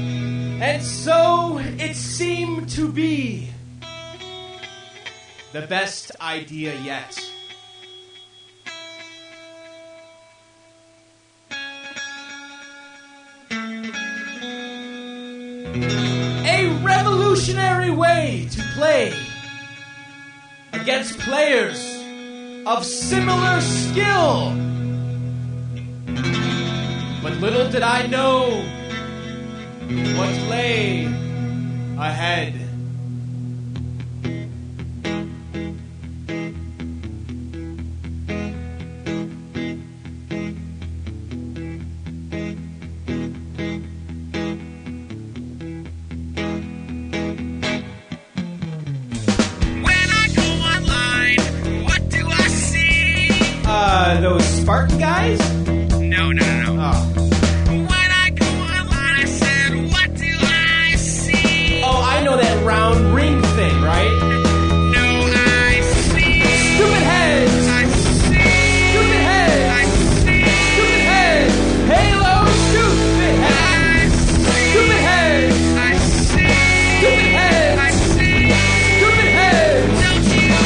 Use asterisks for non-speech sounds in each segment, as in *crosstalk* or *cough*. And so it seemed to be the best idea yet. A revolutionary way to play against players of similar skill. But little did I know what lay ahead. When I go online, what do I see? Uh, those Spartan guys? No, no, no, no. Oh. When I go online, I said, what do I see? Oh, I know that round ring thing, right? No, I see. Stupid heads! I see. Stupid I heads! see. Stupid heads! Halo, stupid heads! I see. Stupid heads! I see. Stupid I heads! see. Stupid heads! Don't you know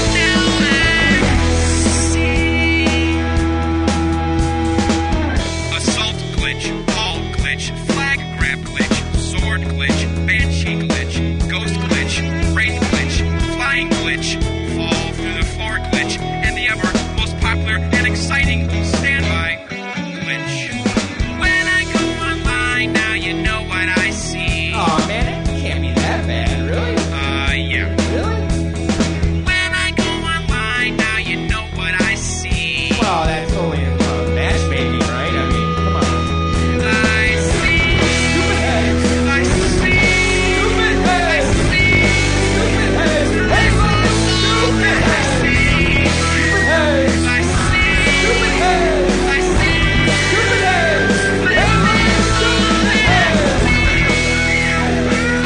I see? Assault glitch, ball glitch, flag grab glitch, sword glitch, banshee glitch, ghost glitch, wraith glitch, flying glitch, fall through the floor glitch, and the ever most popular and exciting standby glitch. When I go online, now you know what I see. Uh, Aw, man, it can't be that bad, really? yeah. Really? When I go online, now you know what I see. Well, that's only in uh, matchmaking, right? I mean, come on. I see, Stupid heads! I see, Stupid heads! Stupid heads! Halo, stupid I heads! see, Stupid heads! I see, Stupid heads! I see. Stupid heads! Halo, stupid heads!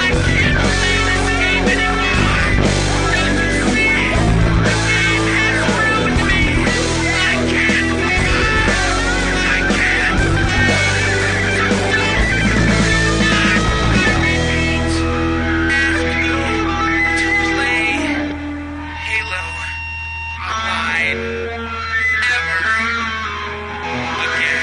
I can't play this game anymore. Don't you see? The game has ruined me. I can't play. I can't play. Don't Halo online ever again.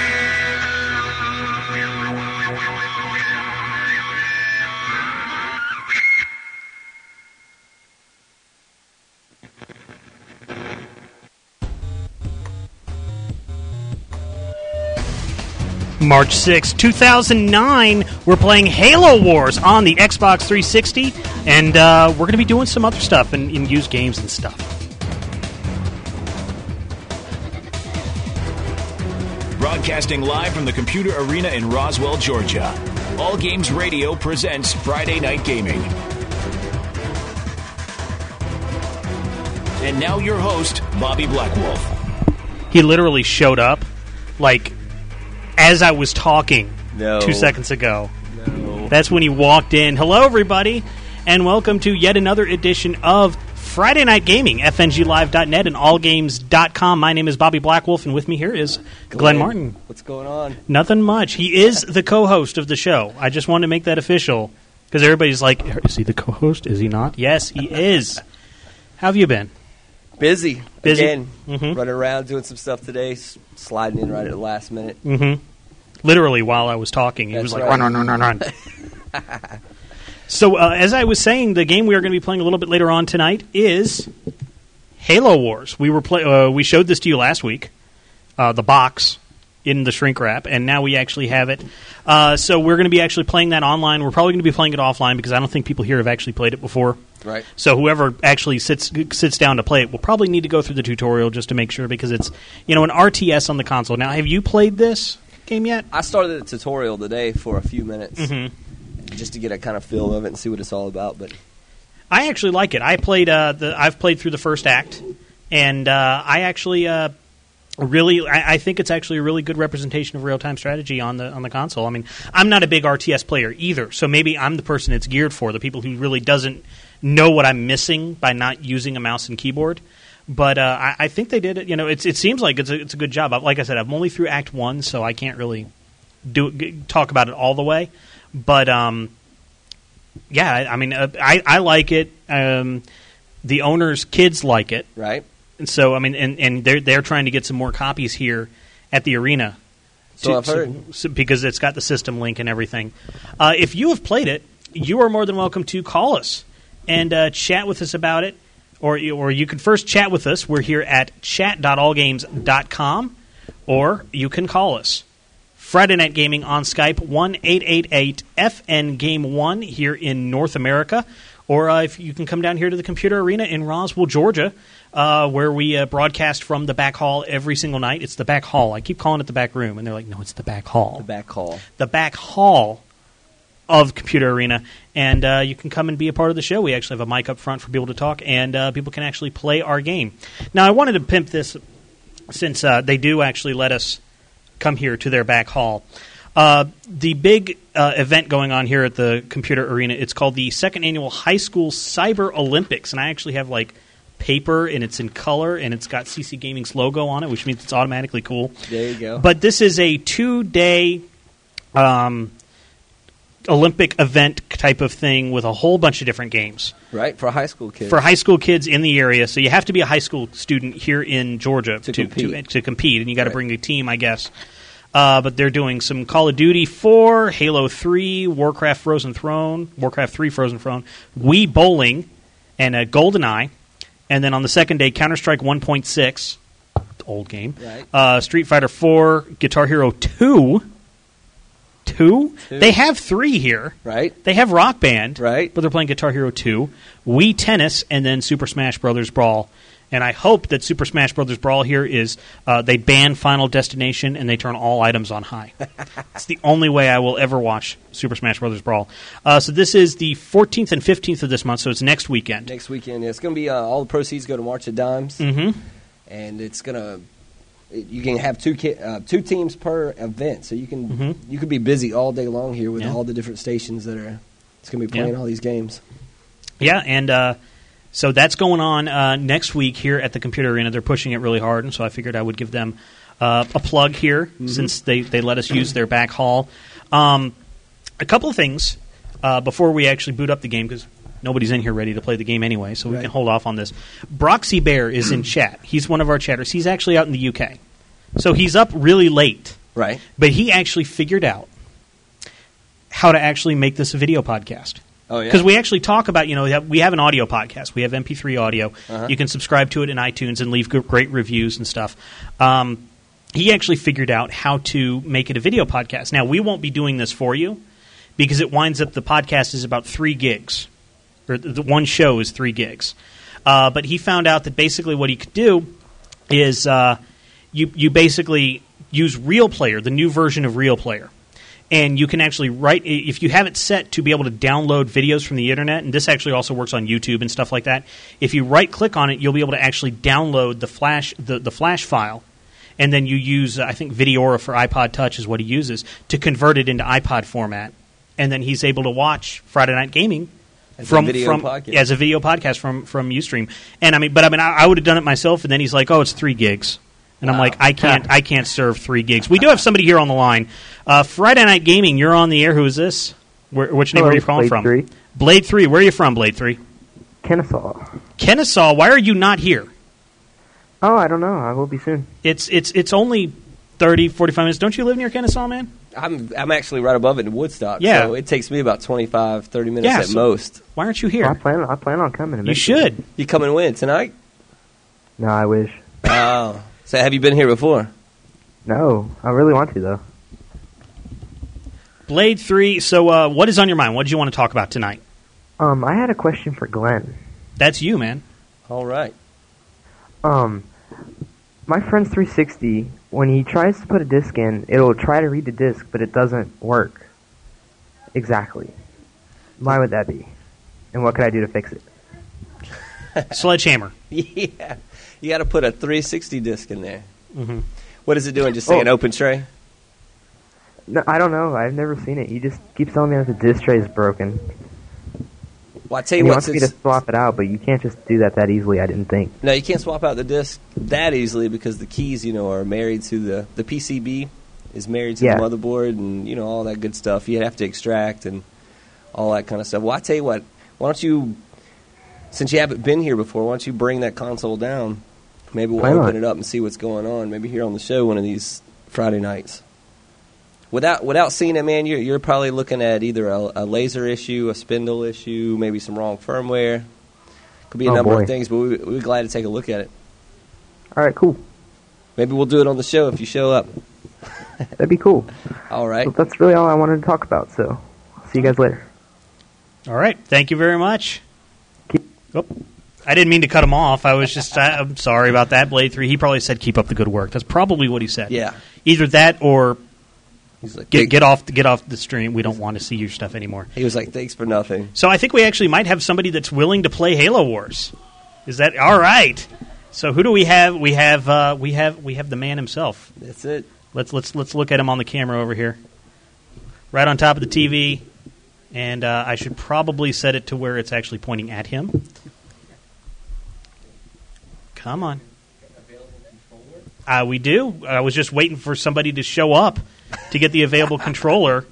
March 6, 2009, we're playing Halo Wars on the Xbox 360, and uh, we're going to be doing some other stuff and, and use games and stuff. Broadcasting live from the Computer Arena in Roswell, Georgia. All Games Radio presents Friday Night Gaming. And now your host, Bobby Blackwolf. He literally showed up, like, as I was talking No. two seconds ago. That's when he walked in. Hello, everybody, and welcome to yet another edition of Friday Night Gaming, FNGLive.net and AllGames.com. My name is Bobby Blackwolf, and with me here is Glenn Martin. What's going on? Nothing much. He is the co-host of the show. I just wanted to make that official because everybody's like, "Is he the co-host? Is he not?" Yes, he is. How have you been? Busy. Busy. Again. Mhm. Running around, doing some stuff today, s- sliding in right at the last minute. Mm-hmm. Literally, while I was talking, he That's was like, right. "Run, run, run, run, run." *laughs* so, uh, as I was saying, the game we are going to be playing a little bit later on tonight is Halo Wars. We were play- uh, we showed this to you last week, uh, the box in the shrink wrap, and now we actually have it. Uh, so we're going to be actually playing that online. We're probably going to be playing it offline because I don't think people here have actually played it before. Right. So whoever actually sits sits down to play it will probably need to go through the tutorial just to make sure because it's you know an RTS on the console. Now, have you played this game yet? I started a tutorial today for a few minutes Mm-hmm. just to get a kind of feel of it and see what it's all about. But I actually like it. I played uh, the I've played through the first act, and uh, I actually uh, really I, I think it's actually a really good representation of real time strategy on the on the console. I mean, I'm not a big RTS player either, so maybe I'm the person it's geared for the people who really doesn't know what I'm missing by not using a mouse and keyboard. But uh, I, I think they did it. You know, it's, it seems like it's a, it's a good job. I- Like I said, I'm only through Act One, so I can't really do g- talk about it all the way. But um, yeah, I I mean, uh, I I like it. Um, the owners' kids like it, right? and so I mean, and and they're they're trying to get some more copies here at the arena. So to- I've heard. so- because it's got the system link and everything. Uh, if you have played it, you are more than welcome to call us and uh, chat with us about it, or you- or you can first chat with us. We're here at chat.allgames.com, or you can call us. Friday Night Gaming on Skype, 1 888 FN Game 1 here in North America. Or uh, if you can come down here to the Computer Arena in Roswell, Georgia, uh, where we uh, broadcast from the back hall every single night. It's the back hall. I keep calling it the back room, and they're like, no, it's the back hall. The back hall. The back hall of Computer Arena. And uh, you can come and be a part of the show. We actually have a mic up front for people to talk, and uh, people can actually play our game. Now, I wanted to pimp this since uh, they do actually let us come here to their back hall. Uh, the big uh, event going on here at the computer arena it's called the second annual high school cyber olympics and i actually have like paper and it's in color and it's got cc gaming's logo on it which means it's automatically cool There you go. but this is a two day um, olympic event type of thing with a whole bunch of different games Right for high school kids. for high school kids in the area. So you have to be a high school student here in Georgia To To, compete. to compete, and you got to Right. bring a team, I guess. Uh, but they're doing some Call of Duty 4, Halo 3, Warcraft Frozen Throne, Warcraft 3 Frozen Throne, Wii Bowling, and uh, GoldenEye. And then on the second day, Counter Strike 1.6, old game, Right. uh, Street Fighter 4, Guitar Hero 2. Two? Two. They have three here. right. They have Rock Band, Right. But they're playing Guitar Hero Two, Wii Tennis, and then Super Smash Brothers Brawl. And I hope that Super Smash Brothers Brawl here is uh, they ban Final Destination and they turn all items on high. it's the only way I will ever watch Super Smash Brothers Brawl. Uh, so this is the 14th and 15th of this month, so it's next weekend. Next weekend, it's going to be uh, all the proceeds go to March of Dimes, Mhm. and it's going to. You can have two ki- uh, two teams per event, so you can you can be busy all day long here with Mm-hmm. Yeah. all the different stations that are. It's going to be playing Yeah. all these games. Yeah, and uh, so that's going on uh, next week here at the Computer Arena. They're pushing it really hard, and so I figured I would give them uh, a plug here since they, they let us use their back hall. Um, a couple of things uh, before we actually boot up the game because nobody's in here ready to play the game anyway, so we Right. can hold off on this. Broxy Bear is in chat. He's one of our chatters. He's actually out in the UK, so he's up really late. Right. But he actually figured out how to actually make this a video podcast. Oh, yeah? Because we actually talk about, you know, we have- we have an audio podcast. We have MP3 audio. Uh-huh. You can subscribe to it in iTunes and leave g- great reviews and stuff. Um, he actually figured out how to make it a video podcast. Now, we won't be doing this for you because it winds up the podcast is about three gigs, or th- the one show is three gigs. Uh, but he found out that basically what he could do is uh, you you basically use Real Player, the new version of Real Player, and you can actually write i- if you have it set to be able to download videos from the internet. And this actually also works on YouTube and stuff like that. If you right click on it, you'll be able to actually download the flash the, the flash file. And then you use, uh, I think, Videora for iPod Touch is what he uses to convert it into iPod format, and then he's able to watch Friday Night Gaming As a from video from podcast. as a video podcast from from UStream. And I mean, but I mean, I, I would have done it myself. And then he's like, "Oh, it's three gigs," and I'm like, "I can't, I can't serve three gigs." We do have somebody here on the line. Uh, Friday Night Gaming, you're on the air. Who is this? Where, which name Hello, are you calling Blade from? Three. Blade Three. Where are you from, Blade Three? Kennesaw. Kennesaw. Why are you not here? Oh, I don't know. I will be soon. It's it's it's only 30, 45 minutes. Don't you live near Kennesaw, man? I'm I'm actually right above it in Woodstock. Yeah. So it takes me about 25, 30 minutes Yeah, at so- most. Why aren't you I here? plan. I plan on coming. You eventually. should. You come and win tonight. No, I wish. Oh, so have you been here before? No, I really want to though. Blade Three. So, uh, what is on your mind? What did you want to talk about tonight? Um, I had a question for Glenn. That's you, man. All right. Um, my friend's 360. When he tries to put a disc in, it'll try to read the disc, but it doesn't work. Exactly. Why would that be? And what could I do to fix it? Sledgehammer. *laughs* Yeah. You got to put a 360 disc in there. Mm-hmm. What is it doing? Just saying Oh. open tray. No, I don't know. I've never seen it. He just keeps telling me that the disc tray is broken. Well, I tell He you what, wants me to since, swap it out, but you can't just do that that easily. I didn't think. no, you can't swap out the disc that easily because the keys, you know, are married to the the PCB is married to Yeah. the motherboard and you know all that good stuff. You have to extract and all that kind of stuff. Well, I tell you what, why don't you, since you haven't been here before, why don't you bring that console down? Maybe we'll Why not? open it up and see what's going on. Maybe here on the show one of these Friday nights. Without without seeing it, man, you're you're probably looking at either a, a laser issue, a spindle issue, maybe some wrong firmware. Could be a Oh, number boy. of things, but we, we're glad to take a look at it. All right, cool. Maybe we'll do it on the show if you show up. That'd be cool. All right. Well, that's really all I wanted to talk about. So, see you guys later. All right. Thank you very much. Keep- Oop. I didn't mean to cut him off. I was just, I, I'm sorry about that. Blade 3, he probably said, keep up the good work. That's probably what he said. Yeah. Either that or He's like, get, "Thank- get, off, get off the stream. We don't want to see your stuff anymore. He was like, "Thanks for nothing." So I think we actually might have somebody that's willing to play Halo Wars. Is that all right? So who do we have? We have uh, we have we have the man himself. That's it. Let's let's let's look at him on the camera over here, right on top of the TV, and uh, I should probably set it to where it's actually pointing at him. Come on. Uh, we do. I was just waiting for somebody to show up to get the available controller,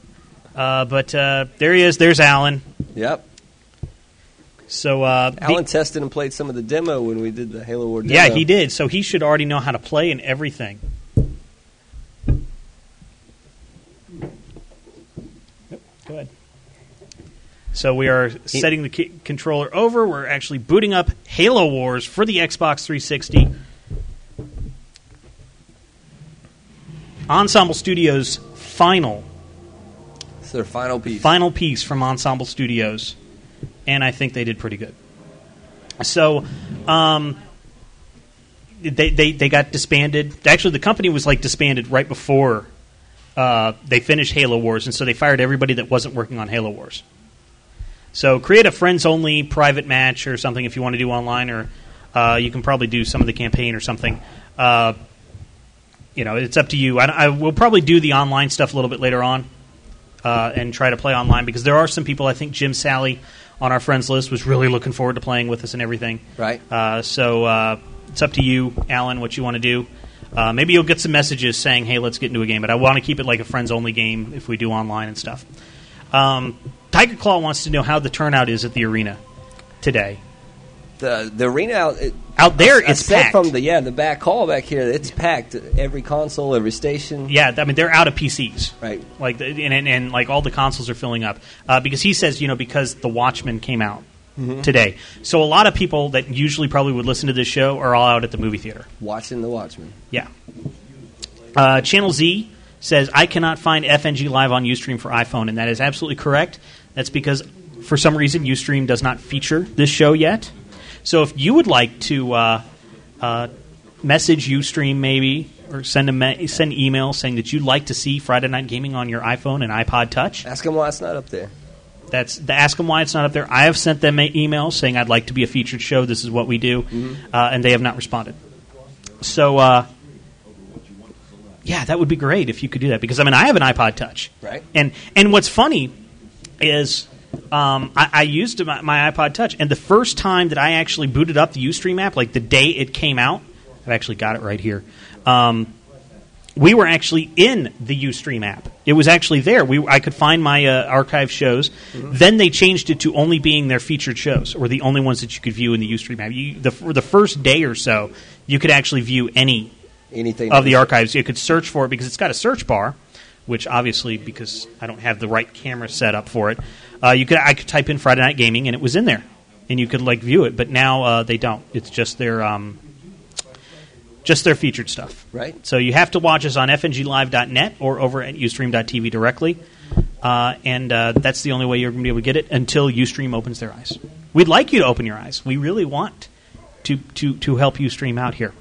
uh, but uh, there he is. There's Alan. Yep. So uh, the- Alan tested and played some of the demo when we did the Halo War. Demo. yeah, he did. So he should already know how to play and everything. Yep, Go ahead. So we are setting the c- controller over. We're actually booting up Halo Wars for the Xbox 360. Ensemble Studios' final It's their final piece. final piece from Ensemble Studios, and I think they did pretty good. So, um, they, they they got disbanded. Actually, the company was like disbanded right before uh, they finished Halo Wars, and so they fired everybody that wasn't working on Halo Wars. So, create a friends only private match or something if you want to do online, or uh, you can probably do some of the campaign or something. Uh, you know, it's up to you. I, I will probably do the online stuff a little bit later on uh, and try to play online because there are some people. I think Jim Sally on our friends list was really looking forward to playing with us and everything. Right. Uh, so uh, it's up to you, Alan, what you want to do. Uh, maybe you'll get some messages saying, "Hey, let's get into a game," but I want to keep it like a friends-only game if we do online and stuff. Um, Tiger Claw wants to know how the turnout is at the arena today. The the arena out, it, Out there, I- I it's said packed. from the yeah the back hall back here. It's packed. Every console, every station. Yeah, I mean they're out of PCs, Right. Like the- and, and, and like all the consoles are filling up uh, because he says you know because the Watchmen came out today, so a lot of people that usually probably would listen to this show are all out at the movie theater. Watching the Watchmen. Yeah. Uh, Channel Z says I cannot find FNG Live on UStream for iPhone, and that is absolutely correct. That's because for some reason UStream does not feature this show yet. So if you would like to uh, uh, message UStream maybe or send a me- send email saying that you'd like to see Friday Night Gaming on your iPhone and iPod Touch, Ask him why it's not up there. that's the ask them why it's not up there. I have sent them an email saying I'd like to be a featured show. This is what we do, uh, and they have not responded. So, uh, yeah, that would be great if you could do that because I mean I have an iPod Touch, Right. And and what's funny is um, I, I used my, my iPod Touch, and the first time that I actually booted up the UStream app, like the day it came out, I've actually got it right here. Um, we were actually in the UStream app. It was actually there. We I could find my uh, archive shows. Then they changed it to only being their featured shows or the only ones that you could view in the UStream app. You, the, for the first day or so, you could actually view any Anything of the archives. You could search for it because it's got a search bar, which obviously because I don't have the right camera set up for it, uh, you could I could type in Friday Night Gaming and it was in there, and you could like view it. But now uh, they don't. It's just their um, just their featured stuff. Right. So you have to watch us on fnglive.net or over at ustream.tv directly. Uh, and uh, that's the only way you're going to be able to get it until Ustream opens their eyes. We'd like you to open your eyes. We really want to to to help Ustream out here.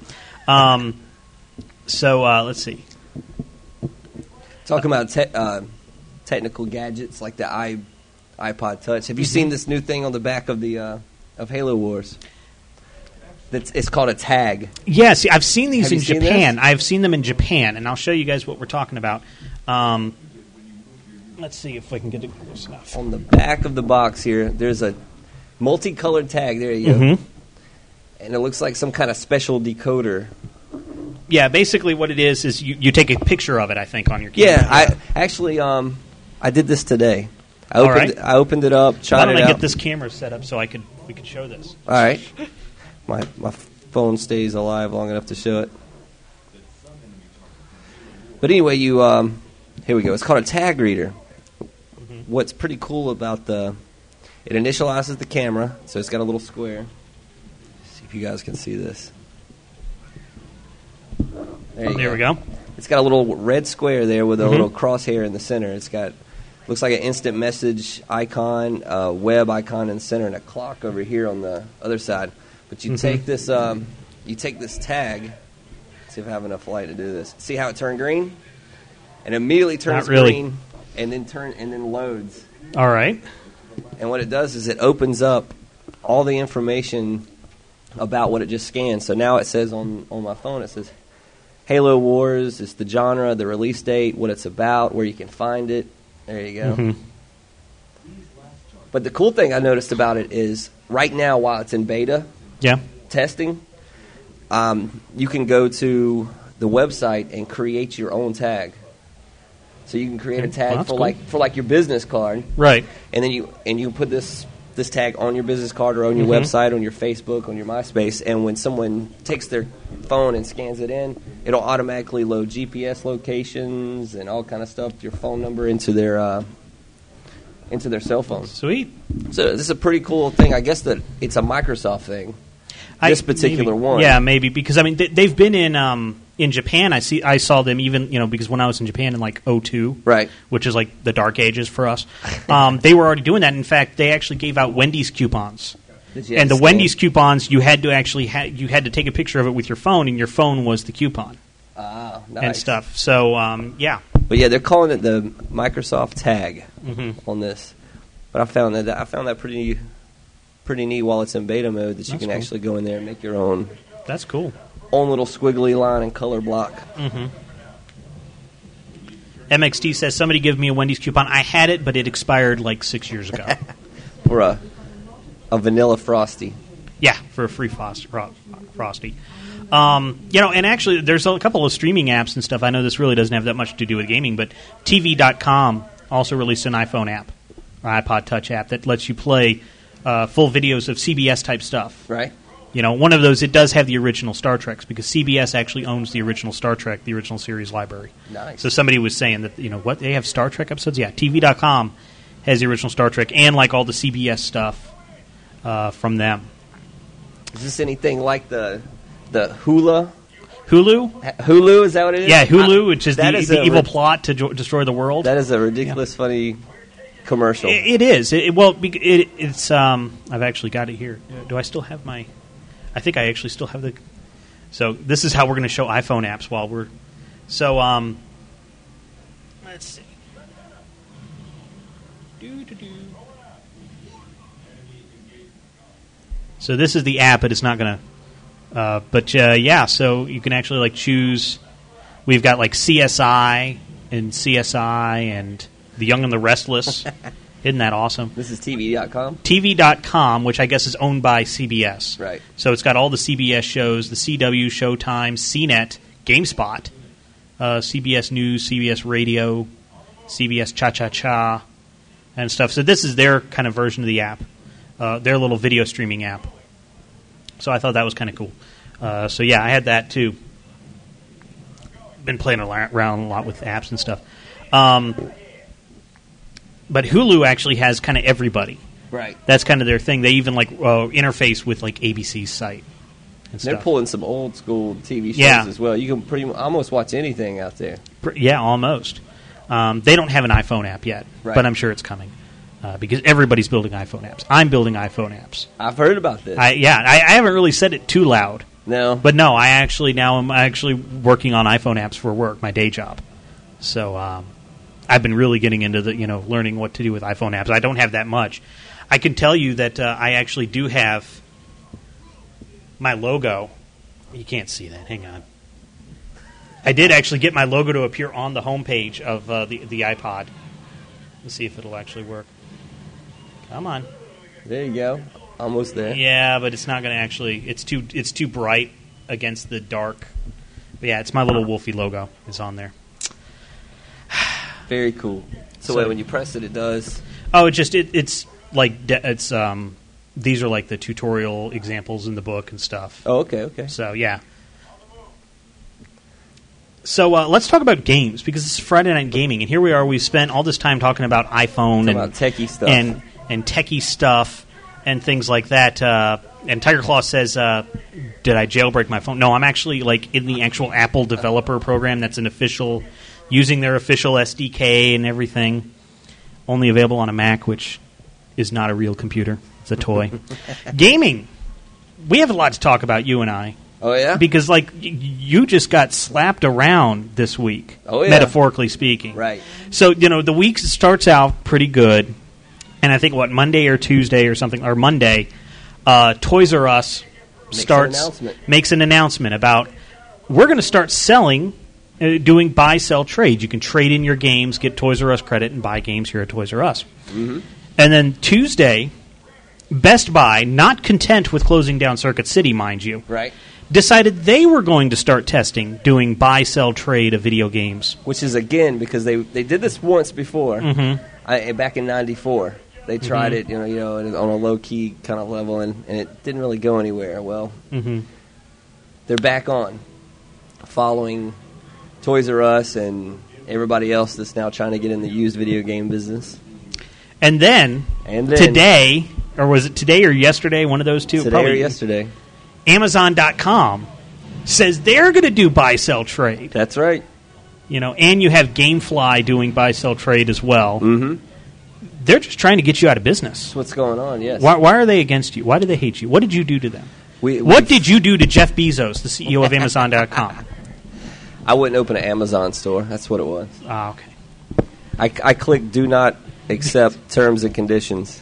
Um, so uh, let's see. Talking about te- uh, technical gadgets like the i iPod Touch. Have you Mm-hmm. seen this new thing on the back of the uh, of Halo Wars? That's it's called a tag. Yes, I've seen these Have in you seen Japan. this? I've seen them in Japan, and I'll show you guys what we're talking about. Um, let's see if we can get it close enough. on the back of the box here, there's a multicolored tag. There you Mhm. go. And it looks like some kind of special decoder. Yeah, basically what it is is you, you take a picture of it, I think, on your camera. Yeah, I actually um, I did this today. I opened, Alright. I opened it up, Why tried don't it I out. get this camera set up so I could we could show this? All right. My my phone stays alive long enough to show it. But anyway, you um, here we go. It's called a tag reader. What's pretty cool about the it initializes the camera, so it's got a little square. see if you guys can see this. you There we go. It's got a little red square there with a Mhm. little crosshair in the center. It's got looks like an instant message icon, a web icon in the center, and a clock over here on the other side. But you Mhm. take this, um, you take this tag. See if I have enough light to do this. See how it turned green, and immediately turns Not really. green, and then turn and then loads. All right. And what it does is it opens up all the information about what it just scanned. So now it says on, on my phone, it says Halo Wars, it's the genre, the release date, what it's about, where you can find it. There you go. Mhm. But the cool thing I noticed about it is right now, while it's in beta Yeah. testing, um, you can go to the website and create your own tag. So you can create a Okay. tag Well, for that's cool. like for like your business card, Right. and then you and you put this this tag on your business card or on your Mhm. website, on your Facebook, on your MySpace, and when someone takes their phone and scans it in, it'll automatically load GPS locations and all kind of stuff, your phone number into their uh, into their cell phones. Sweet. So this is a pretty cool thing. I guess that it's a Microsoft thing. This particular maybe. one. Yeah, maybe because I mean they, they've been in um, in Japan. I see. I saw them even you know because when I was in Japan in like 02, Right. which is like the dark ages for us. Um, they were already doing that. In fact, they actually gave out Wendy's coupons. Did you and the scan? Wendy's coupons, you had to actually ha- you had to take a picture of it with your phone, and your phone was the coupon Ah, and nice. stuff. So um, yeah, But yeah, they're calling it the Microsoft tag Mhm. on this. But I found that I found that pretty pretty neat while it's in beta mode that you That's can cool. actually go in there and make your own that's cool. own little squiggly line and color block. MXD says somebody give me a Wendy's coupon. I had it, but it expired like six years ago. Or a a vanilla frosty. Yeah, for a free frost, fro- frosty. Um, you know, and actually, there's a couple of streaming apps and stuff. I know this really doesn't have that much to do with gaming, but TV.com also released an iPhone app, or iPod Touch app that lets you play uh, full videos of CBS type stuff. Right? You know, one of those it does have the original Star Treks because CBS actually owns the original Star Trek, the original series library. Nice. So somebody was saying that you know what they have Star Trek episodes. Yeah, TV.com has the original Star Trek and like all the CBS stuff uh, from them. Is this anything like the the Hula? Hulu, Hulu is that what it is? Yeah, Hulu, I- which is that the, a the evil rid- plot to jo- destroy the world. That is a ridiculous funny commercial. I- it is. It, it- well, bec- it, it's. Um, I've actually got it here. Uh, Do I still have my? I think I actually still have the. So this is how we're going to show iPhone apps while we're. So um. Let's see. Doo-doo-doo. So this is the app, but it's not going to. Uh, but uh, yeah, so you can actually like choose. We've got like CSI and CSI and The Young and the Restless. Isn't that awesome? This is TV.com. TV.com, which I guess is owned by CBS. Right. So it's got all the CBS shows, the CW, Showtime, CNET, GameSpot, uh, CBS News, CBS Radio, CBS Cha Cha Cha, and stuff. So this is their kind of version of the app, uh, their little video streaming app. So I thought that was kind of cool. Uh, so yeah, I had that too. Been playing al- around a lot with apps and stuff. Um, but Hulu actually has kind of everybody Right. that's kind of their thing. They even like uh, interface with like ABC's site. And They're stuff. pulling some old school TV shows Yeah. as well. You can pretty mu- almost watch anything out there. Pr- yeah, almost. Um, they don't have an iPhone app yet, Right. but I'm sure it's coming uh, because everybody's building iPhone apps. I'm building iPhone apps. I've heard about this. I yeah, I, I haven't really said it too loud, no, but no, I actually now am actually working on iPhone apps for work, my day job. So um, I've been really getting into the you know learning what to do with iPhone apps. I don't have that much. I can tell you that uh, I actually do have my logo. You can't see that. Hang on. I did actually get my logo to appear on the homepage of uh, the the iPod. Let's see if it'll actually work. Come on. there you go, almost there. Yeah, but it's not going to actually. It's too. It's too bright against the dark. But yeah, it's my little Wolfie logo is on there. Very cool. So, So- when you press it, it does. Oh, it just it, it's like de- it's um these are like the tutorial examples in the book and stuff. Oh, okay, okay. So yeah. So uh, let's talk about games because it's Friday night gaming, and here we are. We've spent all this time talking about iPhone and about techie stuff. and and techie stuff and things like that. Uh, and Tiger Claw says, uh, "Did I jailbreak my phone?" No, I'm actually like in the actual Apple developer program. That's an official, using their official SDK and everything. Only available on a Mac, which is not a real computer. It's a *laughs* toy. gaming. We have a lot to talk about, you and I Oh yeah. because like y- you just got slapped around this week Oh, yeah. metaphorically speaking Right. so you know the week starts out pretty good and i think what monday or tuesday or something or monday uh, toys r us an starts announcement. makes an announcement about we're going to start selling uh, doing buy sell trade you can trade in your games get toys r us credit and buy games here at toys r us Mm-hmm. and then tuesday best buy not content with closing down circuit city mind you right. decided they were going to start testing doing buy sell trade of video games. Which is again because they they did this once before. Mm-hmm. I, eh, back in '94, they tried it. You know, you know, it was on a low key kind of level, and, and it didn't really go anywhere. Well, Mhm. they're back on, following Toys R Us and everybody else that's now trying to get in the used video game business. And then, And then today, or was it today or yesterday? One of those two. today or probably yesterday. Amazon.com says they're going to do buy sell trade. That's right. You know, and you have GameFly doing buy sell trade as well. Mm-hmm. They're just trying to get you out of business. That's what's going on. Yes. Why, why are they against you? Why do they hate you? What did you do to them? We, What did you do to Jeff Bezos, the CEO of *laughs* Amazon.com? I wouldn't open an Amazon store. That's what it was. Ah, okay. I, I clicked do not accept terms and conditions.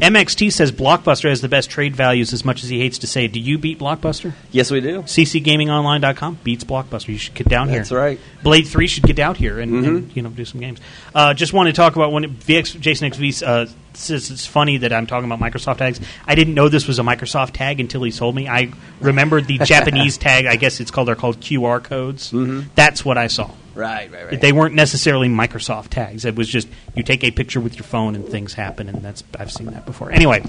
MXT says Blockbuster has the best trade values as much as he hates to say. it. Do you beat Blockbuster? Yes, we do. CCGamingOnline.com beats Blockbuster. You should get down here. That's right. Mm-hmm. Blade 3 should get out here and, and you know do some games. Uh, just want to talk about when it, VX, Jason XV uh, says it's funny that I'm talking about Microsoft tags. I didn't know this was a Microsoft tag until he told me. I remembered *laughs* the Japanese tag. I guess it's called. They're called QR codes. Mm-hmm. That's what I saw. Right, right, They weren't necessarily Microsoft tags. It was just you take a picture with your phone and things happen, and that's I've seen that before. Anyway,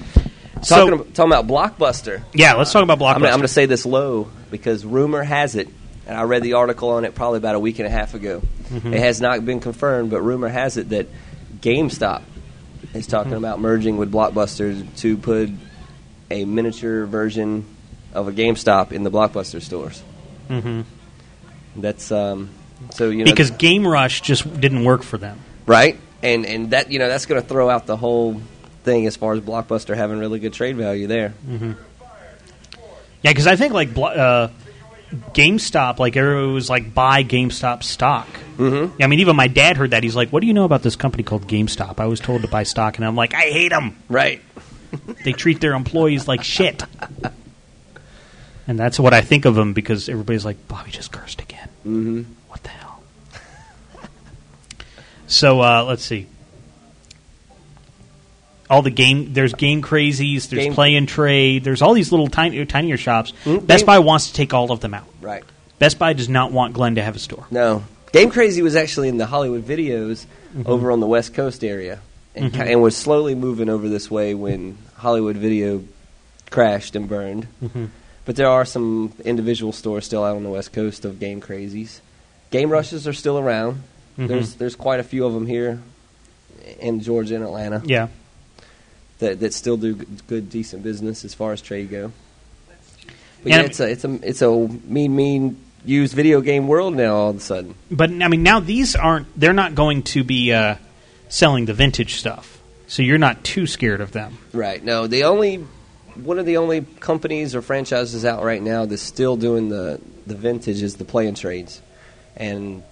so talking, about, talking about Blockbuster. yeah, let's talk about Blockbuster. I'm, gonna- I'm going to say this low because rumor has it, and I read the article on it probably about a week and a half ago. Mm-hmm. It has not been confirmed, but rumor has it that GameStop is Mm-hmm. talking about merging with Blockbuster to put a miniature version of a GameStop in the Blockbuster stores. Mhm. That's um, so you know because Game Rush just didn't work for them. right? And and that you know that's going to throw out the whole thing as far as Blockbuster having really good trade value there. Yeah, because I think like blo- uh, GameStop, like everyone was like buy GameStop stock. Mm-hmm. I mean, even my dad heard that. He's like, "What do you know about this company called GameStop?" I was told to buy stock, and I'm like, "I hate them. Right. They treat their employees like shit." And that's what I think of them because everybody's like, "Bobby just cursed again." Mm-hmm. What the hell? so uh, let's see. All the game there's game crazies, there's Game- play and trade, there's all these little tiny tinier shops. Mm, Best Game- Buy wants to take all of them out. Right. Best Buy does not want Glenn to have a store. No. Game Crazy was actually in the Hollywood videos over on the West Coast area and, ki- and was slowly moving over this way when Hollywood video crashed and burned. But there are some individual stores still out on the West Coast of Game Crazies. Game Rushes are still around. There's there's quite a few of them here in Georgia and Atlanta Yeah. that, that still do g- good decent business as far as trade go. But And yeah, I'm- it's a it's a it's a mean mean used video game world now all of a sudden. But I mean, now these aren't. They're not going to be uh, selling the vintage stuff, so you're not too scared of them. Right. No, the only one of the only companies or franchises out right now that's still doing the the vintage is the play and trades, and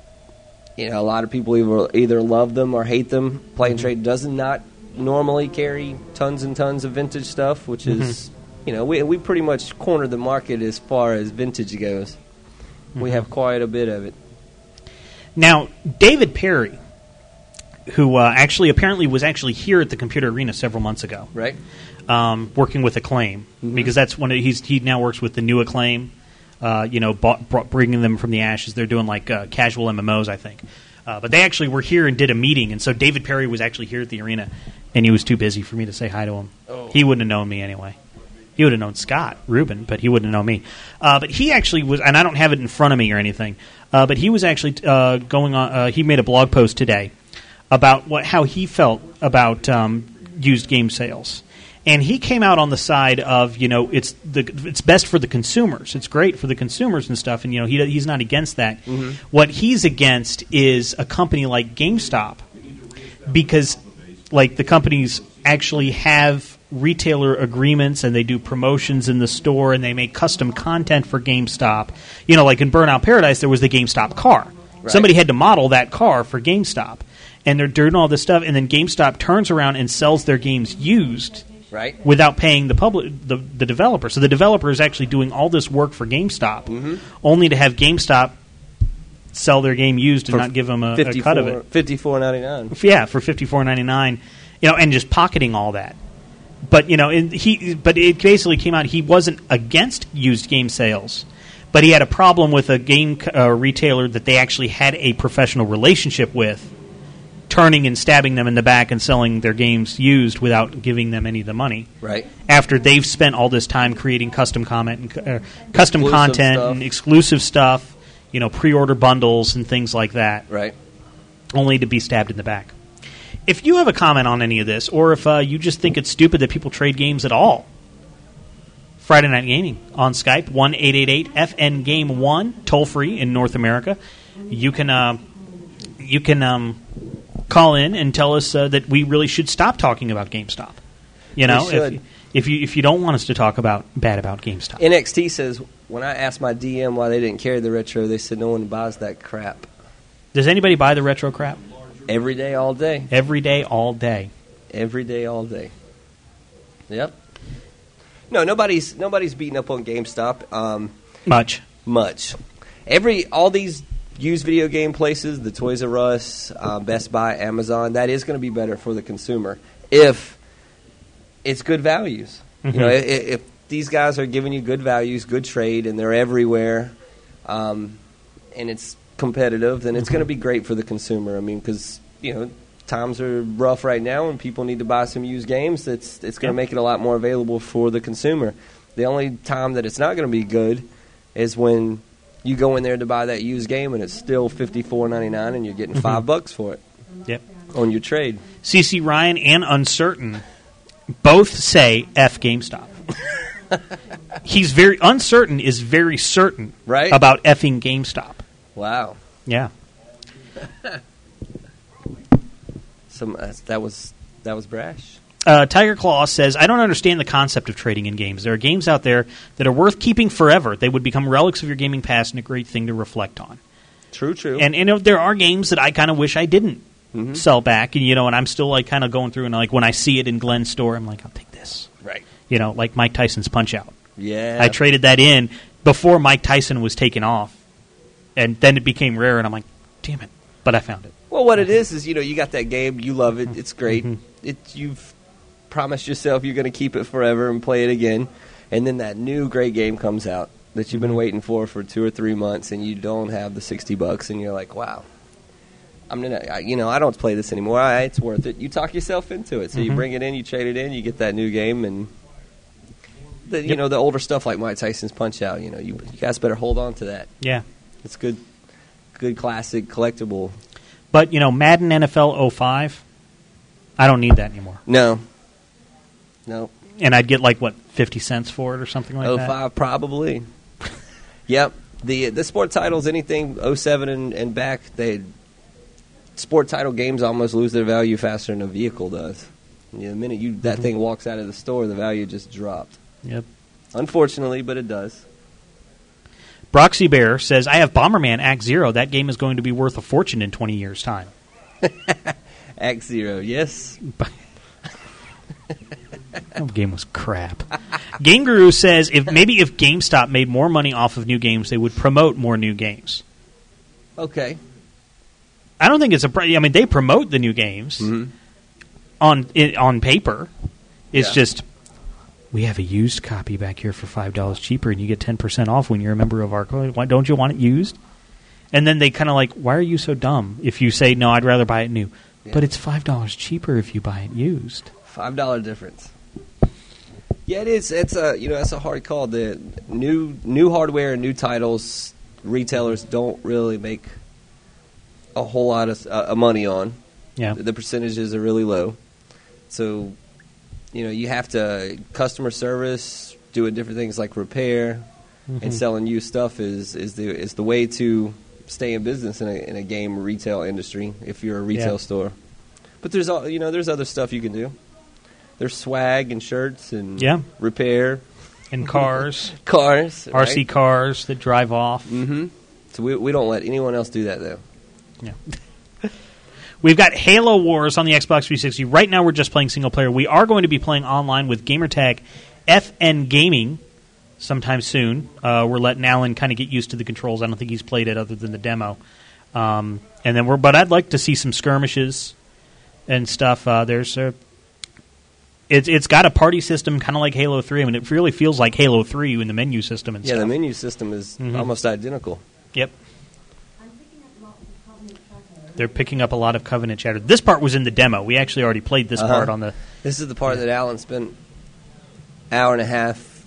you know a lot of people either either love them or hate them. Play Mm-hmm. and trade does not normally carry tons and tons of vintage stuff, which is Mm-hmm. you know we we pretty much cornered the market as far as vintage goes. Mm-hmm. We have quite a bit of it. Now, David Perry, who uh, actually apparently was actually here at the Computer Arena several months ago, Right. um, working with Acclaim because that's one. Of, he's he now works with the new Acclaim. Uh, you know, bought, brought, bringing them from the ashes. They're doing like uh, casual MMOs, I think. Uh, but they actually were here and did a meeting, and so David Perry was actually here at the arena, and he was too busy for me to say hi to him. He wouldn't have known me anyway. He would have known Scott Rubin, but he wouldn't have known me. Uh, but he actually was, and I don't have it in front of me or anything. Uh, but he was actually uh, going on. Uh, he made a blog post today about what how he felt about um, used game sales, and he came out on the side of you know it's the it's best for the consumers, it's great for the consumers and stuff, and you know he he's not against that. What he's against is a company like GameStop because like the companies actually have retailer agreements and they do promotions in the store and they make custom content for GameStop. You know, like in Burnout Paradise, there was the GameStop car. Somebody had to model that car for GameStop, and they're doing all this stuff, and then GameStop turns around and sells their games used Right. without paying the public the, the developer. So the developer is actually doing all this work for GameStop, Mm-hmm. only to have GameStop sell their game used and not give them Uh, a, a cut of it. Fifty-four ninety-nine. F- yeah for fifty four ninety nine, you know, and just pocketing all that. But you know, and he but it basically came out he wasn't against used game sales, but he had a problem with a game c- uh, retailer that they actually had a professional relationship with, turning and stabbing them in the back and selling their games used without giving them any of the money. Right. After they've spent all this time creating custom comment and c- uh, custom Exclusive content stuff. and exclusive stuff, you know, pre-order bundles and things like that Right. only to be stabbed in the back. If you have a comment on any of this, or if uh, you just think it's stupid that people trade games at all, Friday Night Gaming on Skype, 1 888 FN Game 1, toll free in North America. You can, uh, you can um, call in and tell us uh, that we really should stop talking about GameStop. You know, should. if, if, you, if you don't want us to talk about bad about GameStop. NXT says when I asked my DM why they didn't carry the retro, they said no one buys that crap Does anybody buy the retro crap? every day, all day, Every day, all day. every day, all day. Yep. No, nobody's nobody's beating up on GameStop um, Much. much. Every all these used video game places, the Toys R Us, uh, Best Buy, Amazon, that is going to be better for the consumer if it's good values. You know, i- i- if these guys are giving you good values, good trade, and they're everywhere, um, and it's competitive, then it's going to be great for the consumer. I mean, because you know times are rough right now, and people need to buy some used games. That's it's going Yeah. to make it a lot more available for the consumer. The only time that it's not going to be good is when you go in there to buy that used game, and it's still fifty four ninety nine, and you're getting five bucks for it Yep. on your trade. CC Ryan and Uncertain both say F *laughs* GameStop. He's very uncertain is very certain Right. about effing GameStop. Wow. Yeah. Some uh, that was that was brash. Uh, Tiger Claw says, I don't understand the concept of trading in games. There are games out there that are worth keeping forever. They would become relics of your gaming past and a great thing to reflect on. True, true. And, and there are games that I kind of wish I didn't Mm-hmm. sell back. And, you know, and I'm still like kind of going through and like when I see it in Glenn's store, I'm like, I'll take this. right. You know, like Mike Tyson's Punch Out. Yeah. I traded that in before Mike Tyson was taken off, and then it became rare, and I'm like, damn it! But I found it. Well, what it is is you know you got that game, you love it, it's great. It you've promised yourself you're going to keep it forever and play it again, and then that new great game comes out that you've been waiting for for two or three months, and you don't have the sixty bucks, and you're like, wow. I'm gonna, I, you know, I don't play this anymore. I, it's worth it. You talk yourself into it, so you bring it in, you trade it in, you get that new game, and the, you Yep. know the older stuff like Mike Tyson's Punch Out. You know, you, you guys better hold on to that. Yeah, It's good, good classic collectible. but you know, Madden NFL 05, I don't need that anymore, No. No. and I'd get like what fifty cents for it or something like Oh that. five probably. *laughs* yep. The the sport titles anything 07 and, and back they sport title games almost lose their value faster than a vehicle does. Yeah, the minute you that thing walks out of the store, the value just dropped. Mm-hmm. Yep. Unfortunately, but it does. Broxy Bear says, "I have Bomberman Act Zero. That game is going to be worth a fortune in twenty years' time." *laughs* Act zero, yes. Mm. That game was crap. game Guru says, "If maybe if GameStop made more money off of new games, they would promote more new games." Okay. I don't think it's a. pr- I mean, they promote the new games Mm-hmm. on i on paper. It's Yeah. just we have a used copy back here for five dollars cheaper, and you get ten percent off when you're a member of our. club. Why don't you want it used? And then they kind of like, why are you so dumb? If you say no, I'd rather buy it new, Yeah. but it's five dollars cheaper if you buy it used. Five dollar difference. Yeah, it is. It's a you know that's a hard call. The new new hardware and new titles retailers don't really make a whole lot of uh, money on. Yeah, The percentages are really low. So you know you have to customer service, doing different things like repair Mm-hmm. and selling used stuff is is the is the way to stay in business in a, in a game retail industry if you're a retail Yeah. store. But there's all you know there's other stuff you can do. There's swag and shirts and Yeah. repair and *laughs* cars, cars, RC cars that drive off. Mm-hmm. So we we don't let anyone else do that though. We've got Halo Wars on the Xbox 360. Right now, we're just playing single player. We are going to be playing online with gamertag FN Gaming sometime soon. Uh, we're letting Alan kind of get used to the controls. I don't think he's played it other than the demo. Um, and then we're, but I'd like to see some skirmishes and stuff. Uh, there's a, it's it's got a party system kind of like Halo Three. I mean, it really feels like Halo Three in the menu system and Yeah, stuff. the menu system is Mhm. almost identical. Yep. They're picking up a lot of Covenant chatter. This part was in the demo. We actually already played this Uh-huh. part on the. This is the part that Alan spent hour and a half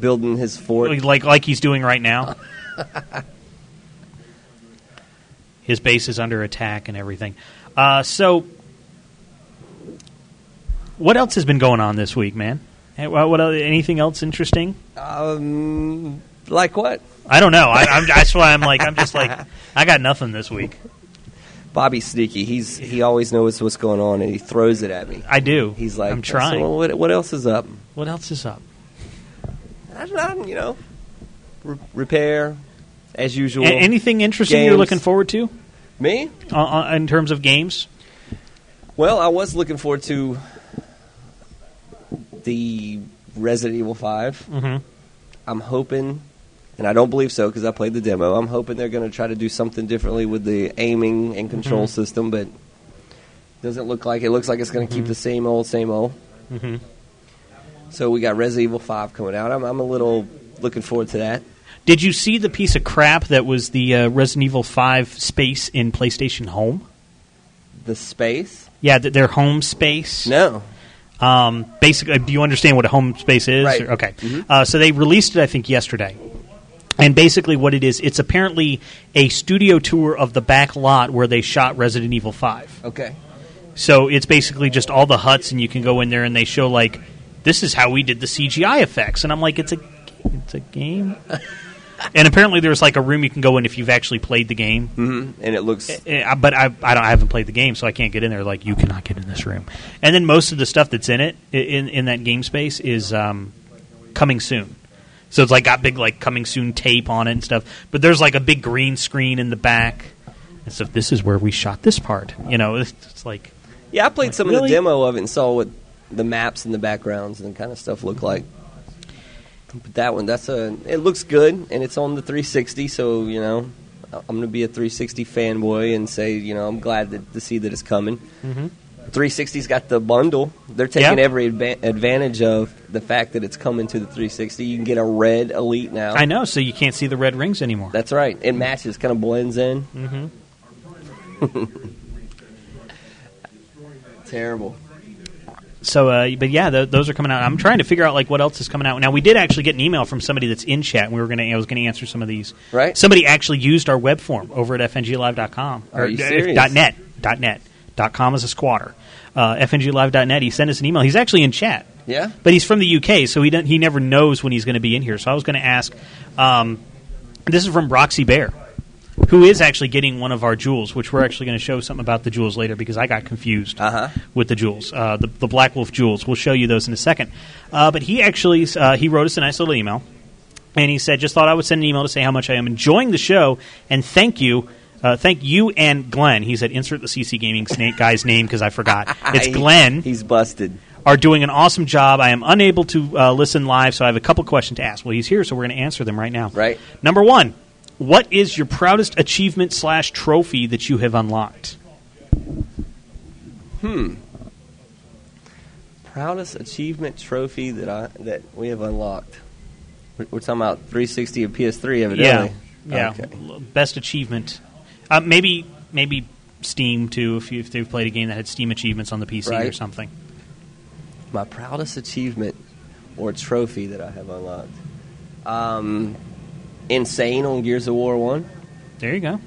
building his fort. Like, like he's doing right *laughs* now. His base is under attack and everything. Uh, so, what else has been going on this week, man? Eh, What, what, other- anything else interesting? Um, like what? I don't know. I, I'm, that's why I'm like, I'm just like, I got nothing this week. Bobby's sneaky. He's he always knows what's going on and he throws it at me. I do. He's like, I'm trying. "So what, what else is up? What else is up? I don't- I don't- you know, re- repair as usual. A- anything interesting you're Games. looking forward to? me? uh, uh, in terms of games. Well, I was looking forward to the Resident Evil 5 Mhm. I'm hoping, and I don't believe so because I played the demo. I'm hoping they're going to try to do something differently with the aiming and control system, but doesn't look like it. Looks like it's going to keep the same old, same old. Mhm. So we got Resident Evil 5 coming out. I'm, I'm a little looking forward to that. Did you see the piece of crap that was the uh, Resident Evil Five space in PlayStation Home? The space? Yeah, th- their home space. No. Um, basically, do you understand what a home space is? Right. Mm-hmm. Or- okay. Uh, so they released it, I think, yesterday. And basically, what it is, it's apparently a studio tour of the back lot where they shot Resident Evil Five. Okay. So it's basically just all the huts, and you can go in there and they show like, this is how we did the CGI effects, and I'm like, it's a, it's a game. and apparently, there's like a room you can go in if you've actually played the game. hmm And it looks. Eh, I- But I, I don't, I haven't played the game, so I can't get in there. Like, you cannot get in this room. And then most of the stuff that's in it, i- in in that game space, is um, coming soon. So it's like got big like coming soon tape on it and stuff. But there's like a big green screen in the back. And so this is where we shot this part. You know, it's, it's like. Yeah, I played some of Really? the demo of it and saw what the maps and the backgrounds and kind of stuff look like. But that one, that's a. It looks good, and it's on the 360. So you know, I- I'm gonna be a 360 fanboy and say, you know, I'm glad that, to see that it's coming. Mhm. 360's got the bundle. They're taking Yeah. every adva- advantage of the fact that it's coming to the 360. You can get a red elite now. I know, so you can't see the red rings anymore. That's right. It matches, kind of blends in. Mhm. Mm-hmm. *laughs* Terrible. So, uh, but yeah, th- those are coming out. I'm trying to figure out like what else is coming out. Now, we did actually get an email from somebody that's in chat. And we were gonna, I was gonna answer some of these. Right. Somebody actually used our web form over at fnglive.com or Are you uh, serious? dot net dot net dot com is a squatter. Uh, fnglive.net. He sent us an email. He's actually in chat. Yeah. but he's from the UK, so he doesn't, he never knows when he's going to be in here. So I was going to ask. Um, this is from Roxy Bear, who is actually getting one of our jewels, which we're actually going to show something about the jewels later because I got confused Uh-huh. with the jewels, uh, the, the Black Wolf jewels. We'll show you those in a second. Uh, but he actually uh, he wrote us a nice little email, and he said, "Just thought I would send an email to say how much I am enjoying the show and thank you." Uh, thank you and Glenn. He said, "Insert the CC Gaming Snake guy's name because I *laughs* forgot. It's He- Glenn He's busted. are doing an awesome job. I am unable to uh, listen live, so I have a couple questions to ask. Well, he's here, so we're going to answer them right now. Right. Number one, what is your proudest achievement slash trophy that you have unlocked? proudest achievement trophy that I that we have unlocked. We're, we're talking about 360 and PS3, evidently. Yeah. yeah, Okay. l- best achievement. Uh, maybe maybe Steam too. If you, if they've played a game that had Steam achievements on the PC or Right. something. my proudest achievement or trophy that I have unlocked. Um, insane on Gears of War one. There you go.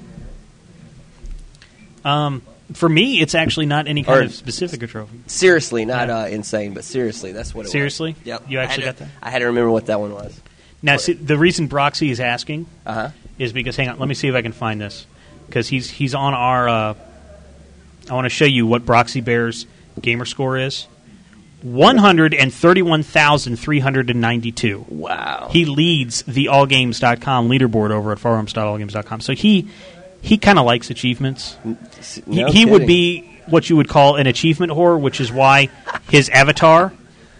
Um, for me, it's actually not any kind Or- of specific trophy. Seriously, not Yeah. uh, insane, but seriously, that's what it Seriously? was. Yep. You I actually had to- got that? I had to remember what that one was. Now, see, the reason Broxy is asking Uh huh. is because hang on, let me see if I can find this because he's he's on our. Uh, I want to show you what Broxy Bear's gamer score is. One hundred and thirty-one thousand three hundred and ninety-two. Wow. He leads the AllGames.com leaderboard over at forums.allgames.com. So he he kind of likes achievements. S- He, no he would kidding. be what you would call an achievement whore, which is *laughs* why his avatar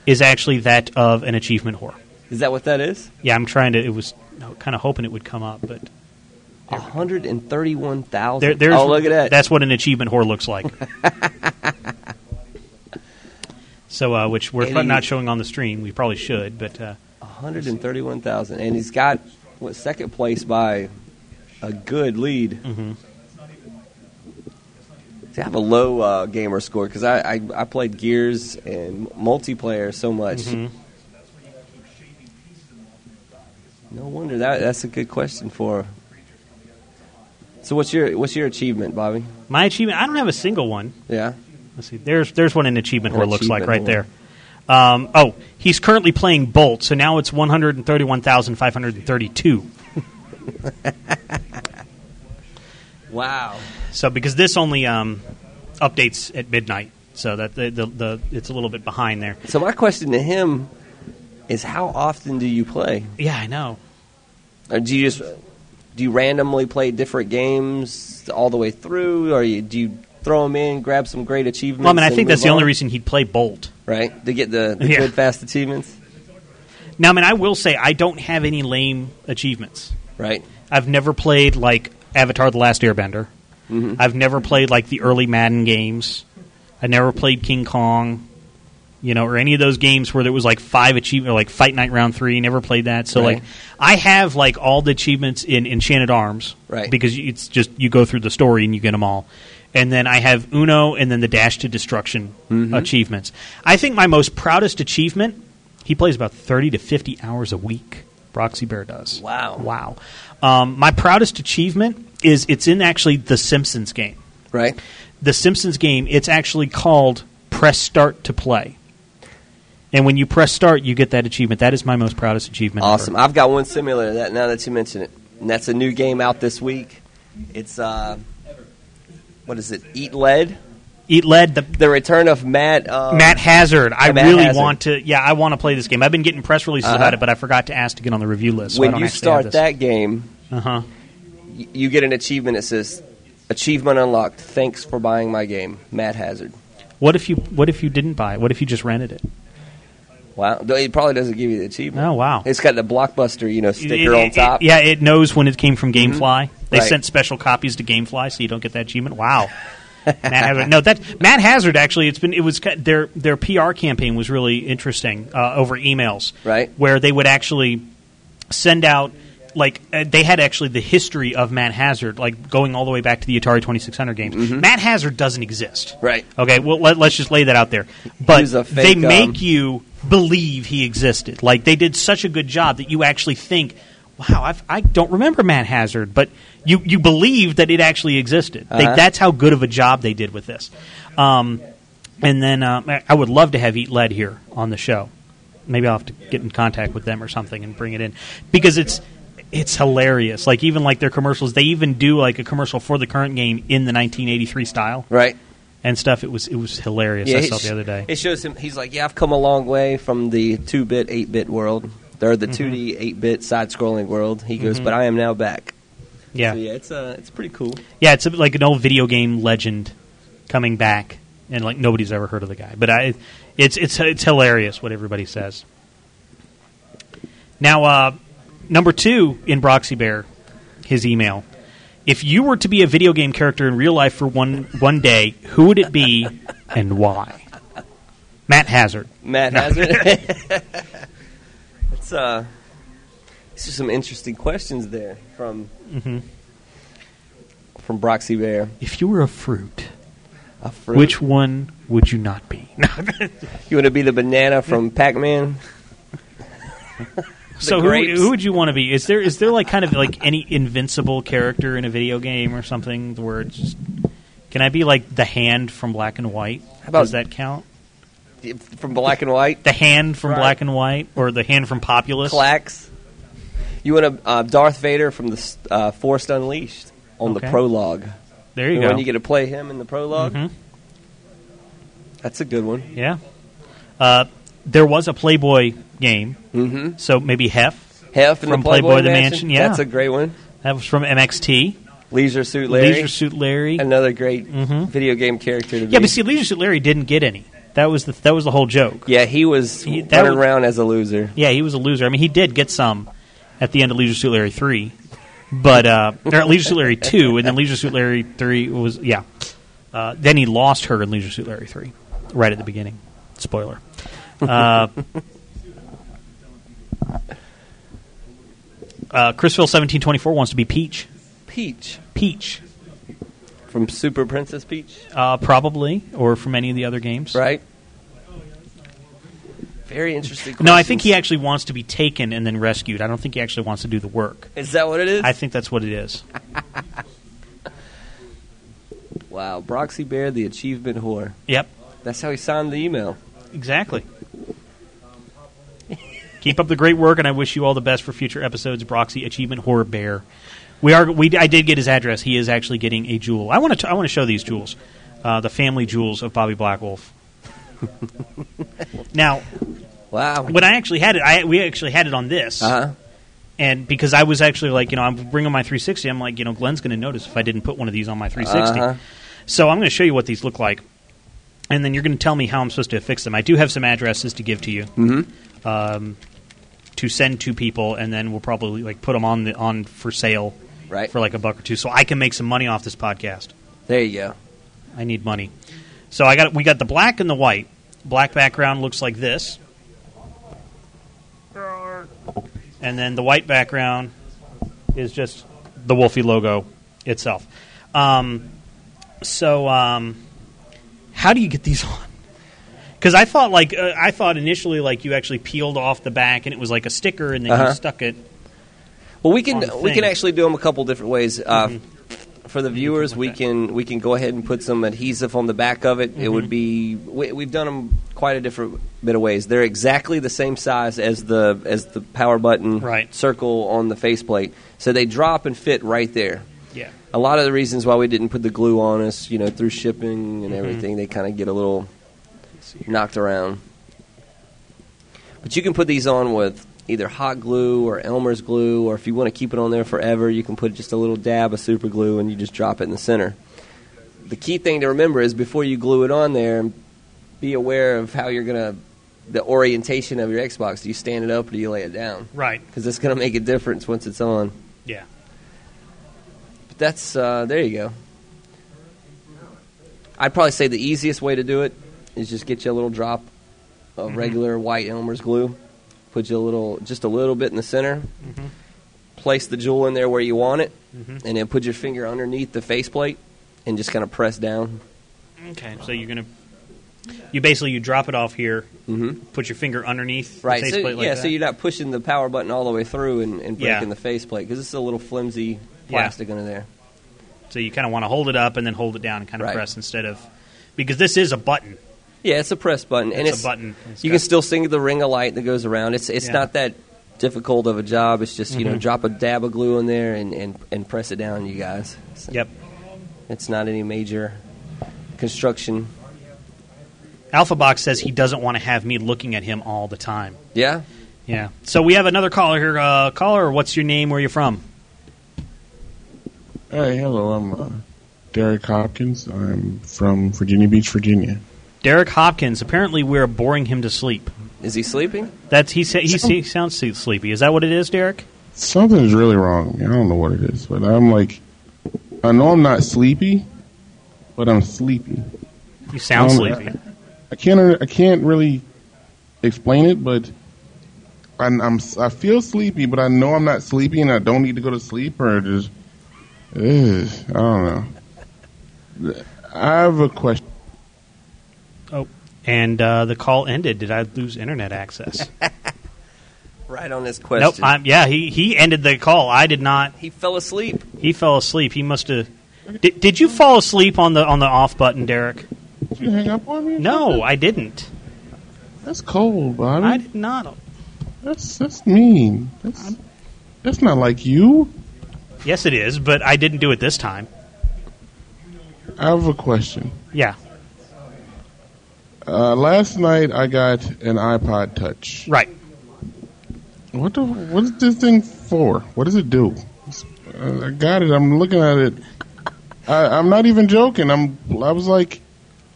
is actually that of an achievement whore. Is that what that is? Yeah, I'm trying to. It was kind of hoping it would come up, but One hundred and thirty-one there, thousand. there's Oh, look at that. That's what an achievement whore looks *laughs* like. so, uh, which we're Idiot. not showing on the stream. We probably should, but uh, one hundred and thirty-one thousand, and he's got what second place by a good lead. mhm. See, I have a low uh, gamer score because I, I I played Gears and multiplayer so much. Mhm. No wonder that that's a good question for. So what's your what's your achievement, Bobby? my achievement. I don't have a single one. Yeah, Let's see. There's there's what an achievement An whore looks like right achievement there. Um, oh, he's currently playing Bolt, so now it's one hundred and thirty-one thousand five hundred and thirty-two. wow. So because this only um, updates at midnight, so that the, the, the it's a little bit behind there. So my question to him is, how often do you play? Yeah, I know. Or do you just do you randomly play different games all the way through, or you, do you throw them in, grab some great achievements? Well, I mean, I and think that's move the only on? reason he'd play Bolt. right to get the, the Yeah. good fast achievements, Now, I mean, I will say I don't have any lame achievements. right? I've never played like Avatar: The Last Airbender. I've never played like the early Madden games. I never played King Kong, you know, or any of those games where there was like five achievement, like Fight Night Round Three. Never played that. So Right. like, I have like all the achievements in Enchanted Arms, Right. Because you- it's just you go through the story and you get them all. And then I have Uno, and then the Dash to Destruction Mm-hmm. achievements. I think my most proudest achievement. He plays about thirty to fifty hours a week. Roxy Bear does. Wow. Wow. Um, my proudest achievement is it's in actually the Simpsons game. Right? The Simpsons game, it's actually called Press Start to Play. And when you press start, you get that achievement. That is my most proudest achievement. ever. Awesome. I've got one similar to that now that you mention it. And that's a new game out this week. It's uh, what is it? Eat Lead. Eat Lead, the The return of Matt. Uh, Matt Hazard. I Matt really Hazard. want to. Yeah, I want to play this game. I've been getting press releases Uh-huh. about it, but I forgot to ask to get on the review list. So I when don't you actually have start that game, this. uh-huh. y- you get an achievement that says "Achievement unlocked. Thanks for buying my game, Matt Hazard." What if you What if you didn't buy it? What if you just rented it? Wow. Though It probably doesn't give you the achievement. Oh wow! It's got the blockbuster, you know, sticker It- on it- top. Mm-hmm. it- yeah, it knows when it came from GameFly. They Right. sent special copies to GameFly, so you don't get that achievement. Wow. Matt Hazard. No, that Matt Hazard actually. It's been it was ki- their their PR campaign was really interesting uh, over emails, Right. Where they would actually send out like uh, they had actually the history of Matt Hazard, like going all the way back to the Atari Twenty Six Hundred games. Matt Hazard doesn't exist, Mm-hmm. Right. Okay, well let, let's just lay that out there. But was a they fake, make um, you believe he existed. Like they did such a good job that you actually think, "Wow, I've, I don't remember Matt Hazard," but you you believe that it actually existed. They, Uh-huh. that's how good of a job they did with this. Um, and then uh, I- I would love to have Eat Lead here on the show. Maybe I'll have to get in contact with them or something and bring it in because it's it's hilarious. Like even like their commercials, they even do like a commercial for the current game in the 1983 style Right. and stuff. It was it was hilarious. I it saw it sh- the other day. It shows him. He's like, "Yeah, I've come a long way from the two-bit, eight-bit world, or the 2D, Mm-hmm. eight-bit side-scrolling world." He goes, "But I am now back." yeah, So, yeah, it's uh, it's pretty *laughs* cool. yeah. It's a, like an old video game legend coming back, and like nobody's ever heard of the guy. But I, it's it's it's hilarious what everybody says. Now, uh, number two in Broxy Bear, his email. If you were to be a video game character in real life for one one day, who would it be and why? Matt Hazard. *laughs* Matt Hazard. it's uh, These are some interesting questions there from Mhm. from Broxy Bear. If you were a fruit, A fruit. which one would you not be? you want to be the banana from Pac-Man? so who, grapes. who would you want to be? Is there is there like kind of like any invincible character in a video game or something where it's just can I be like the hand from Black and White? about- Does that count? From Black and White, The hand from Right. Black and White or the hand from Populous? Clax. You want a uh, Darth Vader from the uh, Force Unleashed on the Okay. prologue. There you The go. one you get to play him in the prolog Mhm. That's a good one. Yeah. Uh, there was a Playboy game, Mm-hmm. so maybe Hef. Hef in From the Playboy, Playboy the Mansion. Mansion, yeah. that's a great one. That was from MXT. Leisure Suit Larry. Leisure Suit Larry. Another great Mhm. video game character. To Yeah, be. but see, Leisure Suit Larry didn't get any. That was the that was the whole joke. yeah, he was He- that running was- around as a loser. Yeah, he was a loser. I mean, he did get some at the end of Leisure Suit Larry three, but uh, or Leisure Suit Larry two, and then Leisure Suit Larry three was yeah. Uh, then he lost her in Leisure Suit Larry three, right at the beginning. Spoiler. Uh, uh, Chrisville seventeen twenty four wants to be Peach. Peach Peach, from Super Princess Peach, uh, probably, or from any of the other games. right? Very interesting. No, I think questions. he actually wants to be taken and then rescued. I don't think he actually wants to do the work. Is that what it is? I think that's what it is. wow, Broxy Bear, the achievement whore. Yep, That's how he signed the email. exactly. Keep up the great work, and I wish you all the best for future episodes. Broxy Achievement Horror Bear. We are. We I did get his address. He is actually getting a jewel. I want to. I want to show these jewels, uh, the family jewels of Bobby Blackwolf. *laughs* now, Wow. when I actually had it, I we actually had it on this. Uh-huh. and because I was actually like, you know, I'm bringing my 360. I'm like, you know, Glenn's going to notice if I didn't put one of these on my 360. Uh-huh. So I'm going to show you what these look like, and then you're going to tell me how I'm supposed to affix them. I do have some addresses to give to you Mm-hmm. um, to send to people, and then we'll probably like put them on the, on for sale Right. for like a buck or two, so I can make some money off this podcast. There you go. I need money. So I got we got the black and the white. Black background looks like this. And then the white background is just the Wolfie logo itself. Um, so um, how do you get these *laughs* on? Because I thought like uh, I thought initially like you actually peeled off the back and it was like a sticker and then Uh-huh. you stuck it. Well, we on can the we can thing. Mm-hmm. actually do them a couple different ways. Uh, For the viewers, we that. can we can go ahead and put some adhesive on the back of it. It Mm-hmm. would be we, we've done them quite a different bit of ways. They're exactly the same size as the as the power button Right. circle on the faceplate, so they drop and fit right there. Yeah. A lot of the reasons why we didn't put the glue on us, you know, through shipping and everything, they kind of get a little knocked around. But you can put these on with either hot glue or Elmer's glue, or if you want to keep it on there forever, you can put just a little dab of super glue and you just drop it in the center. The key thing to remember is before you glue it on there, be aware of how you're going to, the orientation of your Xbox. Do you stand it up or do you lay it down? Right. Because it's going to make a difference once it's on. Yeah. But that's, uh, there you go. I'd probably say the easiest way to do it is just get you a little drop of Mm-hmm. regular white Elmer's glue, put you a little, just a little bit in the center, Mm-hmm. place the jewel in there where you want it, and then put your finger underneath the faceplate and just kind of press down. Okay. So you're gonna you basically you drop it off here. Mm-hmm. put your finger underneath Right. the So, faceplate like yeah, that. so you're not pushing the power button all the way through and, and Yeah. breaking the faceplate because it's a little flimsy Yeah. plastic under there. So you kind of want to hold it up and then hold it down and kind of Right. press instead of because this is a button. Yeah, it's a press button, and It's a it's button. It's you got- can still sing the ring of light that goes around. It's it's Yeah. Mm-hmm. not that difficult of a job. It's just you know drop a dab of glue in there and, and, and press it down, you guys. It's, Yep. it's not any major construction. Alpha Box says he doesn't want to have me looking at him all the time. Yeah, Yeah. So we have another caller here. Uh, caller, what's your name? Where are you from? Hey, hello. I'm uh, Derek Hopkins. I'm from Virginia Beach, Virginia. Derek Hopkins. Apparently, we're boring him to sleep. is he sleeping? That's he. Sa- he, sa- he sounds se- sleepy. Is that what it is, Derek? Something is really wrong with me. I don't know what it is, but I'm like, I know I'm not sleepy, but I'm sleepy. You sound Um, sleepy. I can't. I can't really explain it, but I, I'm I feel sleepy, but I know I'm not sleepy, and I don't need to go to sleep, or just ugh, I don't know. I have a question. And uh, the call ended. Did I lose internet access? Right on this question. nope. I'm, yeah, he, he ended the call. I did not. he fell asleep. He fell asleep. He must have. Did, did you fall asleep on the on the off button, Derek? Did you hang up on me? No, I didn't. that's cold, Bobby. I did not. that's that's mean. That's that's not like you. Yes, it is, but I didn't do it this time. I have a question. Yeah, Uh, last night I got an iPod Touch. right. What the, what is this thing for? What does it do? It's- uh, I got it. I'm looking at it. I, I'm not even joking. I'm. I was like,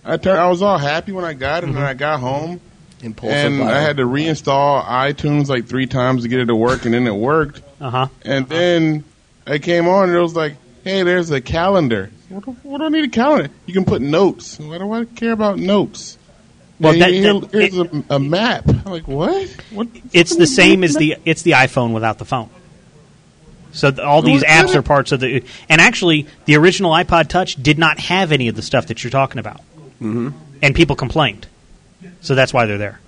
I turned. I was all happy when I got it, and then I got home Impulsive. and I buyer. had to reinstall iTunes like three times to get it to work, and then it worked. Uh huh. And then I came on, and it was like, hey, there's a calendar. What do, what do I need a calendar? You can put notes. Why do I care about notes? Well, Hey, that- here- that- here's a, a map. I'm like, what? What? It's the fucking same as map? the it's the iPhone without the phone. So th- all these Oh, apps really? are parts of the. And actually, the original iPod Touch did not have any of the stuff that you're talking about, mm-hmm. and people complained. So that's why they're there.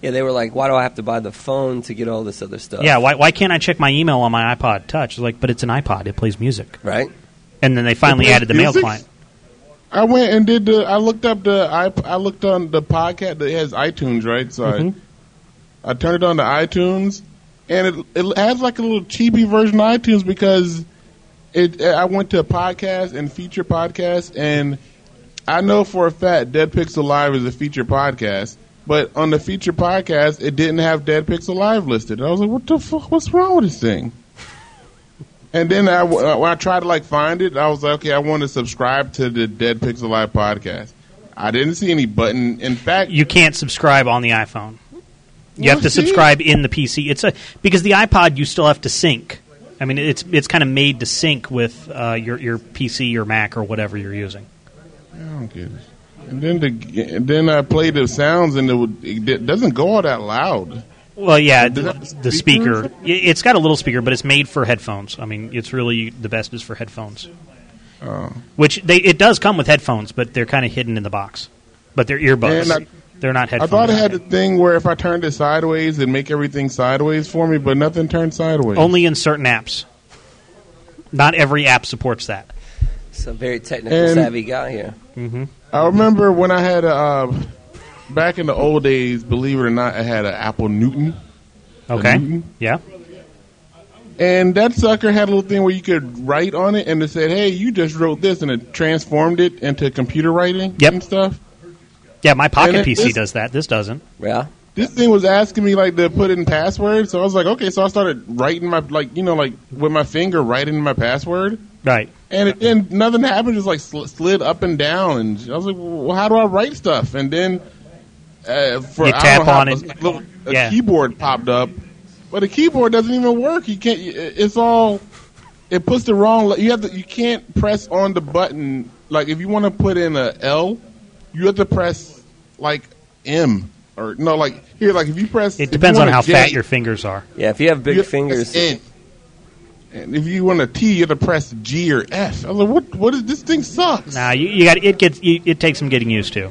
yeah, they were like, "Why do I have to buy the phone to get all this other stuff?" Yeah. Why, why can't I check my email on my iPod Touch? Like, but it's an iPod. It plays music. Right. And then they finally plays added the mail music? client. I went and did the. I looked up the. I, I looked on the podcast that has iTunes, right? So Mhm. I, I turned it on to iTunes, and it it has like a little cheapy version of iTunes because it. I went to podcast and feature podcast, and I know for a fact Dead Pixel Live is a feature podcast. But on the feature podcast, it didn't have Dead Pixel Live listed. And I was like, "What the fuck? What's wrong with this thing?" And then I, when I tried to like find it, I was like, okay, I want to subscribe to the Dead Pixel Live podcast. I didn't see any button. In fact, You can't subscribe on the iPhone. You Well, have to see? subscribe in the PC. It's a because the iPod you still have to sync. I mean, it's it's kind of made to sync with uh, your your PC or Mac or whatever you're using. I don't get it. And then the and then I played the sounds, and it, would, it di- doesn't go all that loud. Well, yeah, Does the, it have a the speaker or speaker. i- It's got a little speaker, but it's made for headphones. I mean, it's really the best is for headphones. Oh. Which they it does come with headphones, but they're kind of hidden in the box. But they're earbuds. And I- they're not I headphones. thought it had a thing where if I turned it sideways, it'd make everything sideways for me, but nothing turned sideways. only in certain apps. Not every app supports that. Some very technical And- savvy guy here. I remember when I had a uh, back in the old days. Believe it or not, I had an Apple Newton. Okay. Mhm. Yeah. And that sucker had a little thing where you could write on it, and it said, "Hey, you just wrote this," and it transformed it into computer writing Yep. and stuff. Yeah, my And pocket it- PC this- does that. This doesn't. Yeah. This thing was asking me like to put in passwords, so I was like, "Okay." So I started writing my like you know like with my finger writing my password, Right. and it, then nothing happened. Just like sl- slid up and down, and I was like, "Well, how do I write stuff?" And then uh, for You I tap don't know on how- it. A, little- a Yeah. keyboard popped up, but the keyboard doesn't even work. You can't. it- It's all. It puts the wrong. le- You have to. You can't press on the button. Like if you want to put in a L, you have to press like M or no like here. Like if you press, if It you depends on want a how J, fat your fingers are. Yeah. If you have big you have to fingers, press N. And if you want a T, you have to press G or F. I was like, what? What is this thing sucks? Nah, you, you got it. Gets you, it takes some getting used to.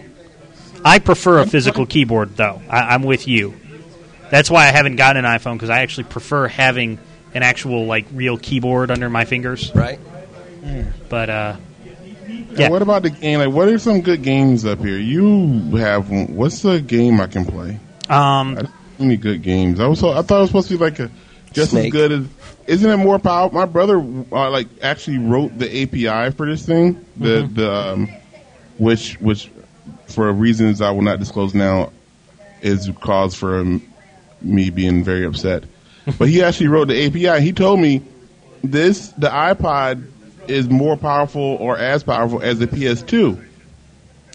I prefer a physical keyboard, though. I, I'm with you. That's why I haven't gotten an iPhone because I actually prefer having an actual like real keyboard under my fingers. right? But uh, And What about the game? Like, what are some good games up here? You have one. What's a game I can play? um, I don't have any good games. I was. so- I thought it was supposed to be like a just Snake. as good as. Isn't it more powerful? My brother uh, like actually wrote the API for this thing. The the um, which which for reasons I will not disclose now is cause for um, me being very upset. but he actually wrote the API. He told me this the iPod is more powerful or as powerful as the PS2.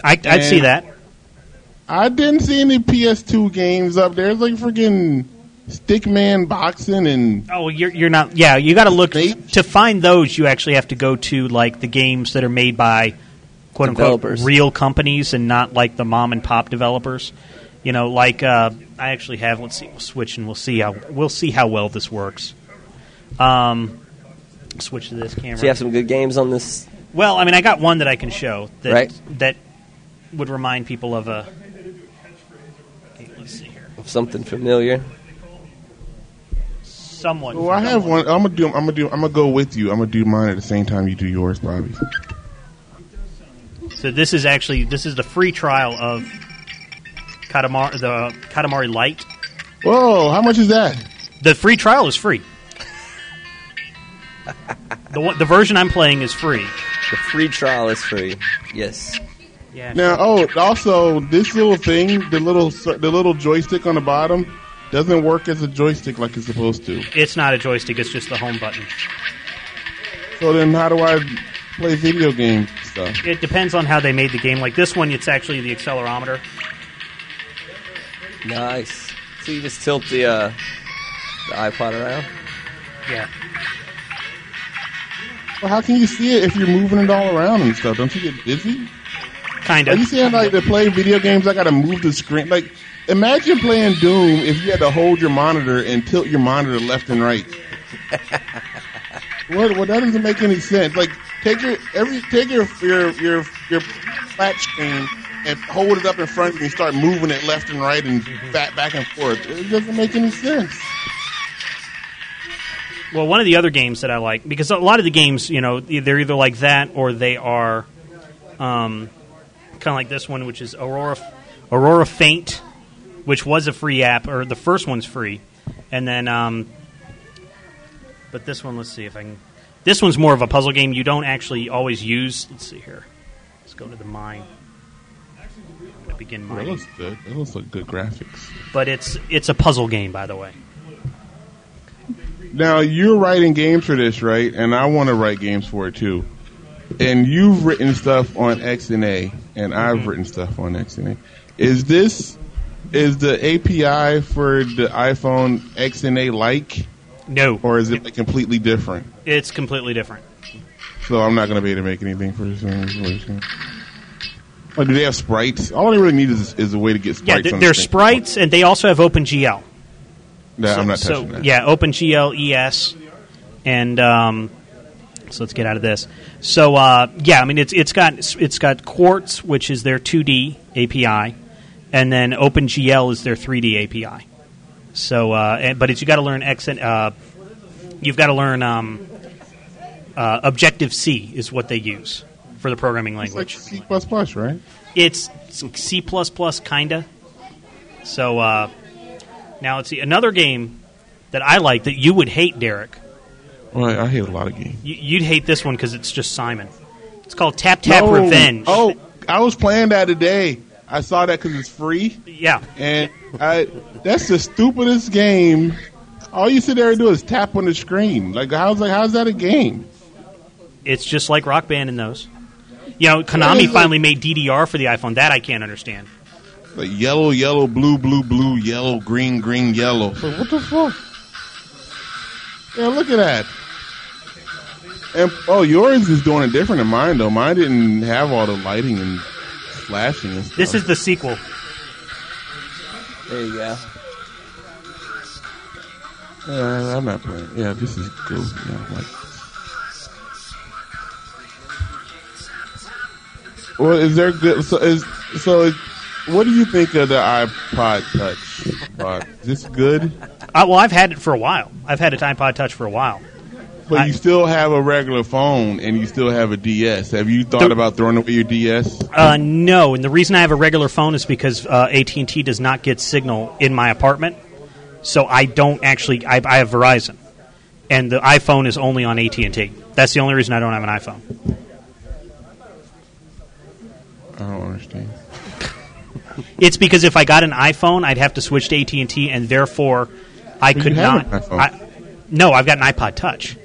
I, I'd see that. I didn't see any PS2 games up there. It's like freaking Stickman boxing and Oh, you're you're not. Yeah, you got to look They- to find those. You actually have to go to like the games that are made by quote unquote Developers. real companies and not like the mom and pop developers. You know, like uh, I actually have. Let's see. We'll switch and we'll see how we'll see how well this works. Um, switch to this camera. So you have some good games on this. Well, I mean, I got one that I can show that Right. that would remind people of a. Okay, let's see here. Something familiar. Someone. Well, Oh, I have one. I'm gonna do. I'm gonna do. I'm gonna go with you. I'm gonna do mine at the same time you do yours, Bobby. So this is actually this is the free trial of Katamari the Katamari Light. Whoa! How much is that? The free trial is free. the one- the version I'm playing is free. The free trial is free. Yes. Yeah. Now, oh, also this little thing, the little the little joystick on the bottom, doesn't work as a joystick like it's supposed to. It's not a joystick. It's just the home button. So then, how do I play video game stuff? It depends on how they made the game. Like this one, it's actually the accelerometer. Nice. So you just tilt the uh, the iPod around. Yeah. Well, how can you see it if you're moving it all around and stuff? Don't you get dizzy? Kind Are of. you saying like to play video games, I gotta move the screen? Like, imagine playing Doom if you had to hold your monitor and tilt your monitor left and right. what? Well, that doesn't make any sense. Like, take your every take your your your your flat screen and hold it up in front of you and start moving it left and right and back back and forth. It doesn't make any sense. Well, one of the other games that I like because a lot of the games, you know, they're either like that or they are um, kind of like this one, which is Aurora Aurora Faint, which was a free app, or the first one's free, and then. Um, but this one, let's see if I can. This one's more of a puzzle game. You don't actually always use. Let's see here. Let's go to the mine. I'm gonna begin That mining looks good. That looks like good graphics. but it's it's a puzzle game, by the way. Now you're writing games for this, right? And I want to write games for it too. And you've written stuff on X and A, and Mm-hmm. I've written stuff on X and A. Is this is the API for the iPhone X and A like, No, or is it like completely different? it's completely different. So I'm not going to be able to make anything for this resolution. Oh, do they have sprites? All I really need is, is a way to get Yeah, sprites. th- on they're the screen. sprites, and they also have OpenGL. No, I'm not so, touching that. Yeah, OpenGL ES, and um, so let's get out of this. So uh, yeah, I mean it's it's got it's got Quartz, which is their 2D API, and then OpenGL is their 3D API. So, uh, and, but it's you got to learn X and uh, you've got to learn um, uh, Objective C is what they use for the programming It's like language. C plus plus, right? it's C plus plus kinda. So uh, now let's see another game that I like that you would hate, Derek. Right. I hate a lot of games. You, you'd hate this one because it's just Simon. It's called Tap Tap No. Revenge. Oh, I was playing that today. I saw that because it's free, yeah, and I, that's the stupidest game. All you sit there and do is tap on the screen. Like how's like how's that a game? it's just like Rock Band and those. You know, Konami it's finally made DDR for the iPhone. That I can't understand. Like yellow, yellow, blue, blue, blue, yellow, green, green, yellow. Like, what the fuck? Yeah, look at that. And oh, yours is doing it different than mine though. Mine didn't have all the lighting and flashing and stuff. This is the sequel. There you go. Uh, I'm not playing. Yeah, this is cool. Yeah, I'm like. Well, is there good? So is so. Is, what do you think of the iPod Touch? Bob? Is this good? Uh, well, I've had it for a while. I've had a iPod Touch for a while. But I- you still have a regular phone, and you still have a DS. Have you thought The- about throwing away your DS? Uh, no, and the reason I have a regular phone is because uh, AT and T does not get signal in my apartment, so I don't actually. I, I have Verizon, and the iPhone is only on AT and T. That's the only reason I don't have an iPhone. I don't understand. It's because if I got an iPhone, I'd have to switch to AT and T, and therefore I But could you not. have an iPhone. I, no, I've got an iPod Touch.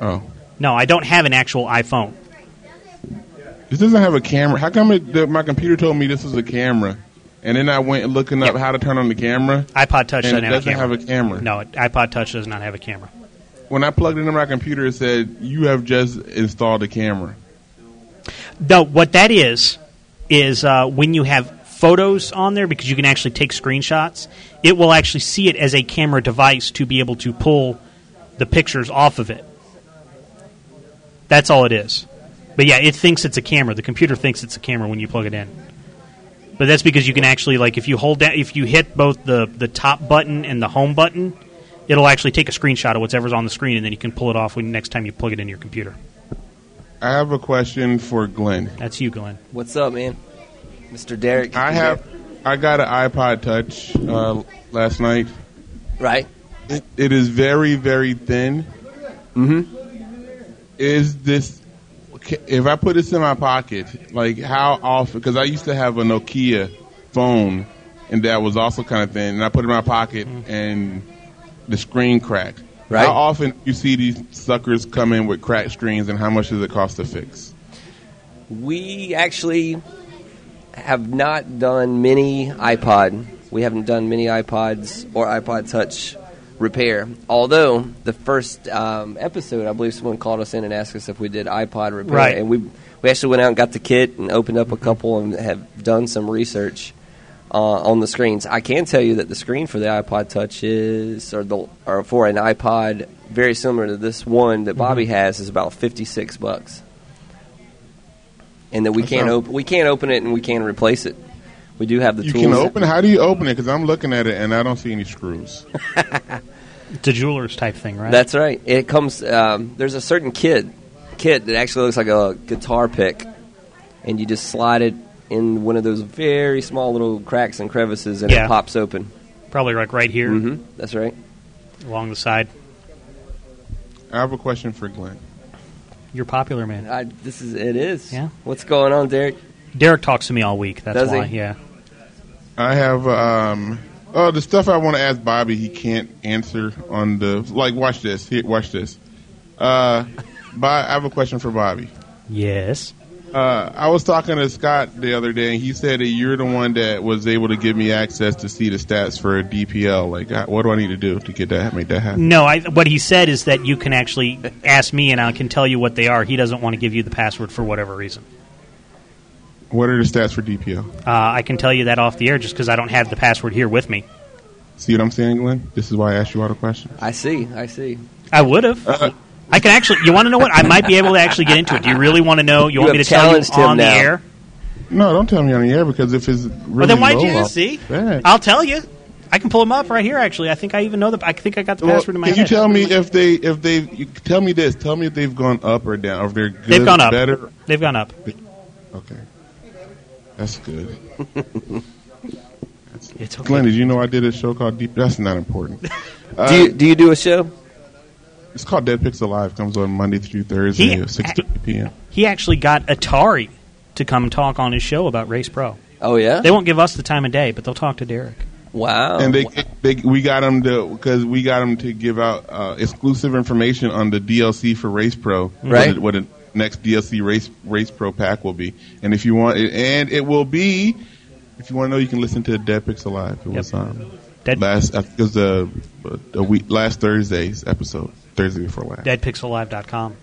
Oh, No, I don't have an actual iPhone. this doesn't have a camera. How come it, the, my computer told me this was a camera, and then I went looking up how to turn on the camera? iPod Touch doesn't, have, And it a doesn't camera. have a camera. No, it- iPod Touch does not have a camera. when I plugged into my computer, it said you have just installed a camera. No, what that is is uh, when you have photos on there because you can actually take screenshots. It will actually see it as a camera device to be able to pull the pictures off of it. That's all it is. But yeah, it thinks it's a camera. The computer thinks it's a camera when you plug it in. But that's because you can actually like if you hold down if you hit both the the top button and the home button, it'll actually take a screenshot of whatever's on the screen and then you can pull it off when next time you plug it in your computer. I have a question for Glenn. That's you, Glenn. What's up, man? Mr. Derek. I have, I got an iPod Touch uh, last night. Right. It, it is very, very thin. Mm-hmm. Is this? If I put this in my pocket, like how often? Because I used to have a Nokia phone, and that was also kind of thin. And I put it in my pocket, and the screen cracked. Mm. Right. How often you see these suckers come in with cracked screens, and how much does it cost to fix? We actually have not done many iPod. We haven't done many iPods or iPod Touch repair. Although the first um, episode, I believe someone called us in and asked us if we did iPod repair, Right. and we we actually went out and got the kit and opened up a couple and have done some research uh, on the screens. I can tell you that the screen for the iPod Touch is, or the or for an iPod, very similar to this one that Bobby Mm-hmm. has, is about fifty six bucks. And that we can't not- op- we can't open it and we can't replace it. We do have the You tools. can open. How do you open it? Because I'm looking at it and I don't see any screws. It's a jeweler's type thing, right? That's right. It comes. Um, there's a certain kit kit that actually looks like a guitar pick, and you just slide it in one of those very small little cracks and crevices, and Yeah. it pops open. probably like right here Mm-hmm. That's right. along the side. I have a question for Glenn. You're popular, man. I, this is it is. Yeah. What's going on, Derek? Derek talks to me all week. That's Does he? why. Yeah. I have um oh the stuff I want to ask Bobby he can't answer on the like watch this here watch this. Uh, Bo- I have a question for Bobby. Yes. Uh, I was talking to Scott the other day, and he said that you're the one that was able to give me access to see the stats for DPL. Like, I, what do I need to do to get that make that happen? No, I, what he said is that you can actually ask me and I can tell you what they are. He doesn't want to give you the password for whatever reason. What are the stats for DPL? Uh, I can tell you that off the air just because I don't have the password here with me. See what I'm saying, Glenn? This is why I asked you all the questions. I see. I see. I would have. I can actually. You want to know what? I might be able to actually get into it. Do you really want to know? You, want me have to tell you challenged him on the now. air? No, don't tell me on the air because if it's really Well, then why'd low, you I'll- see? Yeah. I'll tell you. I can pull him up right here. Actually, I think I even know the. I think I got the Well, password in my can head. you tell me if they if they you tell me this? Tell me if they've gone up or down. Or if they're good, They've gone up. better. They've gone up. Okay, that's good. It's okay. Glenn, did you know I did a show called Deep? That's not important. Uh, do you do you do a show? It's called Dead Pixel Live. Comes on Monday through Thursday, He- at six thirty p.m. He actually got Atari to come talk on his show about Race Pro. Oh yeah. They won't give us the time of day, but they'll talk to Derek. Oh, wow. And they, they we got them to because we got 'em to give out uh, exclusive information on the DLC for Race Pro. Right. What, the- what the next DLC Race Race Pro pack will be, and if you want, it, and it will be. If you want to know, you can listen to Dead Pixel Live. It was um, Dead- last I think it was the a week last Thursday's episode, Thursday before last. DeadPixelLive.com.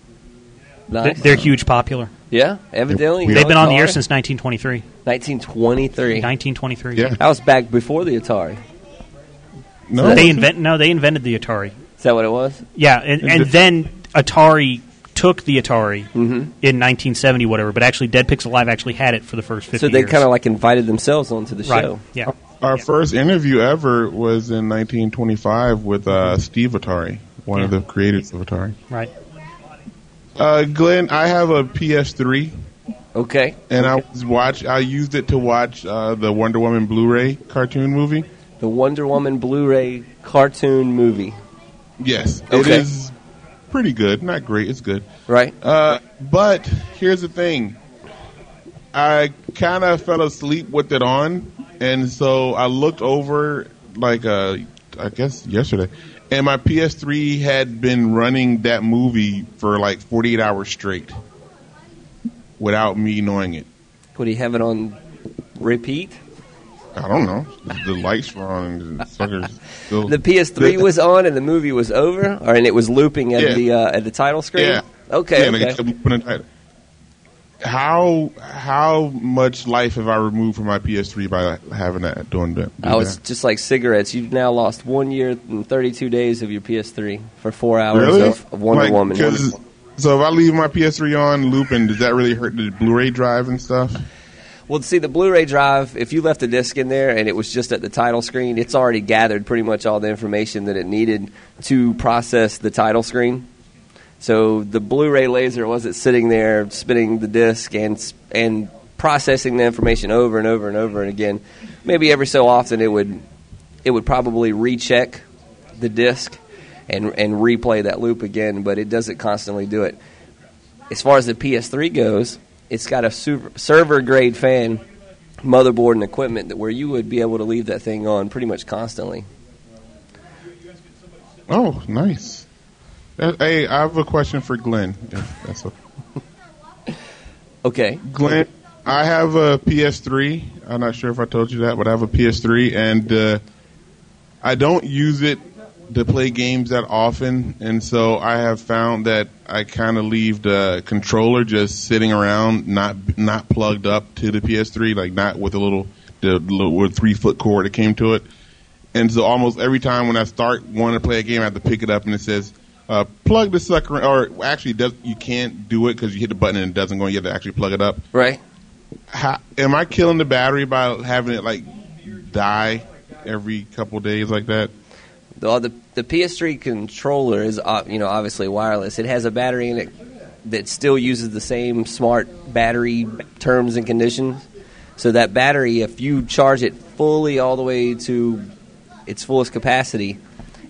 They're, Nice. they're huge, popular. yeah. Evidently, They've They've been on the air Atari? since 1923. 1923. 1923. Yeah. That was back before the Atari. no, They invent no, they invented the Atari. Is that what it was? Yeah, and, and then Atari took the Atari in Mm-hmm. 1970, whatever. But actually, Dead Pixel Live actually had it for the first 50 So they years. kind of like invited themselves onto the right. show. Yeah, Our first interview ever was in 1925 with uh, Steve Atari, one of Yeah. the creators of Atari. right. Uh, Glenn, I have a PS3, Okay. and I was watch. I used it to watch uh, the Wonder Woman Blu-ray cartoon movie. The Wonder Woman Blu-ray cartoon movie, Yes, it Okay. is pretty good. Not great, it's good. right? Uh, but here's the thing. I kind of fell asleep with it on, and so I looked over like uh, I guess yesterday, and my PS3 had been running that movie for like 48 hours straight without me knowing it. Would he have it on repeat? I don't know. The lights were on, and the suckers. Still, The PS3 was on and the movie was over, or and it was looping at Yeah. the uh, at the title screen. Yeah. Okay. Yeah, and I okay. kept moving it. how how much life have I removed from my PS3 by having that doing that? I was just like cigarettes. You've now lost one year and 32 days of your PS3 for four hours really of Wonder Like, Woman. 'cause- So if I leave my PS3 on looping, does that really hurt the Blu-ray drive and stuff? Well, see, the Blu-ray drive, if you left a disc in there and it was just at the title screen, it's already gathered pretty much all the information that it needed to process the title screen. So the Blu-ray laser wasn't sitting there spinning the disc and s- and processing the information over and over and over and again. Maybe every so often it would it would probably recheck the disc and and replay that loop again, but it doesn't constantly do it. As far as the PS3 goes, it's got a super, server grade fan motherboard and equipment that where you would be able to leave that thing on pretty much constantly. Oh, nice. That, hey, I have a question for Glenn. If that's okay. Okay. Glenn, I have a PS3. I'm not sure if I told you that, but I have a PS3, and uh, I don't use it to play games that often. And so I have found that I kind of leave the controller just sitting around, not not plugged up to the PS3, like not with a little the little with three foot cord that came to it. And so almost every time when I start wanting to play a game, I have to pick it up and it says, uh, plug the sucker in. Or actually, it does, you can't do it because you hit the button and it doesn't go. You have to actually plug it up. Right. How, am I killing the battery by having it like die every couple days like that? The the, the PS3 controller is uh, you know obviously wireless. It has a battery in it that still uses the same smart battery terms and conditions. So that battery, if you charge it fully all the way to its fullest capacity,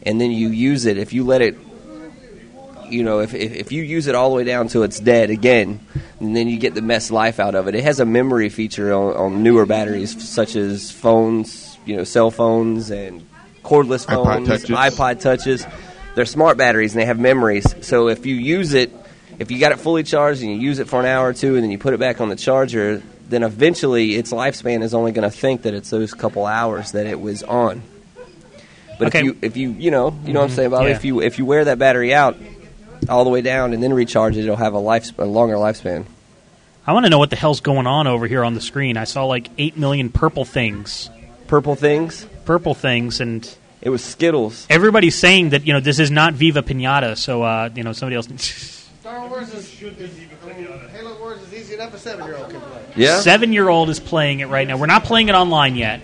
and then you use it, if you let it, you know, if if, if you use it all the way down to it's dead again, and then you get the best life out of it. It has a memory feature on, on newer batteries such as phones, you know, cell phones and cordless iPod phones, Touches. iPod touches. They're smart batteries and they have memories. So if you use it, if you got it fully charged and you use it for an hour or two and then you put it back on the charger, then eventually its lifespan is only going to think that it's those couple hours that it was on. But Okay. Mm-hmm. if you if you you know you know what I'm saying, Bobby. Yeah. If you if you wear that battery out all the way down and then recharge it, it'll have a life a longer lifespan. I want to know what the hell's going on over here on the screen. I saw like eight million purple things, Purple things. purple things, and It was Skittles. everybody's saying that you know this is not Viva Pinata. So uh, you know somebody else. Star Wars is Halo Wars is easy enough a seven year old can play. Yeah. Seven year old is playing it right now. We're not playing it online yet,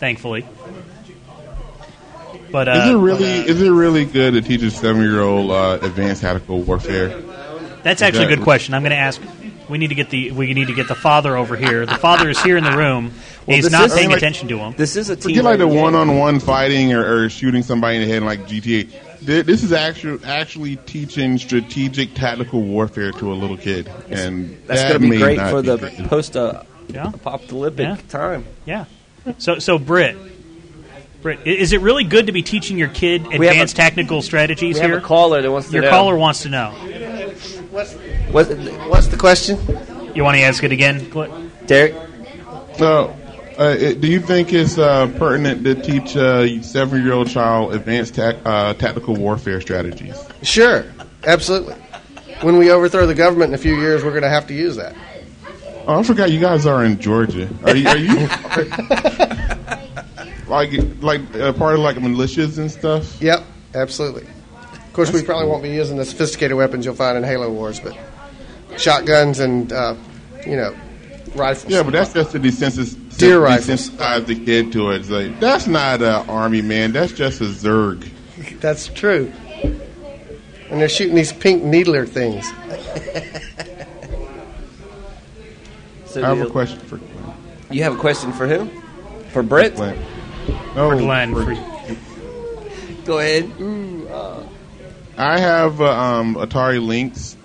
thankfully. But uh, Is it really is it really good to teach a seven year old uh, advanced tactical warfare? That's actually a Exactly. good question. I'm going to ask. We need to get the we need to get the father over here. The father is here in the room. He's this not is- paying Like- attention to him. This is a Forget like the team-oriented one game. on one fighting or, or shooting somebody in the head like GTA. Th- This is actually actually teaching strategic tactical warfare to a little kid, and That's that going to be may great not for be the good. post uh, Yeah. apocalyptic Yeah. time. Yeah. So so Britt, Britt, i- is it really good to be teaching your kid have advanced a- technical strategies We have here? a caller that wants to your know. caller wants to know. What's What, what's the question? You want to ask it again? What- Derek? So, uh, it, do you think it's uh, pertinent to teach a seven year old child advanced tac uh, tactical warfare strategies? Sure, absolutely. When we overthrow the government in a few years, we're going to have to use that. Oh, I forgot you guys are in Georgia. Are you? *laughs* Are you like like uh, part of like militias and stuff? Yep, absolutely. Of course, we probably won't be using the sophisticated weapons you'll find in Halo Wars, but shotguns and uh, you know rifles. Yeah, but that's just to desensis- Deer rifles. desensitize the kid to it. It's like that's not an army man. That's just a zerg. that's true. And they're shooting these pink needler things. So I have you, a question for Glenn. you have a question for who? For Britt? Glenn. No, for Glenn, for- Go ahead. I have uh, um, Atari Lynx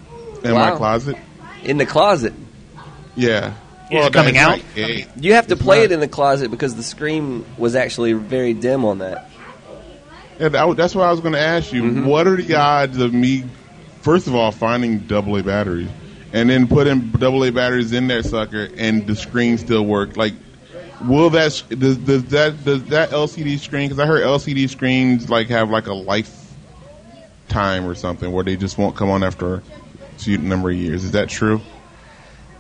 in my Wow. closet. In the closet. Yeah. Is it coming that's out? like eight. You have to It's play not- it in the closet because the screen was actually very dim on that. Yeah, that- that's what I was going to ask you. Mm-hmm. What are the odds of me, first of all, finding AA batteries and then putting AA batteries in that sucker and the screen still work? Like, will that s- does, does that does that LCD screen? Because I heard LCD screens like have like a lifetime or something where they just won't come on after a certain number of years. Is that true?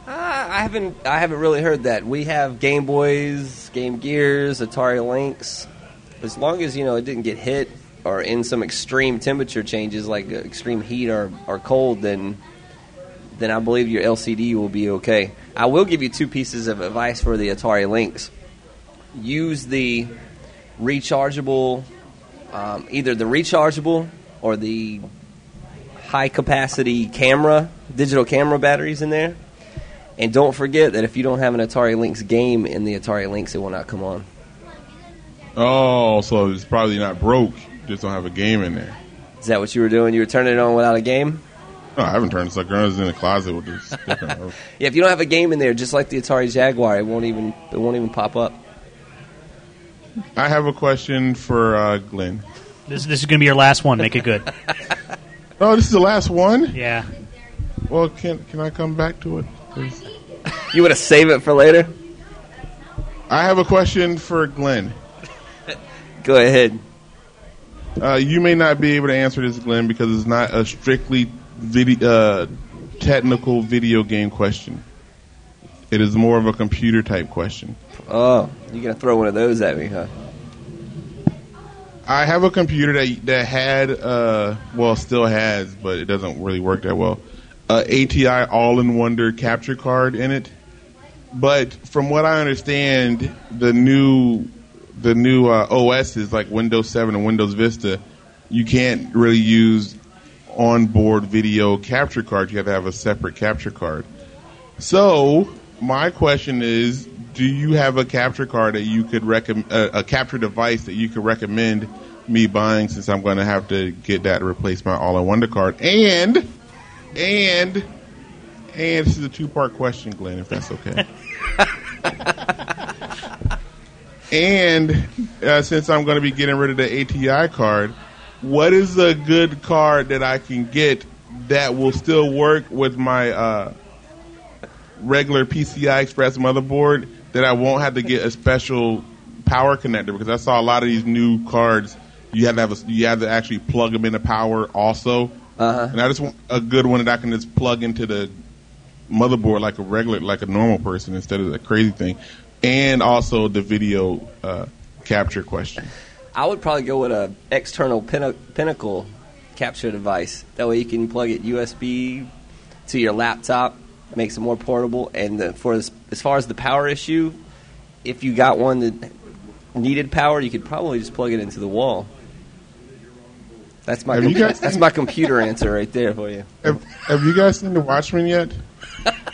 haven't Uh, I haven't really heard that. We have Game Boys, Game Gears, Atari Lynx. As long as you know it didn't get hit or in some extreme temperature changes like uh, extreme heat or, or cold, then then I believe your LCD will be okay. I will give you two pieces of advice for the Atari Lynx. Use the rechargeable, um, either the rechargeable or the high capacity camera, digital camera batteries in there. And don't forget that if you don't have an Atari Lynx game in the Atari Lynx, it will not come on. Oh, so it's probably not broke. Just don't have a game in there. Is that what you were doing? You were turning it on without a game? No, I haven't turned the sucker on. It's in the closet with this sticker. on it. Yeah, if you don't have a game in there, just like the Atari Jaguar, it won't even it won't even pop up. I have a question for uh, Glenn. This, this is going to be your last one. Make it good. Oh, this is the last one. Yeah. Well, can can I come back to it? 'Cause You want to save it for later? I have a question for Glenn. Go ahead. Uh, you may not be able to answer this, Glenn, because it's not a strictly video, uh, technical video game question. It is more of a computer type question. Oh, you're gonna throw one of those at me, huh? I have a computer that that had, uh, well, still has, but it doesn't really work that well. A ATI All in Wonder capture card in it, but from what I understand, the new the new uh, OS is like Windows 7 and Windows Vista. You can't really use onboard video capture cards. You have to have a separate capture card. So my question is, do you have a capture card that you could recommend, uh, a capture device that you could recommend me buying since I'm going to have to get that to replace my All in Wonder card? And, and, and this is a two part question, Glenn, if that's okay. and uh, since I'm going to be getting rid of the ATI card, what is a good card that I can get that will still work with my uh, regular PCI Express motherboard that I won't have to get a special power connector because I saw a lot of these new cards you have to have a, you have to actually plug them into power also. Uh-huh. And I just want a good one that I can just plug into the motherboard like a regular like a normal person instead of the crazy thing. And also the video uh, capture question. I would probably go with a external pin- pinnacle capture device. That way you can plug it USB to your laptop, makes it more portable. And the, for as, as far as the power issue, if you got one that needed power, you could probably just plug it into the wall. That's my Have you com- guys- that's my computer answer right there for you. Have, have you guys seen The Watchmen yet?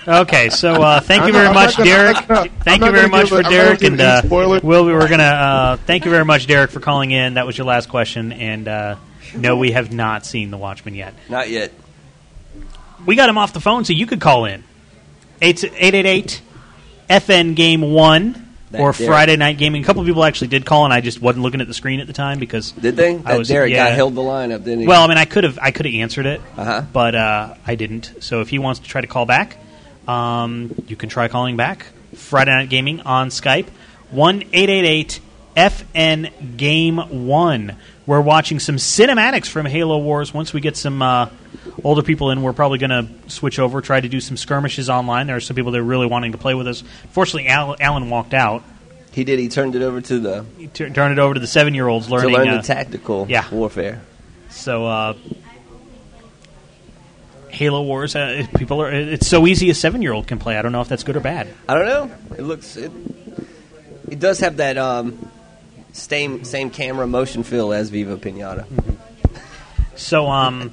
Okay, so uh, thank you very I'm not much, gonna- Derek. I'm not- I'm Thank you not very gonna much give for a- I'm not Derek gonna and give uh, any spoiler. Will. We were gonna uh, thank you very much, Derek, for calling in. That was your last question, and uh, no, we have not seen the Watchmen yet. Not yet. We got him off the phone, so you could call in eight eight eight eight FN Game One That or Derek. Friday Night Gaming. A couple people actually did call, and I just wasn't looking at the screen at the time because Did they? I That was- Derek yeah. got held the line up, didn't he? Well, I mean, I could have I could have answered it, Uh-huh. but uh, I didn't. So if he wants to try to call back, um, you can try calling back Friday Night Gaming on Skype one eight eight eight FN Game One. We're watching some cinematics from Halo Wars. Once we get some uh, older people in, we're probably going to switch over, try to do some skirmishes online. There are some people that are really wanting to play with us. Fortunately, Al- Alan walked out. he did. He turned it over to the He tur- turned it over to the seven year olds learning. to learn uh, the tactical yeah. warfare. So, uh, Halo Wars, uh, people are. It's so easy a seven year old can play. I don't know if that's good or bad. I don't know. It looks it. It does have that um, same same camera motion feel as Viva Pinata. Hmm. So, *laughs* um,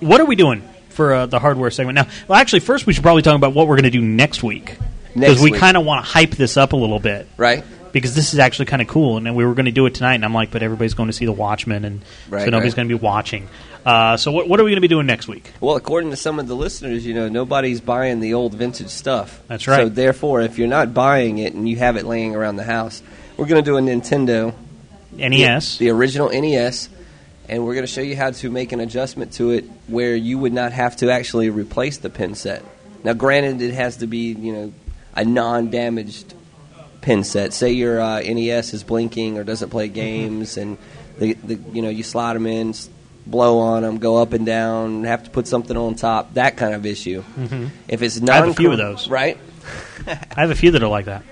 what are we doing for uh, the hardware segment now? Well, actually, first we should probably talk about what we're going to do next week Next because we week. kind of want to hype this up a little bit. Right? Because this is actually kind of cool, and then we were going to do it tonight, and I'm like, but everybody's going to see The Watchmen, and Right, so nobody's right. going to be watching. Uh, so, what, what are we going to be doing next week? Well, according to some of the listeners, you know nobody's buying the old vintage stuff. That's right. So therefore, if you're not buying it and you have it laying around the house, we're going to do a Nintendo NES. the original NES, and we're going to show you how to make an adjustment to it where you would not have to actually replace the pin set. Now, granted, it has to be you know a non-damaged pin set. Say your uh, NES is blinking or doesn't Mm-hmm. play games, and the, the you know you slide them in, s- blow on them, go up and down, have to put something on top, that kind of issue. If it's non- Mm-hmm. I have a few of those. right? I have a few that are like that.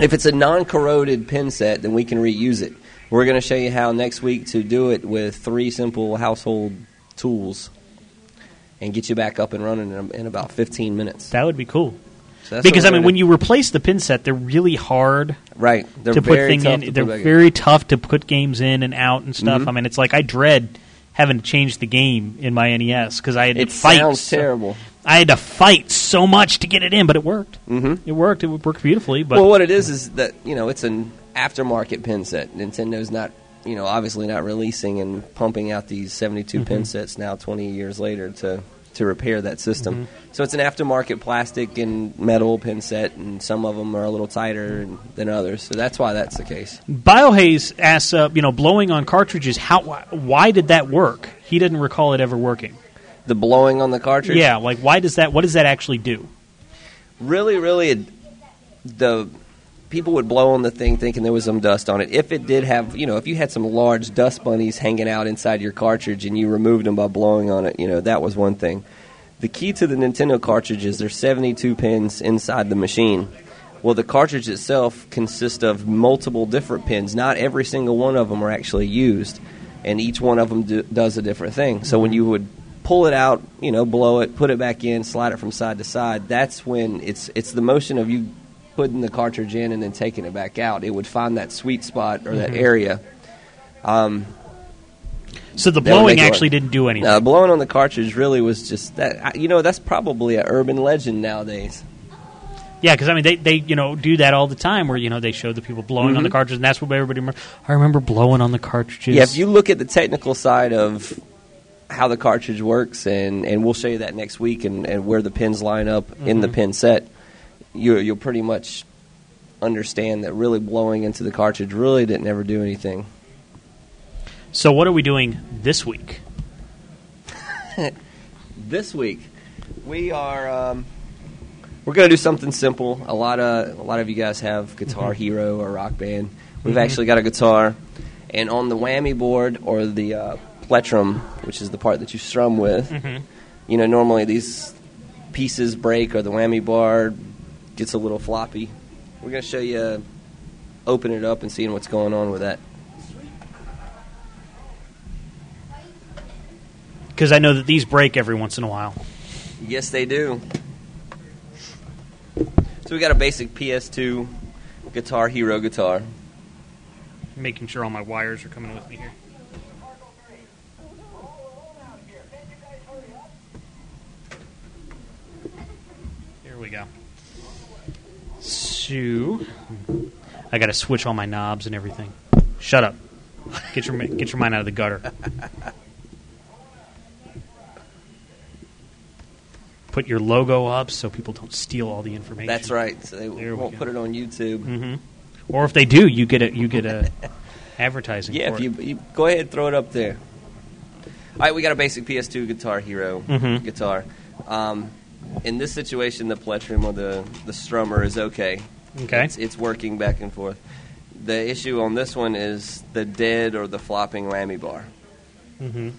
If it's a non-corroded pin set, then we can reuse it. We're going to show you how next week to do it with three simple household tools, and get you back up and running in, in about 15 minutes. That would be cool. So that's because I what we're mean, gonna- when you replace the pin set, they're really hard right, they're to put very things tough in. to Mm-hmm. put they're back in. very tough to put games in and out and stuff. I mean, it's like I dread having to change the game in my NES because I had It to fight. sounds so- terrible. I had to fight so much to get it in, but it worked. Mm-hmm. It worked. It worked beautifully. But well, what it is is that you know it's an aftermarket pin set. Nintendo's not you know obviously not releasing and pumping out these 72 pin sets now 20 years later to to repair that system. So it's an aftermarket plastic and metal pin set, and some of them are a little tighter and- than others. So that's why that's the case. Biohaze asks, uh, you know, blowing on cartridges. How? Why, why did that work? He didn't recall it ever working. The blowing on the cartridge, Yeah, like why does that? What does that actually do? really, really, it- the people would blow on the thing thinking there was some dust on it. If it did have, you know, if you had some large dust bunnies hanging out inside your cartridge and you removed them by blowing on it, you know, that was one thing. The key to the Nintendo cartridge is there's 72 pins inside the machine. Well, the cartridge itself consists of multiple different pins. Not every single one of them are actually used, and each one of them do, does a different thing. So when you would pull it out, you know, blow it, put it back in, slide it from side to side, that's when it's it's the motion of you putting the cartridge in and then taking it back out. It would find that sweet spot or Mm-hmm. that area. um, So the That would blowing make it actually work. didn't do anything. Now, blowing on the cartridge really was just that. I- You know, that's probably an urban legend nowadays. Yeah, because I mean, they, they you know do that all the time, where you know they show the people blowing on the cartridges, and that's what everybody. Remember. I remember blowing on the cartridges. Mm-hmm. Yeah, if you look at the technical side of how the cartridge works, and, and we'll show you that next week, and, and where the pins line up in the pin set, you, you'll pretty much understand that really blowing into the cartridge really didn't ever do anything. So what are we doing this week? This week, we are um, we're going to do something simple. A lot of a lot of you guys have Guitar Hero or Rock Band. We've actually got a guitar, and on the whammy board or the uh, plectrum, which is the part that you strum with. you know, normally these pieces break or the whammy bar gets a little floppy. We're going to show you uh, open it up and seeing what's going on with that. Because I know that these break every once in a while. Yes, they do. So we got a basic PS2 Guitar Hero guitar. Making sure all my wires are coming with me here. Here we go. So I got to switch all my knobs and everything. Shut up. Get your get your mind out of the gutter. Put your logo up so people don't steal all the information. That's right. So they There we won't go. Mm-hmm. put it on YouTube. Or if they do, you get a you get a advertising. Yeah, for if it. you, you go ahead and throw it up there. All right, we got a basic PS2 Guitar Hero Mhm. guitar. Um, in this situation, the plectrum or the, the strummer is okay. Okay. It's, it's working back and forth. The issue on this one is the dead or the flopping whammy bar. Mhm.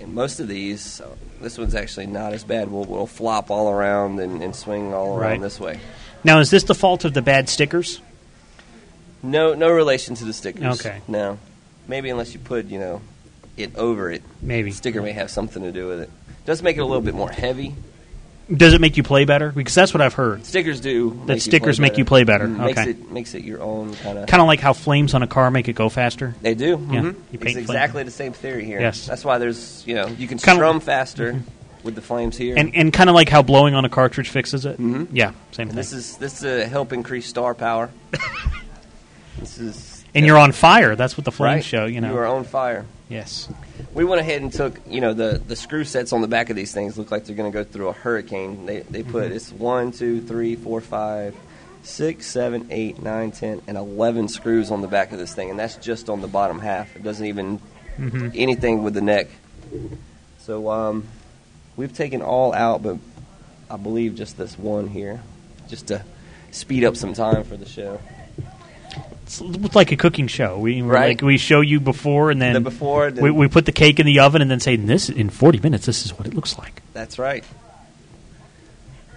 And most of these, uh, this one's actually not as bad. We'll, we'll flop all around and, and swing all around Right. this way. Now, is this the fault of the bad stickers? No, no relation to the stickers. Okay. No, maybe unless you put you know it over it. Maybe. sticker may have something to do with it. Does make it a little bit more heavy. Does it make you play better? Because that's what I've heard. Stickers do. That make stickers you make you play better. Mm, Makes Okay. it makes it your own kind of. Kind of like how flames on a car make it go faster. They do. Yeah, mhm. you paint It's exactly the same theory here. Yes. That's why there's you know you can Kinda- Mm-hmm. strum faster with the flames here. And and kind of like how blowing on a cartridge fixes it. Mhm. Yeah, same And thing. this is this is to help increase *laughs* star power. this is. and you're on fire. That's what the flames right? show. You know. You are on fire. yes. We went ahead and took, you know, the, the screw sets on the back of these things look like they're going to go through a hurricane. They, they put Mm-hmm. it's one, two, three, four, five, six, seven, eight, nine, ten, and 11 screws on the back of this thing, and that's just on the bottom half. It doesn't even Mm-hmm. anything with the neck. So um, we've taken all out, but I believe just this one here, just to speed up some time for the show. It's l- it's like a cooking show. We we're Right. like we show you before and then The before, then- we, we put the cake in the oven and then say this in 40 minutes. This is what it looks like. That's right.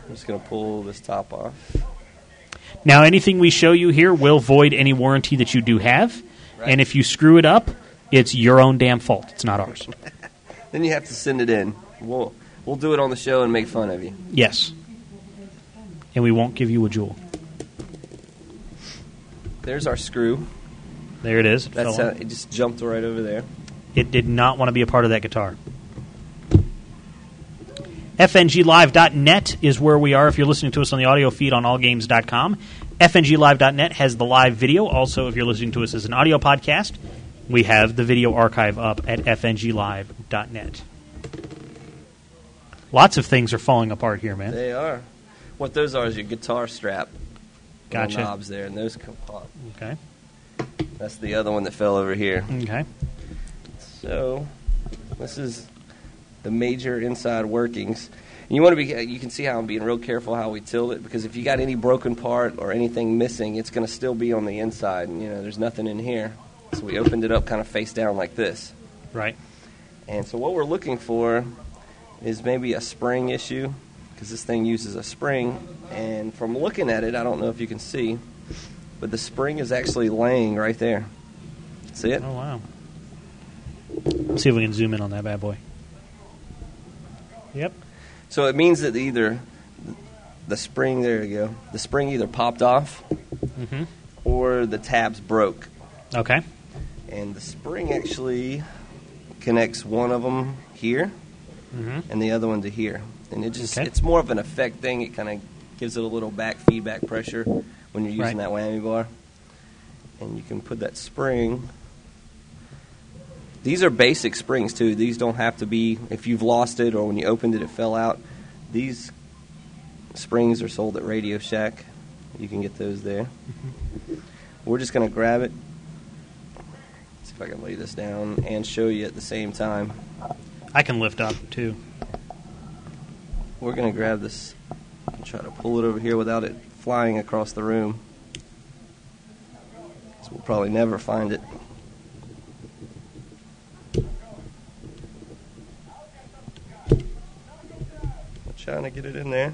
I'm just going to pull this top off. Now, anything we show you here will void any warranty that you do have, and if you screw it up, it's your own damn fault. It's not ours. Then you have to send it in. We'll we'll do it on the show and make fun of you. Yes. And we won't give you a jewel. There's our screw. There it is. It, That's fell how, on. it just jumped right over there. it did not want to be a part of that guitar. FNGLive.net is where we are if you're listening to us on the audio feed on allgames.com. FNGLive.net has the live video. Also, if you're listening to us as an audio podcast, we have the video archive up at FNGLive.net. Lots of things are falling apart here, man. They are. What those are is your guitar strap. Little Gotcha. Knobs there, and those come off. Okay. That's the other one that fell over here. Okay. So, this is the major inside workings. And you want to be. uh, You can see how I'm being real careful how we tilt it because if you got any broken part or anything missing, it's going to still be on the inside. And you know, there's nothing in here. So we opened it up kind of face down like this. Right. And so what we're looking for is maybe a spring issue because this thing uses a spring. And from looking at it, I don't know if you can see, but the spring is actually laying right there. See it? Oh, wow. Let's see if we can zoom in on that bad boy. Yep. So it means that either the spring, there you go, the spring either popped off Mhm. or the tabs broke. Okay. And the spring actually connects one of them here Mhm. and the other one to here. And it just, Okay. it's more of an effect thing. It kind of gives it a little back feedback pressure when you're Right. using that whammy bar. And you can put that spring. These are basic springs too. These don't have to be, if you've lost it or when you opened it, it fell out. These springs are sold at Radio Shack. You can get those there. We're just going to grab it. See if I can lay this down and show you at the same time. I can lift up, too. We're going to grab this and try to pull it over here without it flying across the room. So we'll probably never find it. I'm trying to get it in there.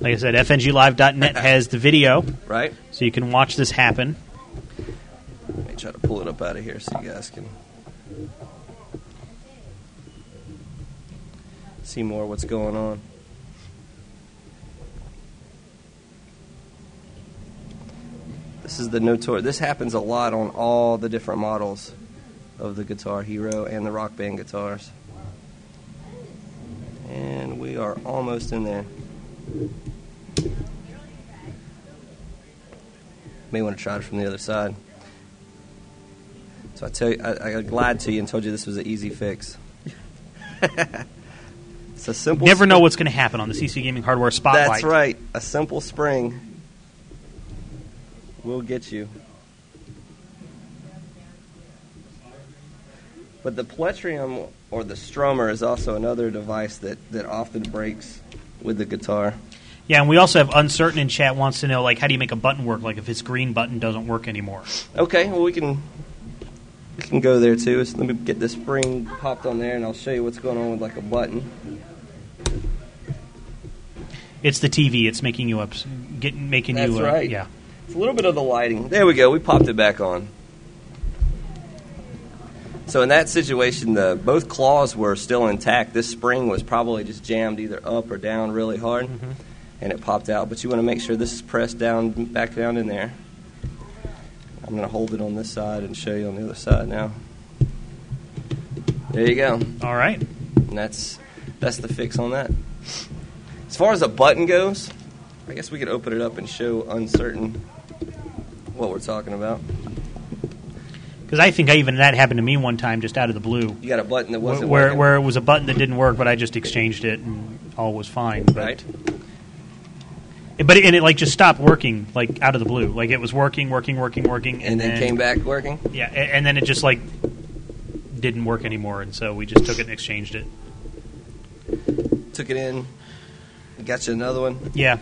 Like I said, *laughs* FNGLive.net has the video, Right? so you can watch this happen. Let me try to pull it up out of here so you guys can see more what's going on. This is the Notor. This happens a lot on all the different models of the Guitar Hero and the Rock Band guitars. And we are almost in there. May want to try it from the other side. So I tell you, I, I lied to you and told you this was an easy fix. *laughs* it's a simple. Never spring- know what's going to happen on the CC Gaming Hardware Spotlight. That's right. A simple spring will get you. But the plectrum or the strummer is also another device that, that often breaks with the guitar. Yeah, and we also have Uncertain in chat wants to know, like, how do you make a button work? Like, if his green button doesn't work anymore. Okay, well we can we can go there too. So let me get this spring popped on there, and I'll show you what's going on with like a button. It's the TV. It's making you ups, getting making That's you. uh, right. Yeah. It's a little bit of the lighting. There we go. We popped it back on. So in that situation, the both claws were still intact. This spring was probably just jammed either up or down really hard, and it popped out. But you want to make sure this is pressed down, back down in there. I'm going to hold it on this side and show you on the other side now. There you go. All right. And that's that's the fix on that. As far as the button goes, I guess we could open it up and show uncertain what we're talking about. Because I think I even that happened to me one time, just out of the blue, You got a button that where wasn't where, working, where it was a button that didn't work, but I just exchanged it and all was fine. But, right? But it, and it like just stopped working, like out of the blue. Like it was working, working, working, working, and, And then came back working. Yeah, a- and then it just like didn't work anymore, and so we just took it and exchanged it. Took it in. Got you another one. Yeah,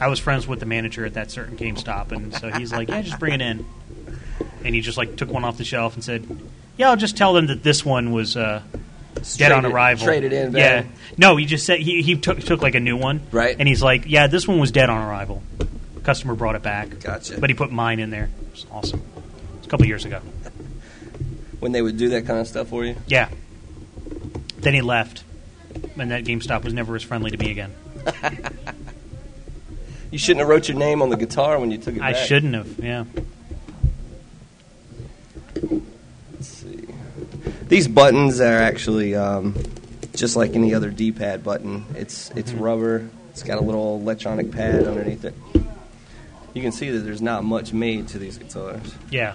I was friends with the manager at that certain GameStop, and so he's like, "Yeah, just bring it in," and he just like took one off the shelf and said, "Yeah, I'll just tell them that this one was uh, Dead on traded- Arrival. traded in Yeah. value. No, he just said he, he took took like a new one. Right. And he's like, yeah, this one was dead on arrival. Customer brought it back. Gotcha. But he put mine in there. It's awesome. It's a couple years ago. when they would do that kind of stuff for you. Yeah. Then he left, and that GameStop was never as friendly to me again. You shouldn't have wrote your name on the guitar when you took it I back. shouldn't have. Yeah. Let's see. These buttons are actually um, just like any other D-pad button. It's it's rubber. It's got a little electronic pad underneath it. You can see that there's not much made to these guitars. Yeah.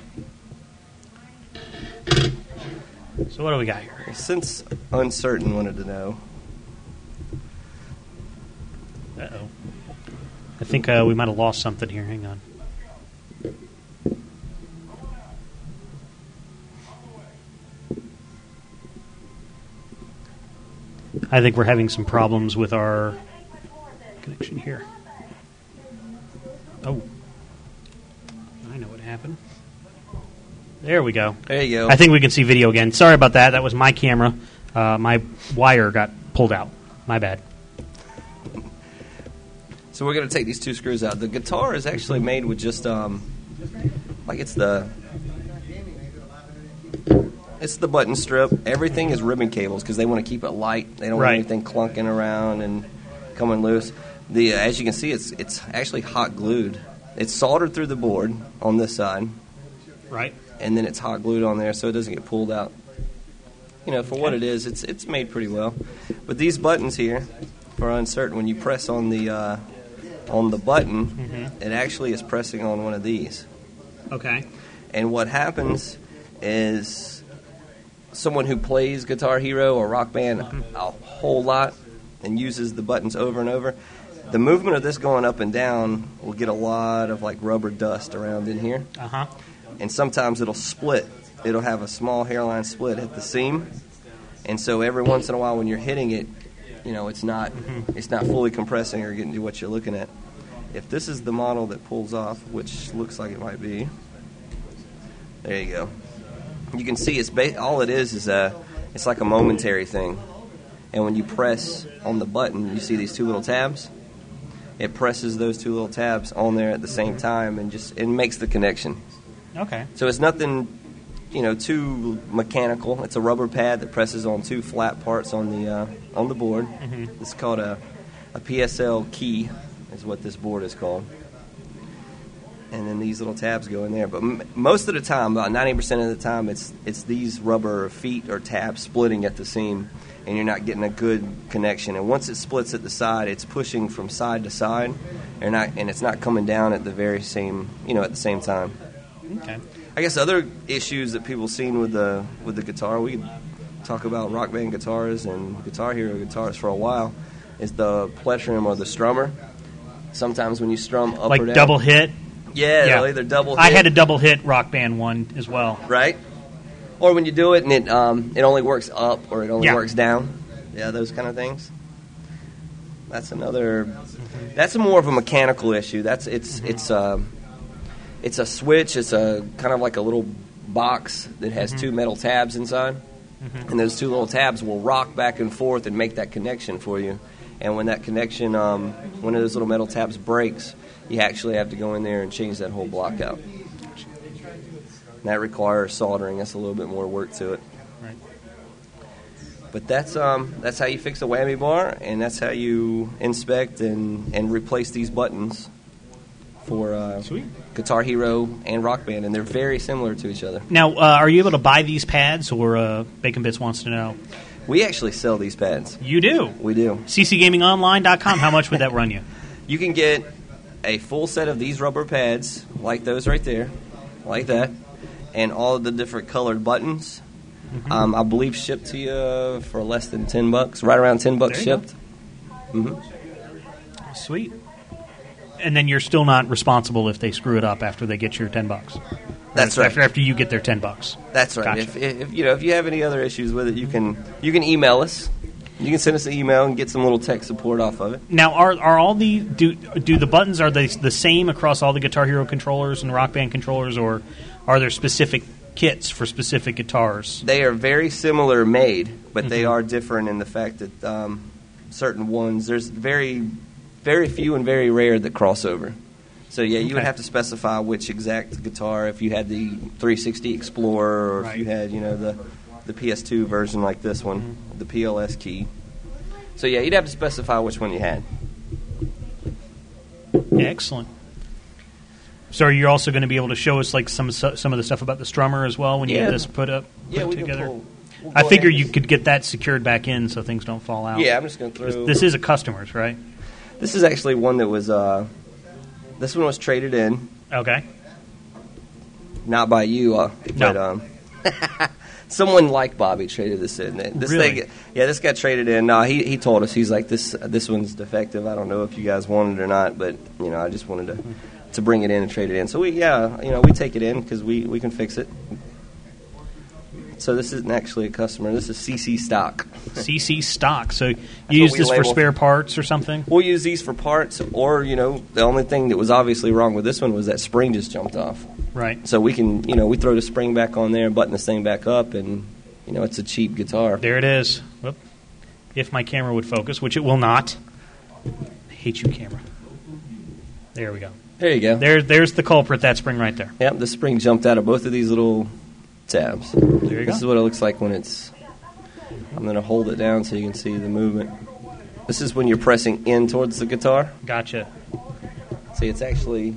So what do we got here? Since uncertain wanted to know, Uh oh. I think uh, we might have lost something here. Hang on. I think we're having some problems with our connection here. Oh. I know what happened. There we go. there you go. I think we can see video again. Sorry about that. That was my camera. Uh, my wire got pulled out. My bad. So we're going to take these two screws out. The guitar is actually made with just um, like it's the it's the button strip. Everything is ribbon cables because they want to keep it light. They don't Right. want anything clunking around and coming loose. The as you can see, it's it's actually hot glued. It's soldered through the board on this side, Right? and then it's hot glued on there so it doesn't get pulled out. You know, for what it is, it's it's made pretty well. But these buttons here are uncertain. When you press on the uh, on the button, it actually is pressing on one of these. Okay. And what happens is someone who plays Guitar Hero or Rock Band a whole lot and uses the buttons over and over, the movement of this going up and down will get a lot of like rubber dust around in here Uh huh. and sometimes it'll split. It'll have a small hairline split at the seam, and so every once in a while, when you're hitting it, you know it's not it's not fully compressing or getting to what you're looking at. If this is the model that pulls off, which looks like it might be, there you go. You can see it's ba- all it is is a it's like a momentary thing, and when you press on the button, you see these two little tabs. It presses those two little tabs on there at the same time and just it makes the connection. Okay. So it's nothing, you know, too mechanical. It's a rubber pad that presses on two flat parts on the uh, on the board. It's called a a PSL key, is what this board is called. And then these little tabs go in there. But m- most of the time, about ninety percent of the time, it's it's these rubber feet or tabs splitting at the seam, and you're not getting a good connection. And once it splits at the side, it's pushing from side to side, and not and it's not coming down at the very same you know at the same time. Okay. I guess other issues that people seen with the with the guitar, we could talk about rock band guitars and Guitar Hero guitars for a while. Is the plectrum or the strummer? Sometimes when you strum up or Like down, double hit. yeah, they'll either double. I hit, had a double hit rock band one as well. right, or when you do it and it um, it only works up or it only Yeah. works down. Yeah, those kind of things. That's another. That's more of a mechanical issue. That's it's Mm-hmm. it's um, it's a switch. It's a kind of like a little box that has Mm-hmm. two metal tabs inside, and those two little tabs will rock back and forth and make that connection for you. And when that connection, um, one of those little metal tabs breaks, you actually have to go in there and change that whole block out. And that requires soldering. That's a little bit more work to it. Right. But that's um, that's how you fix a whammy bar, and that's how you inspect and, and replace these buttons for uh, Sweet. Guitar Hero and Rock Band, and they're very similar to each other. Now, uh, are you able to buy these pads, or uh, Bacon Bits wants to know? We actually sell these pads. You do. We do. CCGamingOnline.com. How much would that *laughs* run you? You can get a full set of these rubber pads, like those right there, like that, and all of the different colored buttons. Mm-hmm. Um, I believe shipped to you for less than ten bucks, right around ten bucks There you go. shipped. Sweet. And then you're still not responsible if they screw it up after they get your ten bucks. That's right. After, after you get their ten bucks. That's right. Gotcha. If, if you know if you have any other issues with it, you can you can email us. You can send us an email and get some little tech support off of it. Now, are are all the do do the buttons are they the same across all the Guitar Hero controllers and Rock Band controllers, or are there specific kits for specific guitars. They are very similar made, but Mm-hmm. they are different in the fact that um, certain ones there's very, very few and very rare that cross over. So yeah, you would Okay. have to specify which exact guitar if you had the 360 Explorer or if you Right. had you know the the PS2 version like this one, Mm-hmm. the PLS key. So yeah, you'd have to specify which one you had. Excellent. So you're also going to be able to show us like some some of the stuff about the strummer as well when you Yeah. get this put up put yeah, we together. can pull. we'll I go figure ahead you and- could get that secured back in so things don't fall out. Yeah, I'm just gonna throw. This is a customer's, right? This is actually one that was. Uh, this one was traded in, *laughs* Okay. not by you, uh, but um, *laughs* someone like Bobby traded this in. This Really? thing, yeah, this got traded in. No, he he told us he's like this. This one's defective. I don't know if you guys want it or not, but you know, I just wanted to to bring it in and trade it in. So we, yeah, you know, we take it in because we we can fix it. So this isn't actually a customer. This is CC stock. CC stock. So you what use we this for label- spare parts or something. We'll use these for parts, or you know, the only thing that was obviously wrong with this one was that spring just jumped off. Right. So we can, you know, we throw the spring back on there, button this thing back up, and you know, it's a cheap guitar. There it is. Whoop. If my camera would focus, which it will not. I hate you, camera. There we go. There you go. There, there's the culprit. That spring right there. Yep, the spring jumped out of both of these little tabs. There you This is go. what it looks like when it's. I'm gonna hold it down so you can see the movement. This is when you're pressing in towards the guitar. Gotcha. See, it's actually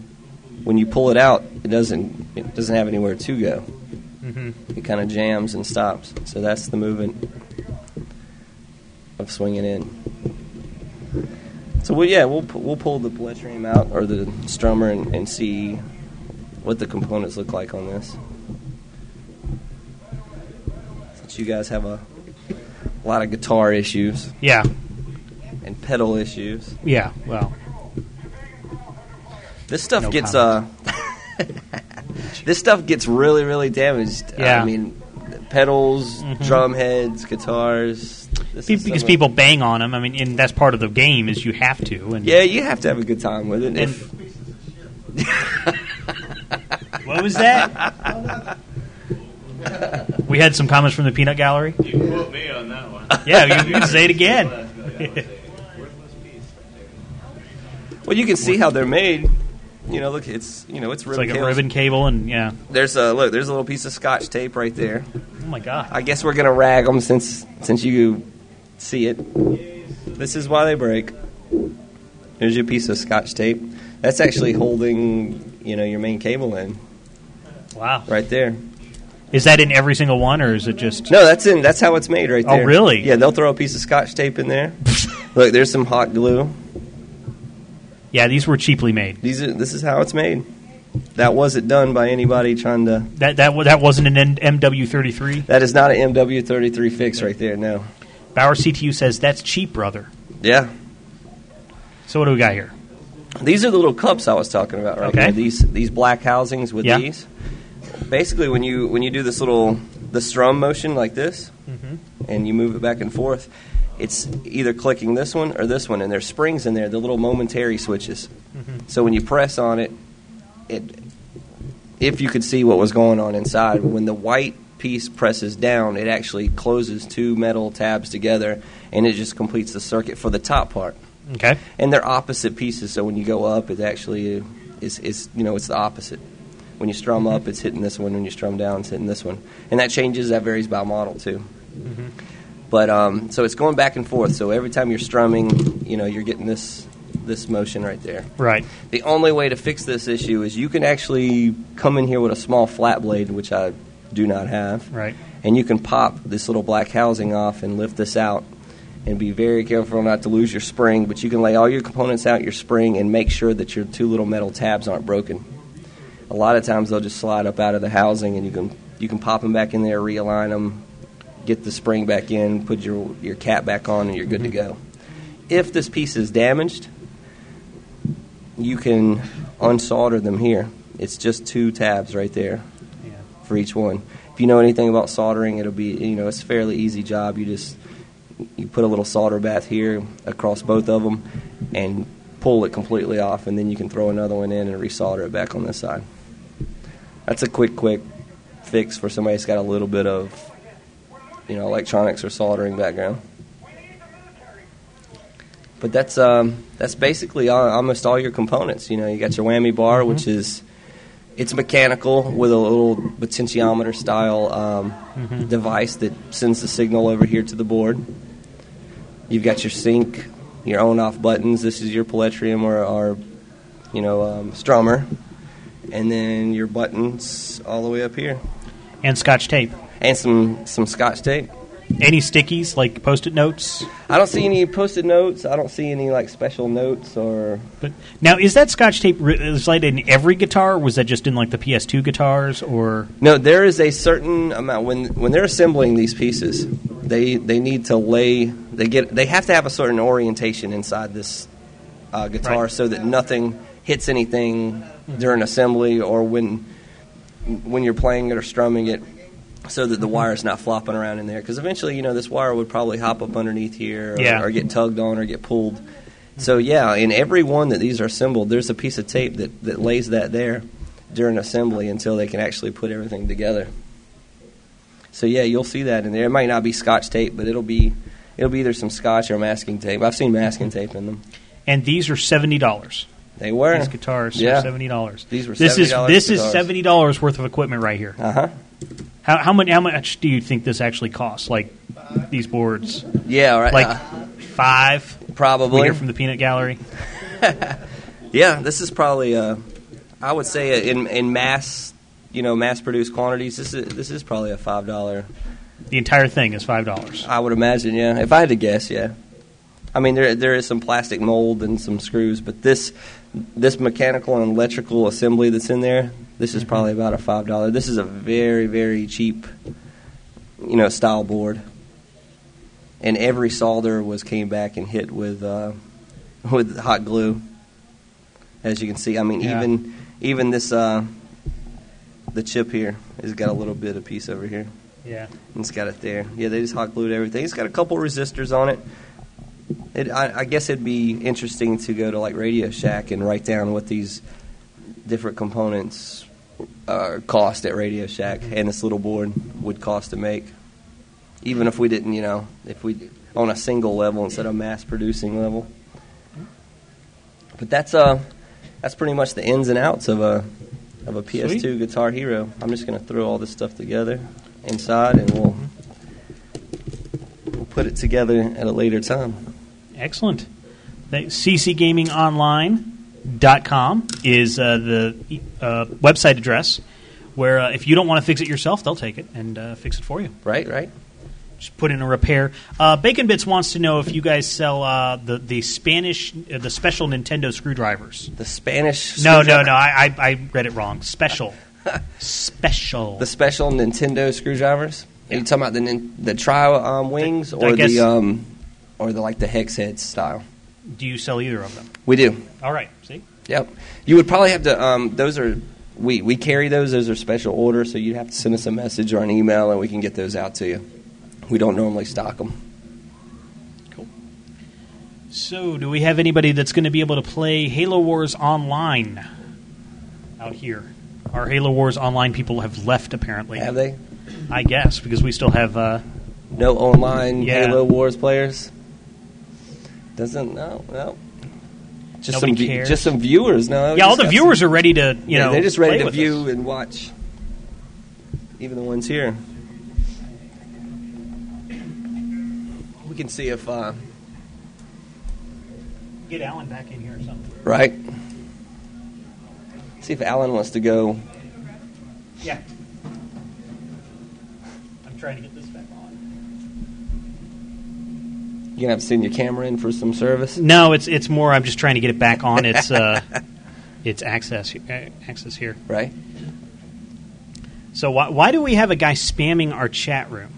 when you pull it out, it doesn't it doesn't have anywhere to go. Mhm. It kind of jams and stops. So that's the movement of swinging in. So we, yeah, we'll pu- we'll pull the Bletchram out or the strummer and, and see what the components look like on this. Since you guys have a lot of guitar issues Yeah. and pedal issues. Yeah. Well. This stuff No gets uh *laughs* This stuff gets really really damaged. Yeah. Mm-hmm. I mean pedals, drum heads, guitars. This Pe- is because some of- people bang on them. I mean, and that's part of the game is you have to. And Yeah, you have to have a good time with it. And- If, what was that? *laughs* we had some comments from the peanut gallery. You put me on that one. *laughs* Yeah, you, you can say it again. *laughs* well, you can see how they're made. You know, look, it's you know, it's It's ribbon. like a tails. ribbon cable, and yeah. There's a look. There's a little piece of scotch tape right there. Oh my god. I guess we're gonna rag them since since you see it. This is why they break. There's your piece of scotch tape. That's actually holding you know your main cable in Wow. right there. Is that in every single one, or is it just? No, that's in. That's how it's made, right Oh, there. really? Yeah, they'll throw a piece of scotch tape in there. Look, there's some hot glue. Yeah, these were cheaply made. These are. This is how it's made. That wasn't done by anybody trying to. That that wa- that wasn't an N- MW33. That is not an MW33 fix right there. No. Bauer CTU says that's cheap, brother. Yeah. So what do we got here? These are the little cups I was talking about right Okay. here. These these black housings with Yeah. these. Basically, when you when you do this little the strum motion like this, Mm-hmm. and you move it back and forth, it's either clicking this one or this one, and there's springs in there, the little momentary switches. Mm-hmm. So when you press on it, it if you could see what was going on inside, when the white piece presses down, it actually closes two metal tabs together, and it just completes the circuit for the top part Okay. and they're opposite pieces. So when you go up, it actually is, is you know it's the opposite. When you strum up, it's hitting this one. When you strum down, it's hitting this one. And that changes. That varies by model too. But um, so it's going back and forth. So every time you're strumming, you know you're getting this this motion right there. Right. The only way to fix this issue is you can actually come in here with a small flat blade, which I do not have. Right. And you can pop this little black housing off and lift this out. And be very careful not to lose your spring, but you can lay all your components out your spring and make sure that your two little metal tabs aren't broken. A lot of times they'll just slide up out of the housing, and you can you can pop them back in there, realign them, get the spring back in, put your your cap back on, and you're good to go. If this piece is damaged, you can unsolder them here. It's just two tabs right there Yeah. for each one. If you know anything about soldering, it'll be you know it's a fairly easy job. You just you put a little solder bat here across both of them and pull it completely off, and then you can throw another one in and resolder it back on this side. That's a quick, quick fix for somebody that's got a little bit of, you know, electronics or soldering background. But that's um, that's basically all, almost all your components. You know, you got your whammy bar, which is it's mechanical with a little potentiometer style um, device that sends the signal over here to the board. You've got your sync, your on-off buttons. This is your Palatrium or, or you know, um, strummer, and then your buttons all the way up here, and Scotch tape. and some some Scotch tape. Any stickies like post-it notes? I don't see any post-it notes. I don't see any like special notes or But now, is that Scotch tape re- is like in every guitar? Or was that just in like the PS2 guitars? Or No, there is a certain amount when when they're assembling these pieces, they they need to lay they get they have to have a certain orientation inside this uh, guitar Right. so that nothing hits anything during assembly or when when you're playing it or strumming it so that the wire's not flopping around in there because eventually you know this wire would probably hop up underneath here or, Yeah. or get tugged on or get pulled so yeah in every one that these are assembled there's a piece of tape that, that lays that there during assembly until they can actually put everything together so yeah you'll see that in there it might not be scotch tape but it'll be it'll be either some scotch or masking tape i've seen masking Mm-hmm. tape in them and these are seventy dollars. they were These guitars Yeah. are seventy dollars. These were this is $70 this is guitars. seventy dollars worth of equipment right here. uh-huh How how much how much do you think this actually costs? Like these boards, yeah right like uh, five. We probably hear from the peanut gallery. Yeah, this is probably. Uh, I would say in in mass, you know, mass produced quantities. This is this is probably a five dollar. The entire thing is five dollars. I would imagine. Yeah, if I had to guess, yeah. I mean, there there is some plastic mold and some screws, but this this mechanical and electrical assembly that's in there. This Mm-hmm. is probably about a five dollar. This is a very very cheap, you know, style board. And every solder was came back and hit with uh, *laughs* with hot glue. As you can see, I mean, Yeah. even even this uh, the chip here has got a little bit of piece over here. Yeah. And It's got it there. Yeah, they just hot glued everything. It's got a couple resistors on it. It, I, I guess it'd be interesting to go to like Radio Shack and write down what these different components uh, cost at Radio Shack and this little board would cost to make. Even if we didn't, you know, if we on a single level instead of mass producing level. But that's uh, that's pretty much the ins and outs of a of a PS2 Guitar Hero. I'm just gonna throw all this stuff together inside, and we'll we'll put it together at a later time. Excellent. CCGamingOnline.com is uh, the e- uh, website address where uh, if you don't want to fix it yourself, they'll take it and uh, fix it for you. Right, right. Just put in a repair. Uh, Bacon Bits wants to know if you guys sell uh, the the Spanish uh, the special Nintendo screwdrivers. The Spanish. No, no, screwdriver- no. I, I, I read it wrong. Special, special. The special Nintendo screwdrivers. Are you talking about the nin- the tri um, wings I or guess- the um or the like the hex head style? Do you sell either of them? We do. All right. See. Yep. You would probably have to. Um, those are we we carry those. Those are special order, so you'd have to send us a message or an email, and we can get those out to you. We don't normally stock them. So, do we have anybody that's going to be able to play Halo Wars online out here? Our Halo Wars online people have left, apparently. Have they? I guess because we still have. Uh, No online Yeah. Halo Wars players. Doesn't no no. Just Nobody some vi- cares. just some viewers. No. yeah, all the viewers are ready to you know. they're just ready play to with view us. and watch. Even the ones here. We can see if uh, Get Alan back in here or something. right. See if Alan wants to go. Yeah. I'm trying to get this back on. You gonna have to send your camera in for some service. No, it's it's more. I'm just trying to get it back on. It's *laughs* uh, it's access uh, access here. Right. So why why do we have a guy spamming our chat room?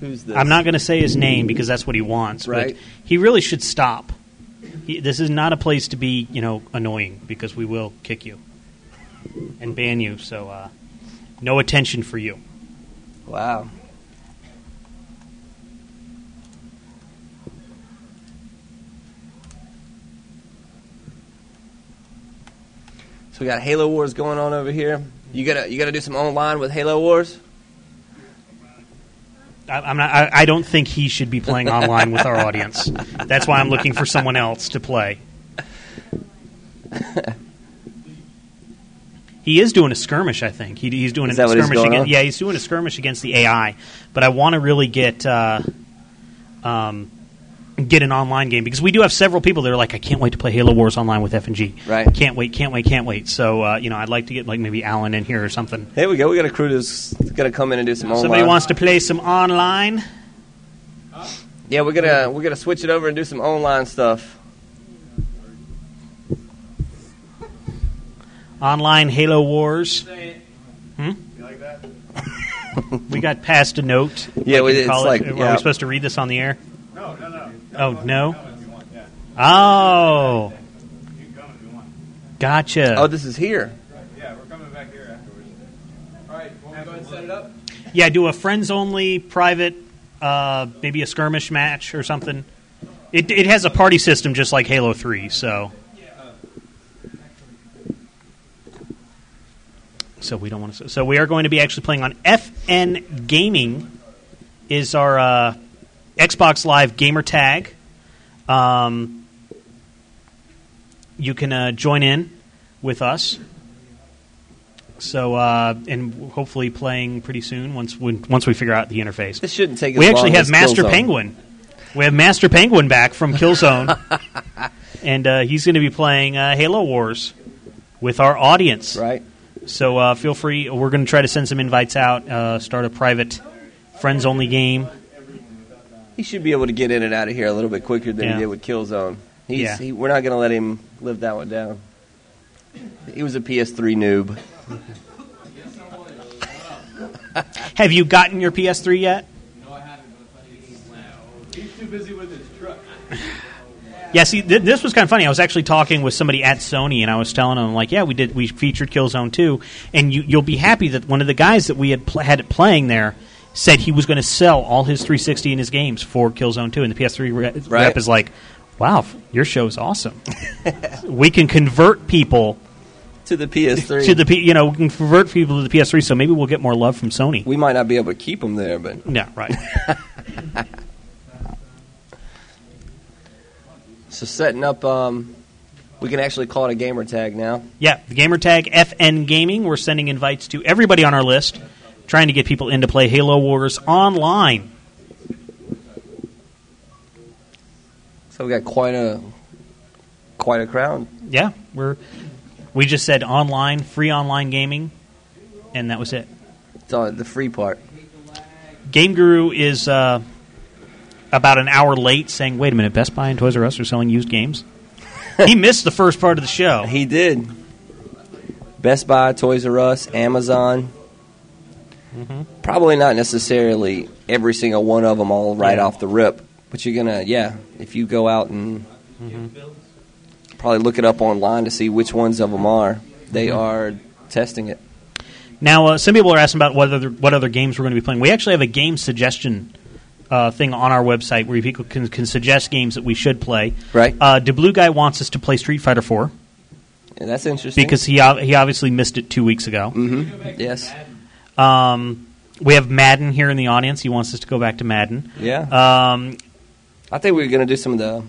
Who's this? I'm not going to say his name because that's what he wants. Right. But he really should stop. He, this is not a place to be, you know, annoying because we will kick you and ban you. So uh, no attention for you. Wow. So we got Halo Wars going on over here. You gotta you gotta do some online with Halo Wars. I, I'm not. I, I don't think he should be playing online with our audience. That's why I'm looking for someone else to play. He is doing a skirmish, I think. He, he's doing Is a that what he's skirmish going against, on? Yeah, he's doing a skirmish against the AI. But I want to really get uh, um, get an online game because we do have several people that are like, I can't wait to play Halo Wars online with F and G. Right. Can't wait. Can't wait. Can't wait. So uh, you know, I'd like to get like maybe Alan in here or something. Here we go. We got a crew that's gonna come in and do some Somebody online. wants to play some online. yeah, we're gonna we're gonna switch it over and do some online stuff. online Halo Wars. Hmm? *laughs* we got passed a note. Yeah, we- in it's college. like- Are yeah. we supposed to read this on the air? No, no, no. Oh no. Oh. Gotcha. Oh, this is here. yeah, do a friends only private, uh, maybe a skirmish match or something. It it has a party system just like Halo Three, so. So we don't want to. So we are going to be actually playing on FN Gaming, is our uh, Xbox Live gamer tag. Um, you can uh, join in with us. So uh, and hopefully playing pretty soon once we, once we figure out the interface. This shouldn't take. As We actually long have as Master Killzone. Penguin. We have Master Penguin back from *laughs* Killzone, and uh, he's going to be playing uh, Halo Wars with our audience. Right. So uh, feel free. We're going to try to send some invites out. Uh, start a private friends only game. He should be able to get in and out of here a little bit quicker than Yeah. he did with Killzone. He's, Yeah. he, we're not going to let him live that one down. He was a PS3 noob. Have you gotten your PS3 yet? Yeah, see, th- this was kind of funny. I was actually talking with somebody at Sony, and I was telling them, like, yeah, we did, we featured Killzone 2, and you, you'll be happy that one of the guys that we had pl- had it playing there said he was going to sell all his 360 and his games for Killzone 2, and the PS3 re- Right. rep is like, wow, f- your show's awesome. *laughs* we can convert people *laughs* To the PS3. to the, P- you know, we can convert people to the PS3, so maybe we'll get more love from Sony. we might not be able to keep him there, but Yeah, right. so setting up, um, we can actually call it a gamer tag now. Yeah, the gamer tag FN Gaming. We're sending invites to everybody on our list, trying to get people in to play Halo Wars online. So we got quite a quite a crowd. Yeah, we're we just said online, free online gaming, and that was it. It's all the free part. Game Guru is uh, about an hour late, saying, "Wait a minute, Best Buy and Toys R Us are selling used games." he missed the first part of the show. He did. Best Buy, Toys R Us, Amazon. Mm-hmm. Probably not necessarily every single one of them all right Yeah. off the rip, but you're gonna yeah. If you go out and Mm-hmm. probably look it up online to see which ones of them are, they Mm-hmm. are testing it. Now, uh, some people are asking about what other what other games we're going to be playing. We actually have a game suggestion uh, thing on our website where people can, can suggest games that we should play. Right. Uh, the blue guy wants us to play Street Fighter Four And that's interesting. because he ob- he obviously missed it two weeks ago. mm-hmm. yes, Um, we have Madden here in the audience. He wants us to go back to Madden. yeah. Um, I think we were gonna do some of the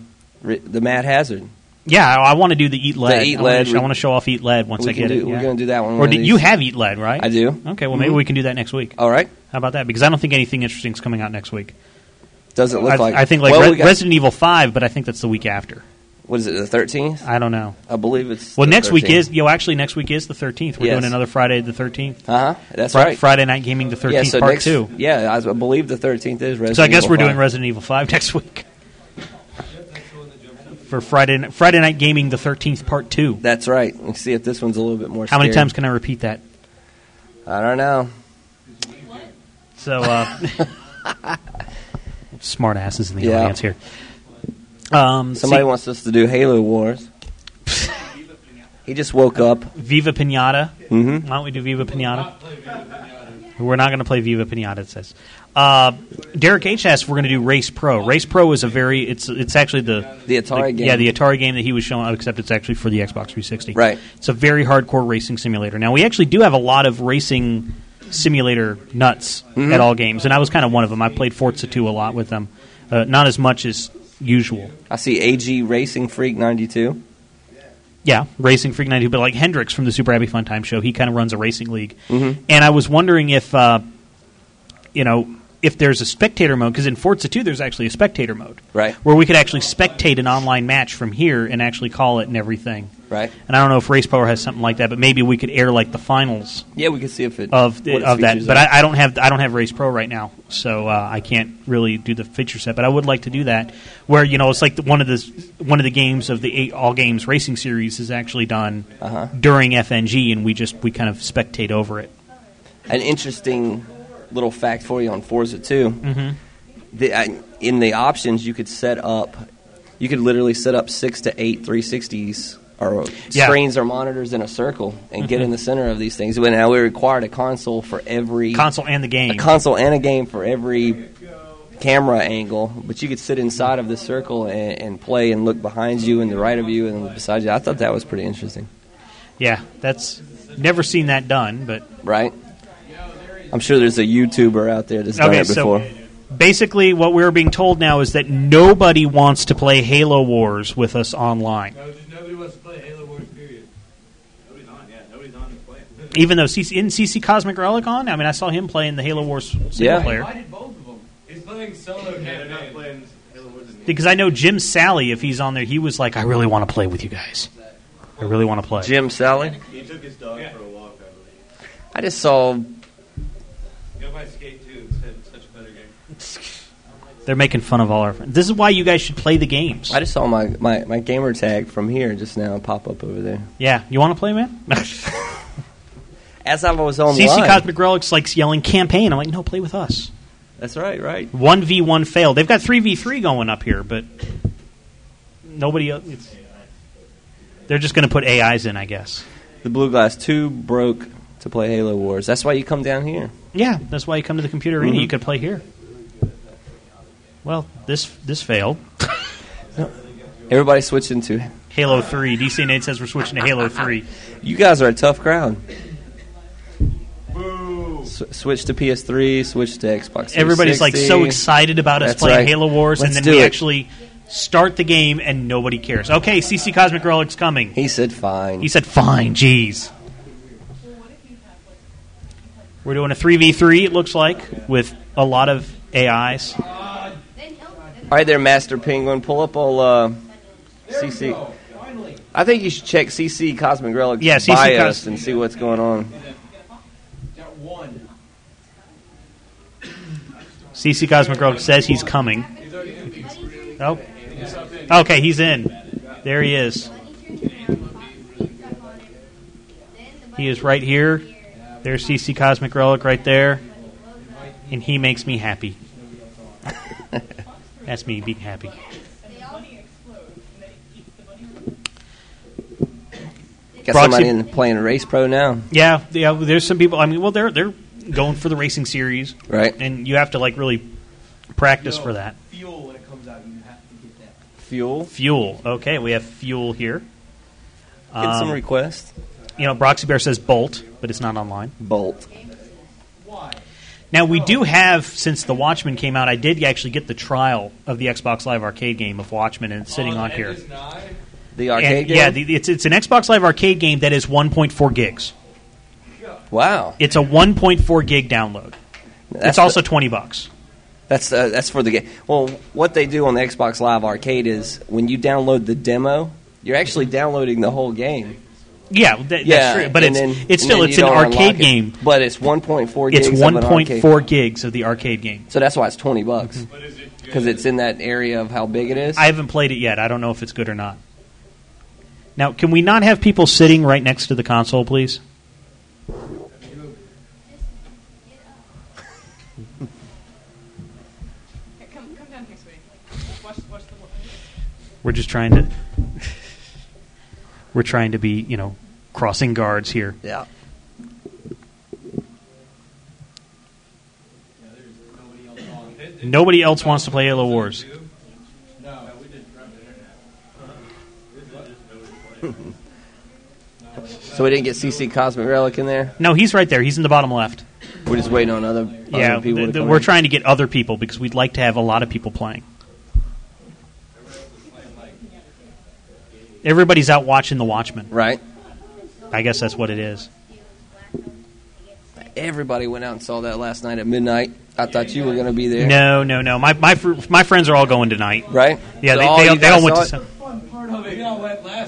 ri- the Mad Hazard. yeah. yeah, I, I want to do the Eat Lead. Eat I wanna Lead, sh- we- I want to show off Eat Lead once we I can get do. it. We're yeah. gonna do that one. Or one of do, these- you have Eat Lead, right? I do. Okay, well maybe Mhm. we can do that next week. All right. How about that? Because I don't think anything interesting is coming out next week. Doesn't look I, like. I think like Well, Re- we got- Resident Evil Five, but I think that's the week after. What is it? The thirteenth. I don't know. I believe it's. Well, the next week 13th. is yo. Actually, next week is the thirteenth. We're Yes. doing another Friday the thirteenth. Uh huh. That's right. Friday night gaming the yeah. thirteenth So part next. two. Yeah, I, I believe the thirteenth is. Resident So I guess Evil we're doing 5. Resident Evil Five *laughs* next week for Friday ni- Friday night gaming the thirteenth part two. That's right. Let's see if this one's a little bit more. How many scary. times can I repeat that? I don't know. So uh, *laughs* *laughs* smart asses in the Yeah. audience here. Um, Somebody see, wants us to do *laughs* Halo Wars. he just woke up. Viva Pinata. Mm-hmm. Why don't we do Viva Pinata? We're not going to play Viva Pinata. It says. Uh, Derek H asked if we're going to do Race Pro. Race Pro is a very it's it's actually the The Atari the- game. Yeah, the Atari game that he was showing, except it's actually for the Xbox 360. Right. It's a very hardcore racing simulator. Now we actually do have a lot of racing simulator nuts Mm-hmm. at all games, and I was kind of one of them. I played Forza 2 a lot with them, uh, not as much as usual. I see AG Racing Freak 92. Yeah, Racing Freak 92, but like Hendrix from the Super Happy Fun Time show, he kind of runs a racing league. And I was wondering if, uh, you know, if there's a spectator mode, because in Forza 2, there's actually a spectator mode. Right. Where we could actually spectate an online match from here and actually call it and everything. Right. And I don't know if Race Power has something like that, but maybe we could air like the finals Yeah, we can see if it of what its of that. features But are. I, I don't have I don't have Race Pro right now, so uh, I can't really do the feature set. But I would like to do that, where you know it's like the, one of the one of the games of the eight all games racing series is actually done Uh-huh. during FNG, and we just we kind of spectate over it. an interesting little fact for you on Forza 2. Mm-hmm. The, I, in the options, you could set up, you could literally set up six to eight 360s or Yeah. Mm-hmm. screens or monitors in a circle and get in the center of these things. When now we required a console for every Console and the a game. console and a game for every camera angle, but you could sit inside of the circle and, and play and look behind you and the right of you and beside you. I thought that was pretty interesting, yeah, that's never seen that done, but right? I'm sure there's a YouTuber out there that's done Okay, it so- before. basically what we're being told now is that nobody wants to play Halo Wars with us online. No, just nobody wants to play Halo Wars. Period. Nobody's on. Yeah, nobody's on to play. Even though CC, in CC Cosmic Relic on, I mean, I saw him playing the Halo Wars single Yeah. player. did both of them? He's playing solo. Yeah, they're not playing Halo Wars. Because I know Jim Sally, if he's on there, he was like, I really want to play with you guys. I really want to play. Jim Sally. He took his dog for a walk. I believe. I just saw. Go buy Skate 2. It's, it's such a better game. They're making fun of all our friends. This is why you guys should play the games. I just saw my, my, my gamer tag from here just now pop up over there. yeah, you want to play, man? *laughs* As I was online. CC Cosmic Relics likes yelling campaign. I'm like, no, play with us. That's right, right. 1v1 fail. They've got 3v3 going up here, but nobody else. It's, they're just going to put AIs in, I guess. The Blue Glass Two broke to play Halo Wars. That's why you come down here. Yeah, that's why you come to the computer arena. Mm-hmm. You could play here. Well, this this failed. Everybody switching to. Halo 3. DC Nate says we're switching to Halo 3. You guys are a tough crowd. S- switch to PS3. Switch to Xbox. Everybody's like so 360. excited about us That's playing right. Halo Wars, Let's and do then we it. actually start the game and nobody cares. Okay, CC Cosmic Relic's coming. He said fine. He said, "Fine, jeez." We're doing a three v three. It looks like with a lot of AIs. all right, there, Master Penguin. Pull up all uh, CC. I think you should check CC Cosmic Relic Yeah, CC bios Cos- and see what's going on. CC Cosmic Rogue says he's coming. Oh, okay, he's in. There he is. He is right here. There's CC Cosmic Relic right there, and he makes me happy. That's me being happy. Got Proxy- somebody in playing Race Pro now, Yeah, yeah. There's some people. I mean, well, they're they're going for the racing series. right? and you have to like really practice for that. Fuel when it comes out, you have to get that. Fuel. Fuel. Okay, we have fuel here. Get some Um, requests. You know, Broxy Bear says Bolt, but it's not online. Bolt. Now we do have, since the Watchmen came out, I did actually get the trial of the Xbox Live Arcade game of Watchmen, and it's sitting Oh, on here. The arcade And, game. yeah, the, it's it's an Xbox Live Arcade game that is 1.4 gigs. wow. It's a 1.4 gig download. That's it's also 20 bucks. That's uh, that's for the game. Well, what they do on the Xbox Live Arcade is when you download the demo, you're actually downloading the whole game. Yeah, that, that's true. But and it's then- it's and still then it's you an don't arcade unlock it. game. but it's 1.4. It's gigs of an arcade. 1.4 gigs of the arcade game. So that's why it's 20 bucks because it's in that area of how big it is. Mm-hmm. I haven't played it yet. I don't know if it's good or not. Now, can we not have people sitting right next to the console, please? Come, come down here, sweetie. Watch, watch the wall. We're just trying to we're trying to be, you know, crossing guards here. yeah. Nobody else wants to play Halo Wars. So we didn't get CC Cosmic Relic in there. No, he's right there. He's in the bottom left. We're just waiting on other, yeah, th- other people to th- come we're in. trying to get other people because we'd like to have a lot of people playing. Everybody's out watching The Watchmen. Right. I guess that's what it is. Everybody went out and saw that last night at midnight. I thought you were going to be there. No, no, no. My my fr- my friends are all going tonight. Right? Yeah, So they, all they, you all- they all guys went saw to. it?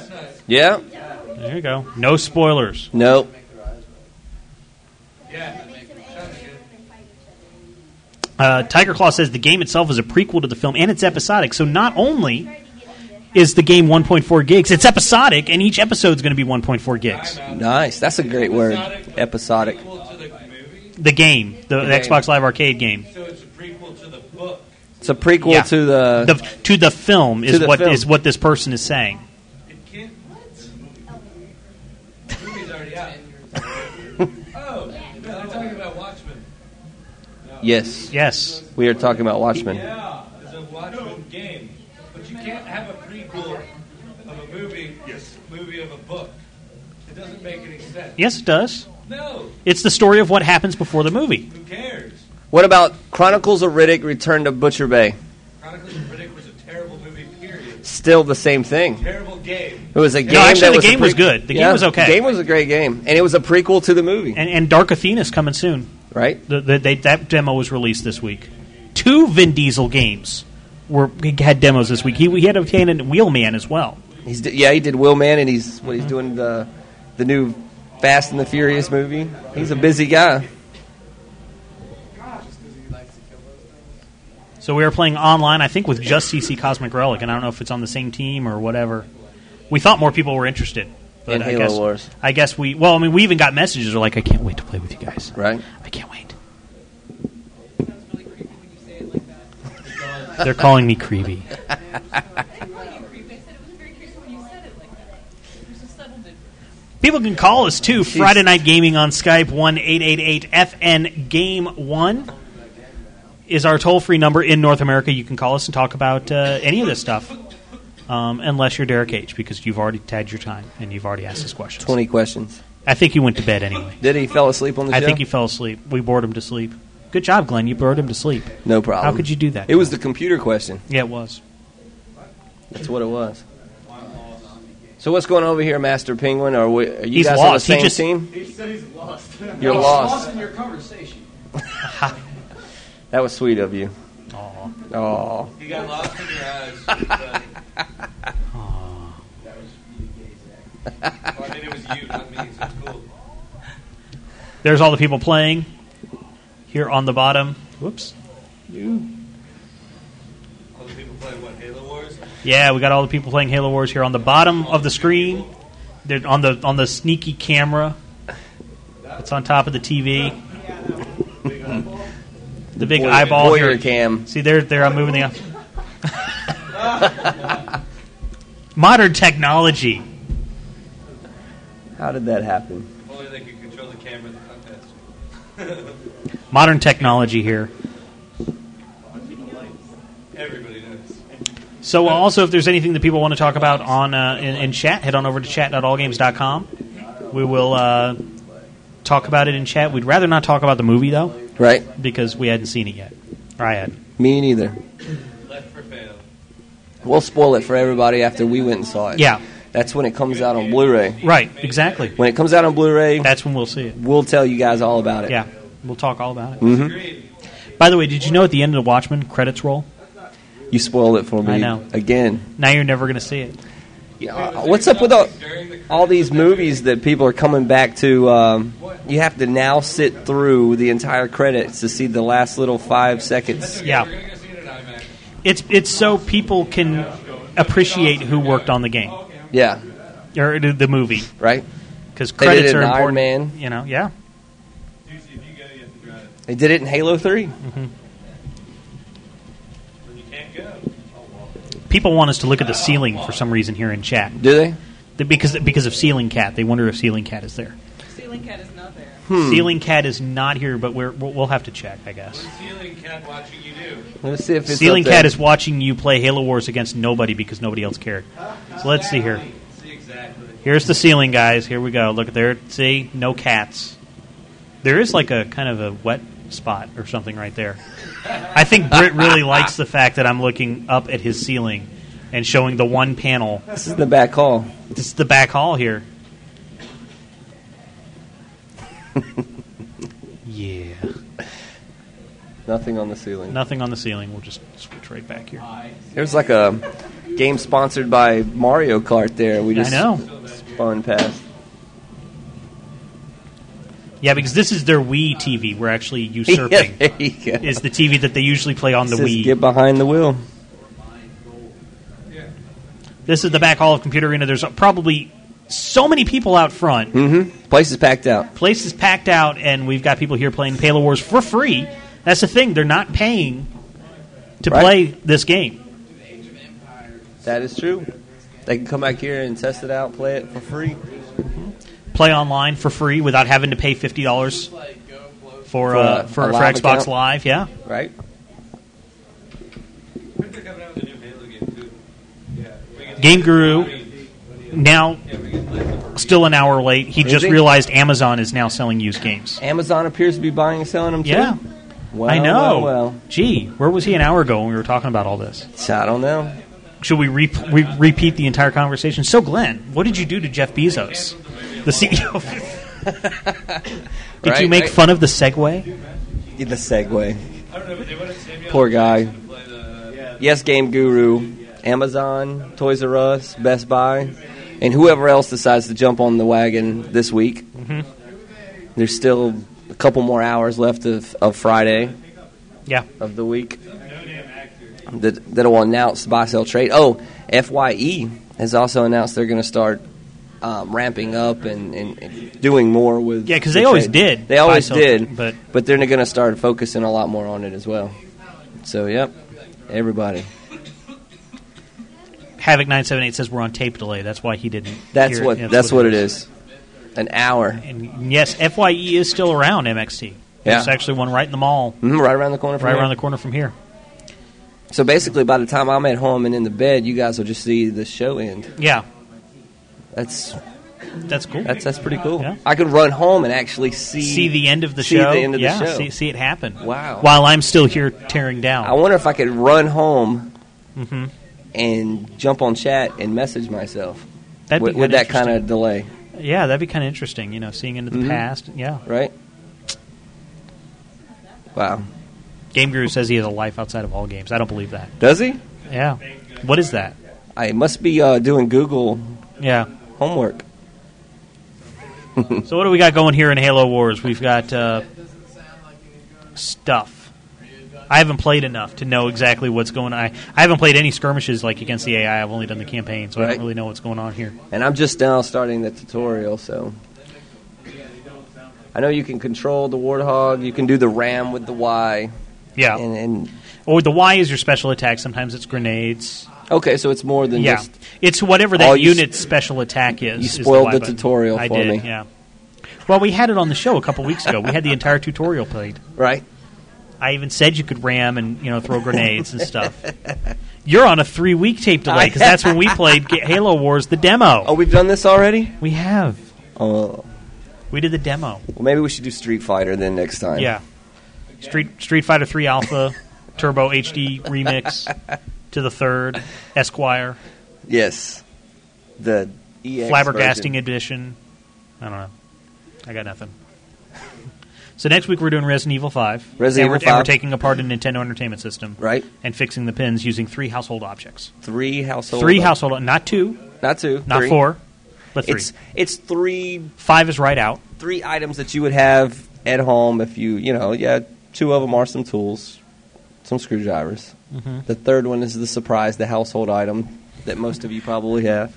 Some, Yeah. there you go. No spoilers. Nope. Uh, Tiger Claw says the game itself is a prequel to the film and it's episodic. So not only is the game 1.4 gigs, it's episodic, and each episode's going to be 1.4 gigs. Nice. That's a great word. Episodic. The game, the, the game. Xbox Live Arcade game, It's a prequel Yeah. to the. the, to the film is the what is film. what this person is saying. Oh, yes. Yes, We are talking about Watchmen. game, but you can't have a prequel of a movie. Movie of a book. It doesn't make any sense. yes, it does. No, It's the story of what happens before the movie. who cares? What about Chronicles of Riddick Return to Butcher Bay? Chronicles of Riddick was a terrible movie. Period. Still the same thing. Terrible game. It was a game. actually, that the was a game was good. The game Yeah, was okay. The game was a great game, and it was a prequel to the movie, And, and Dark Athena's coming soon. right? The, the, they, that demo was released this week. Two Vin Diesel games were had demos this week. He, he had a canon Wheelman as well. He's d- yeah, he did Will Man, and he's what he's Mm-hmm. doing the the new Fast and the Furious movie. He's a busy guy. So we were playing online, I think, with just CC Cosmic Relic, and I don't know if it's on the same team or whatever. We thought more people were interested, but In I Halo guess Wars. I guess we. Well, I mean, we even got messages were like, "I can't wait to play with you guys." Right. I can't wait. They're calling me creepy. People can call us too. Friday Night Gaming on Skype, 1 888 FN Game 1 is our toll free number in North America. You can call us and talk about uh, any of this stuff, um, unless you're Derek H, because you've already tagged your time and you've already asked us questions. Twenty questions. I think he went to bed anyway. Did he fell asleep on the I show? think he fell asleep. We bored him to sleep. Good job, Glenn. You bored him to sleep. no problem. How could you do that? Um, It was the computer question. Yeah, it was. That's what it was. So what's going on over here, Master Penguin? Are, we, are you He's guys lost. He on the just- same team? He said he's lost. You're lost. in your conversation. That was sweet of you. Oh, You got lost in *laughs* your eyes. buddy. That was you, gay Zach. Well, I mean, it was you, not me. So it's cool. There's all the people playing here on the bottom. Whoops. All the people play what Halo Wars. Yeah, we got all the people playing Halo Wars here on the bottom of the screen. They're on the on the sneaky camera. It's on top of the TV. The big eyeball Warrior here. cam. See, there, there. I'm moving the. eye- *laughs* Modern technology. How did that happen? If only they could control the camera in the contest. Modern technology here. *laughs* Everybody knows. So uh, also, if there's anything that people want to talk about on uh, in, in chat, head on over to chat.allgames.com. We will uh, talk about it in chat. We'd rather not talk about the movie though, Right? because we hadn't seen it yet. Or I had. Me neither. Left for fail. We'll spoil it for everybody after we went and saw it. Yeah. That's when it comes out on Blu-ray. Right. Exactly. When it comes out on Blu-ray, That's when we'll see it. we'll tell you guys all about it. Mm-hmm. Yeah. We'll talk all about it. Hmm? Agreed. By the way, did you know at the end of the Watchmen credits roll? You spoiled it for me I know. again. Now you're never going to see it. Yeah, uh, what's up with all, all these movies that people are coming back to? Um, you have to now sit through the entire credits to see the last little five seconds. Yeah. It's it's so people can appreciate who worked on the game Yeah, or the the movie right. because They did credits it are in Iron important. Man. You know. Yeah. Usually, if you go, you have to drive. They did it in Halo Three. When you can't go, People want us to look at the ceiling for some reason here in chat Do they? The- because because of Ceiling Cat. They wonder if Ceiling Cat is there. Ceiling cat is not there. Hmm. Ceiling Cat is not here, but we're, we'll we'll have to check, I guess. ceiling cat watching you do. Let's see if it's Ceiling up there. Cat is watching you play Halo Wars against nobody because nobody else cared. So let's see here. See exactly. Here's the ceiling, guys. Here we go. Look at there. See, no cats. There is like a kind of a wet spot or something right there. I think Britt *laughs* really likes the fact that I'm looking up at his ceiling and showing the one panel. This is the back hall. This is the back hall here. yeah. Nothing on the ceiling. Nothing on the ceiling. We'll just switch right back here. There's like a game sponsored by Mario Kart there. We I just know. spun past. *laughs* Yeah, because this is their Wii TV. We're actually usurping. *laughs* Yeah, there you go. Is the TV that they usually play on the Just Wii. Get behind the wheel. This is the back hall of Computer Arena. There's probably so many people out front. Mm-hmm. Place is packed out. Place is packed out, and we've got people here playing Halo Wars for free. That's the thing; they're not paying to Right. play this game. That is true. They can come back here and test it out, play it for free. Play online for free without having to pay fifty dollars for For uh, a- for, for a live Xbox account? Live. Yeah, Right? Game Guru now still an hour late. He Is just he? realized Amazon is now selling used games. Amazon appears to be buying and selling them too. Yeah, Well, I know. Well, well. Gee, where was he an hour ago when we were talking about all this? I don't know. Should we, re- we repeat the entire conversation? So, Glenn, what did you do to Jeff Bezos, the *laughs* E CEO? *laughs* did you Right, make right. fun of the segue? Get the segue. Poor guy. Yes, Game Guru, Amazon, Toys R Us, Best Buy, and whoever else decides to jump on the wagon this week. Mm-hmm. There's still a couple more hours left of, of Friday Yeah. of the week that that'll announce buy sell trade. Oh, Fye has also announced they're going to start um, ramping up and, and, and doing more with Yeah, because the they always trade. did They always buy sell- did, but- but they're going to start focusing a lot more on it as well. So, yep, everybody. Havoc nine seven eight says we're on tape delay. That's why he didn't. That's hear what it. that's, what, it is. An hour, And yes, Fye is still around. MXT. There's Yeah. actually one right in the mall, Mhm, right around the corner. From right here. around the corner from here. So basically, by the time I'm at home and in the bed, you guys will just see the show end. Yeah, That's that's cool. that's that's pretty cool. Yeah. I can run home and actually see see the end of the see show. the end of the yeah, show. See, see it happen. Wow. While I'm still here tearing I down. wonder if I could run home hmm and jump on chat and message myself That'd with, be with that kind interesting. of delay, Yeah, that'd be kind of interesting. You know, seeing into the Mhm. past. Yeah. right? Wow. Game Guru says he has a life outside of all games. I don't believe that. Does he? Yeah. What is that? I must be uh, doing Google Yeah. homework. So what do we got going here in Halo Wars? We've got uh, stuff. I haven't played enough to know exactly what's going on. I, I haven't played any skirmishes like against the AI. I've only done the campaign, so I Right. don't really know what's going on here. And I'm just now starting the tutorial, so. I know you can control the Warthog, you can do the RAM with the Y. Yeah. And, and or the Y is your special attack. Sometimes it's grenades. Okay, so it's more than Yeah. just. It's whatever All that you s- unit's special attack is. you is the spoiled Y the button. tutorial I for did, me. Yeah. Well, we had it on the show a couple weeks ago. We had the entire tutorial played. Right? I even said you could ram and you know throw grenades and stuff. You're on a three week tape delay because that's when we played Ga- Halo Wars the demo. Oh, we've done this already? we have. Oh. We did the demo. Well, maybe we should do Street Fighter then next time. Yeah. Street Street Fighter Three Alpha Turbo HD Remix to the third Esquire Yes. The EX. Flabbergasting version. Edition. I don't know. I got nothing. So next week we're doing Resident Evil Five. Resident and we're, Evil And we're 5. taking apart a Nintendo Entertainment System Right? and fixing the pins using three household objects. Three household. three household, not two, Not two. Not three. four, but three. It's it's three Five is right out. three items that you would have at home if you you know yeah two of them are some tools, some screwdrivers. Mm-hmm. The third one is the surprise, the household item that most of you probably have.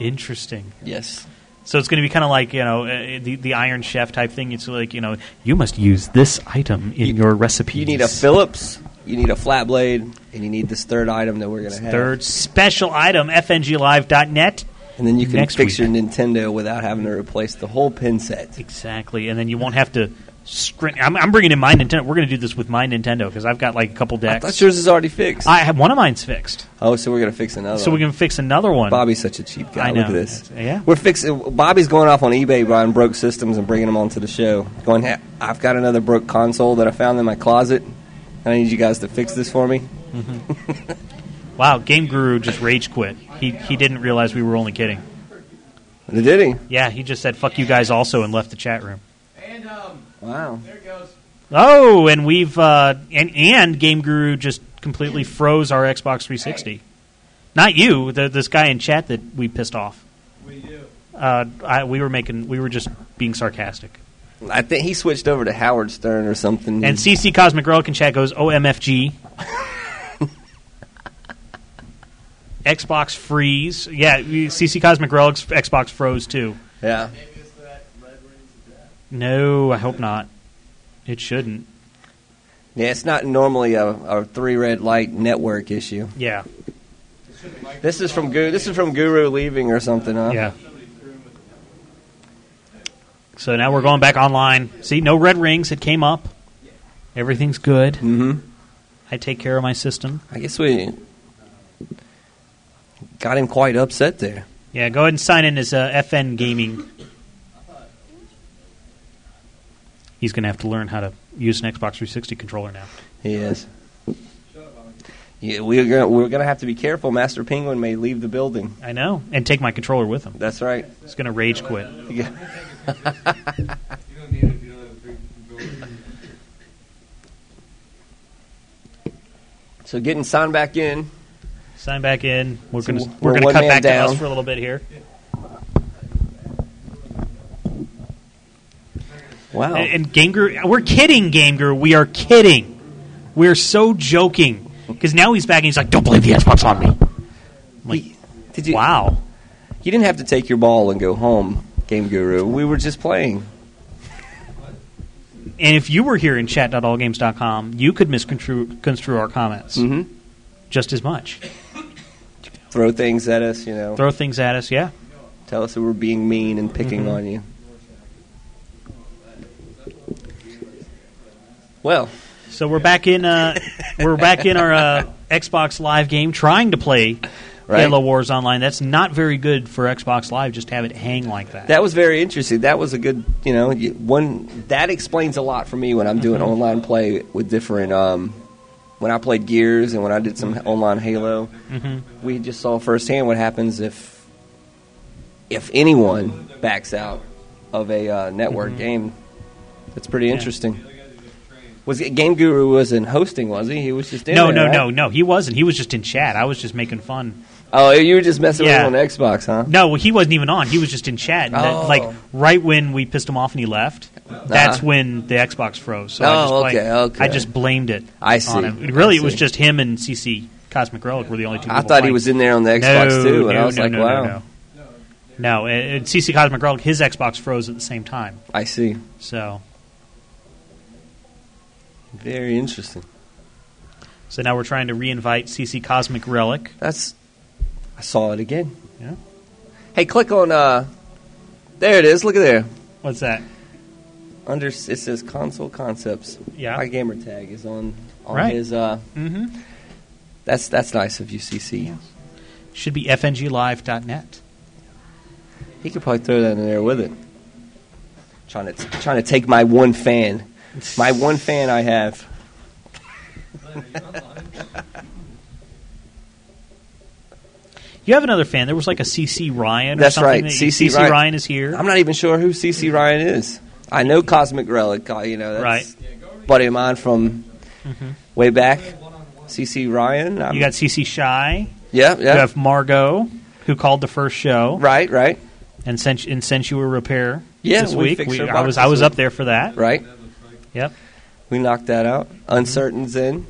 Interesting. Yes. So it's going to be kind of like you know uh, the the Iron Chef type thing. It's like you know you must use this item in You- your recipe. You need a Phillips. You need a flat blade, and you need this third item that we're gonna have. Third special item, fnglive.net. and then you can next fix week. your Nintendo without having to replace the whole pin set. Exactly, and then you won't have to String. I'm, I'm bringing in my Nintendo. We're going to do this with my Nintendo because I've got like a couple I decks. thought yours is already fixed. I have one of mine's fixed, oh, so we're gonna fix another. so we can one. fix another one. Bobby's such a cheap guy. I know. Look at this. Yeah. We're fixing. Bobby's going off on eBay buying broke systems and bringing them onto the show. Going, "Hey, I've got another broke console that I found in my closet, and I need you guys to fix this for me. Wow, Game Guru just rage quit. He he didn't realize we were only kidding. And did he? Yeah, he just said "fuck you guys" also and left the chat room. And um, Wow. there it goes. Oh, and we've uh, and and Game Guru just completely froze our Xbox 360. Not you, the, this guy in chat that we pissed off. We do. Uh, I, we were making, we were just being sarcastic. I think he switched over to Howard Stern or something. And CC Cosmic Relic in chat goes OMFG. Xbox freeze. Yeah, we- CC Cosmic Relic's Xbox froze too. yeah. No, I hope not. It shouldn't. Yeah, it's not normally a, a three red light network issue. Yeah, This is from Guru, this is from Guru leaving or something, huh? yeah. So now we're going back online. See, no red rings. It came up. Everything's good. hmm I take care of my system. I guess we got him quite upset there. Yeah, go ahead and sign in as uh, FN Gaming. He's going to have to learn how to use an Xbox 360 controller now. He is. Yeah, we're gonna we're gonna have to be careful. Master Penguin may leave the building. I know, and take my controller with him. That's right. He's going to rage quit. Yeah. You don't need it if you don't have a free controller. So getting signed back in. Sign back in. We're So going to we're we're going to one cut man back down. to us for a little bit here. Wow. And, and Game Guru, we're kidding, Game Guru. We are kidding. We're so joking because now he's back and he's like, "Don't blame the Xbox on me." I'm like, He- did you? wow. You didn't have to take your ball and go home, Game Guru. We were just playing. And if you were here in chat.allgames.com, you could misconstrue construe our comments Mhm. just as much. Throw things at us, you know. Throw things at us, yeah. Tell us that we're being mean and picking Mm-hmm. on you. Well, So we're back in uh, we're back in our uh, Xbox Live game, trying to play Right. Halo Wars online. That's not very good for Xbox Live. Just to have it hang like that. that was very interesting. That was a good, you know, you- one that explains a lot for me when I'm Mm-hmm. doing online play with different. Um, when I played Gears and when I did Mm-hmm. some online Halo, Mhm. we just saw firsthand what happens if if anyone backs out of a uh, network Mm-hmm. game. That's pretty interesting. Was it- Game Guru wasn't hosting, was he? He was just in no, there, no, right? no, no. He wasn't. He was just in chat. I was just making fun. Oh, you were just messing Yeah. with him on Xbox, huh? No, he wasn't even on. He was just in chat. And that- Oh. Uh-huh. like right when we pissed him off and he left, that's when the Xbox froze. So I Oh, just blamed, okay, okay. I just blamed it. I on see. him. Really, I it was see. just him and CC Cosmic Relic were the only two. I people thought he playing. was in there on the Xbox too, and I was like, wow. No, no. No, and, and CC Cosmic Relic, his Xbox froze at the same time. I see. So, Very interesting. so now we're trying to reinvite CC Cosmic Relic. That's. I saw it again. Yeah. Hey, click on. uh There it is. Look at there. What's that? Under it says console concepts. Yeah. My gamer tag is on on Right. his. uh Mm-hmm. That's that's nice of you, CC. Should be fnglive.net. He could probably throw that in there with it. Trying to trying to take my one fan, my one fan I have. You have another fan. There was like a CC Ryan. Or That's something right, that- CC Ryan. Ryan. is here. I'm not even sure who CC Ryan is. I know Cosmic Relic, uh, you know, that's Right. Mm-hmm. buddy of mine from way back. CC Ryan. I'm, you got CC Shy. yeah, yeah. You have Margot, who called the first show right, right, and sent and sent you a repair. Yeah, this we week fixed her I box was I this was week. up there for that. right. Yep. We knocked that out. Uncertain's in.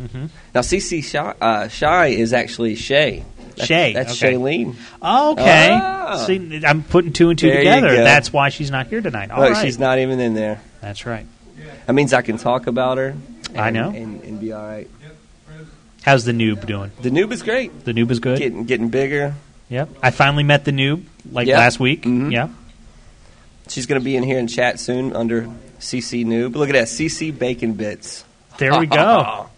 Mm-hmm. Now CC Shy, uh, Shy is actually Shay. That's, Shay, That's okay. Shailene. Oh, Okay. Ah. See, I'm putting two and two There you together. go. That's why she's not here tonight. All right. Look, she's not even in there. That's right. That means I can talk about her. And, I know. And, and be all right. How's the noob doing? The noob is great. The noob is good. Getting getting bigger. Yep. I finally met the noob like Yeah. last week. Mhm. Yeah. She's going to be in here in chat soon under CC Noob. Look at that. CC Bacon Bits. There we *laughs* go.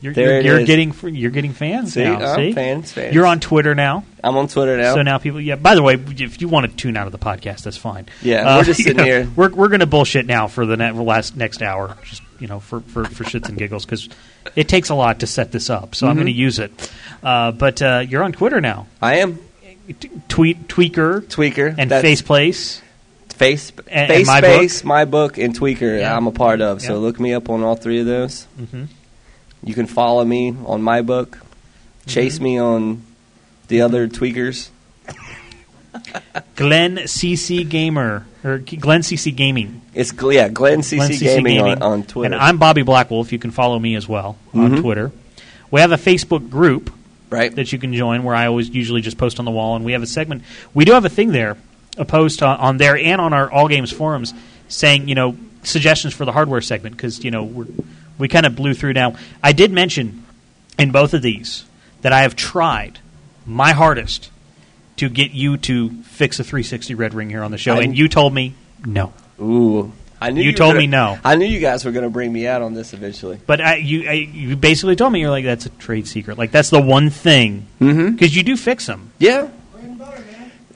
You're, There you're, it you're is. getting fr- you're getting fans See, now. I'm see, fans, fans. You're on Twitter now, I'm on Twitter now. so now people. Yeah. By the way, if you want to tune out of the podcast, that's fine. Yeah, we're just you *laughs* sitting know, here. We're we're gonna bullshit now for the ne- last next hour, just you know, for for, for shits and giggles because it takes a lot to set this up. So I'm gonna Mm-hmm. use it. Uh, but uh, you're on Twitter now. I am T- tweet tweaker Tweaker. and That's face place. Face, and- face and my Space, My Book, and Tweaker Yeah. I'm a part of. So Yeah. Mm-hmm. look me up on all three of those. You can follow me on My Book. Mm-hmm. Chase me on the other Tweakers. Glenn CC Gamer or G- Glenn CC Gaming. It's Gl- yeah, Glenn CC, Glenn CC Gaming, Gaming. On, on Twitter. And I'm Bobby Blackwolf. You can follow me as well on Mhm. Twitter. We have a Facebook group right. that you can join where I always usually just post on the wall, and we have a segment. We do have a thing there, a post on, on there and on our All Games forums saying you know suggestions for the hardware segment because you know we're, we kind of blew through. Now I did mention in both of these that I have tried my hardest to get you to fix a 360 red ring here on the show, I- and you told me no. Ooh. I knew You were told gonna- me no. I knew you guys were going to bring me out on this eventually. But I, you, I, you basically told me you're like that's a trade secret. Like that's the one thing because Hmm? you do fix them. Yeah.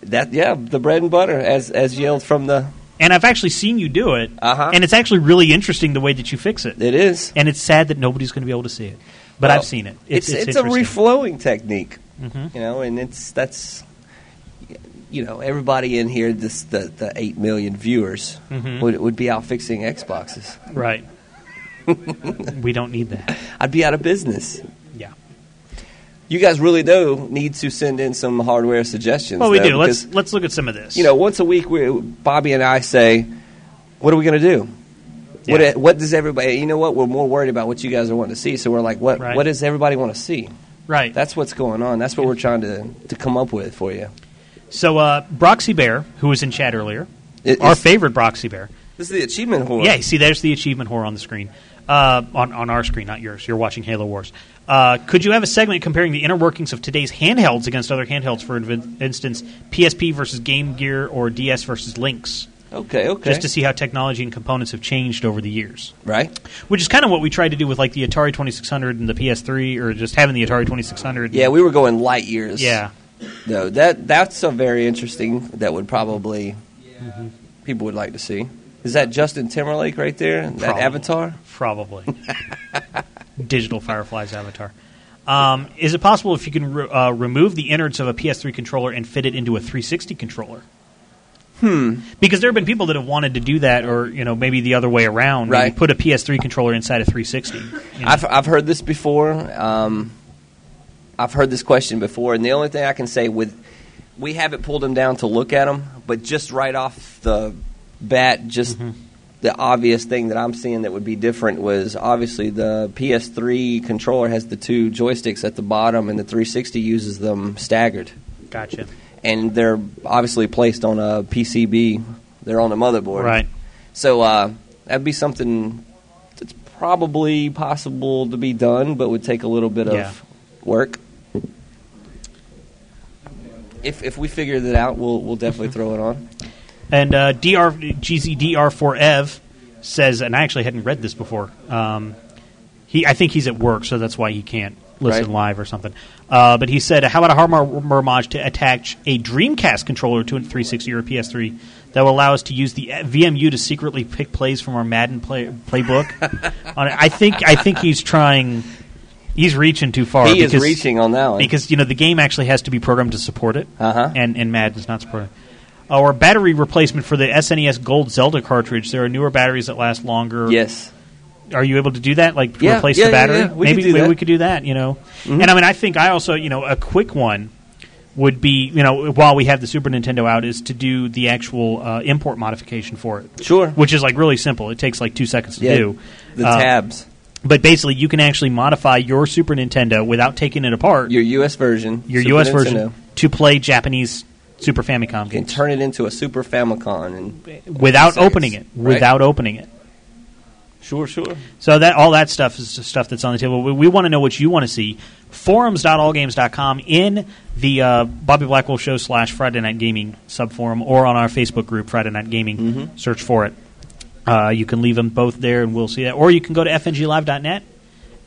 That yeah, the bread and butter as as yelled from the And I've actually seen you do it, Uh-huh. and it's actually really interesting the way that you fix it. it is. And it's sad that nobody's going to be able to see it, but Well, I've seen it. It's it's, a interesting. Mm-hmm. reflowing technique, you know, and it's that's you know everybody in here this the, the eight million viewers Mm-hmm. would would be out fixing Xboxes. right. *laughs* we don't need that. I'd be out of business. Yeah. You guys really do need to send in some hardware suggestions. Well, we though, do. Let's because, let's look at some of this. you know once a week we Bobby and I say, what are we going to do? Yeah. What, e, what does everybody? You know what? We're more worried about what you guys are wanting to see. So we're like, what? Right. What does everybody want to see? right? That's what's going on. That's what we're trying to, to come up with for you. so uh, Broxy Bear, who was in chat earlier, It- our it's- favorite Broxy Bear. This is the achievement horror. Yeah, see, there's the achievement whore on the screen. Uh, on, on our screen, not yours. You're watching Halo Wars. Uh, could you have a segment comparing the inner workings of today's handhelds against other handhelds? For inv- instance, PSP versus Game Gear or DS versus Lynx, Okay. Okay. just to see how technology and components have changed over the years. right. Which is kind of what we tried to do with like the Atari 2600 and the PS3, or just having the Atari 2600. Yeah, we were going light years. yeah, No, that that's a very interesting. That would probably people would like to see. Is that Justin Timberlake right there? That Probably. avatar. probably. *laughs* Digital Fireflies avatar. Um, is it possible if you can re- uh, remove the innards of a PS3 controller and fit it into a 360 controller? Hmm. Because there have been people that have wanted to do that, or you know, maybe the other way around. Maybe Right. Put a PS3 controller inside a 360. you know. I've I've heard this before. Um, I've heard this question before, and the only thing I can say with we haven't pulled them down to look at them, but just right off the bat, just Mm-hmm. the obvious thing that I'm seeing that would be different was obviously the PS3 controller has the two joysticks at the bottom, and the 360 uses them staggered, gotcha. and they're obviously placed on a PCB. They're on the motherboard, Right. so uh, that'd be something that's probably possible to be done, but would take a little bit Yeah. of work. If if we figure that out, we'll we'll definitely throw it on. And uh, DR GZDR4Ev says, and I actually hadn't read this before. Um, he, I think he's at work, so that's why he can't listen Right. live or something. Uh, but he said, "How about a hardware homage to attach a Dreamcast controller to a 360 or a PS3 that will allow us to use the uh, VMU to secretly pick plays from our Madden play, *laughs* playbook?" on it. I think I think he's trying. He's reaching too far. He is because- reaching on that one. because you know the game actually has to be programmed to support it, Uh-huh. and and Madden's not supporting. it. Or battery replacement for the SNES Gold Zelda cartridge. There are newer batteries that last longer. yes, Are you able to do that? Like Yeah, replace yeah, the yeah, battery? yeah. We maybe could do maybe that. Mm-hmm. we could do that. You know. And I mean, I think I also you know a quick one would be you know while we have the Super Nintendo out is to do the actual uh, import modification for it. Sure. Which is like really simple. It takes like two seconds to Yeah, do. the Uh, tabs, But basically, you can actually modify your Super Nintendo without taking it apart your U.S. version, your Super U.S. Nintendo, version to play Japanese Super Famicom can games turn it into a Super Famicom. And without serious, opening it. right? Without opening it. sure, sure. So that all that stuff is just stuff that's on the table. We, we want to know what you want to see. Forums.allgames.com in the uh, Bobby Blackwell Show Mm-hmm. slash Friday Night Gaming subforum or on our Facebook group Friday Night Gaming. Search for it. Uh, you can leave them both there, and we'll see that. Or you can go to fnglive.net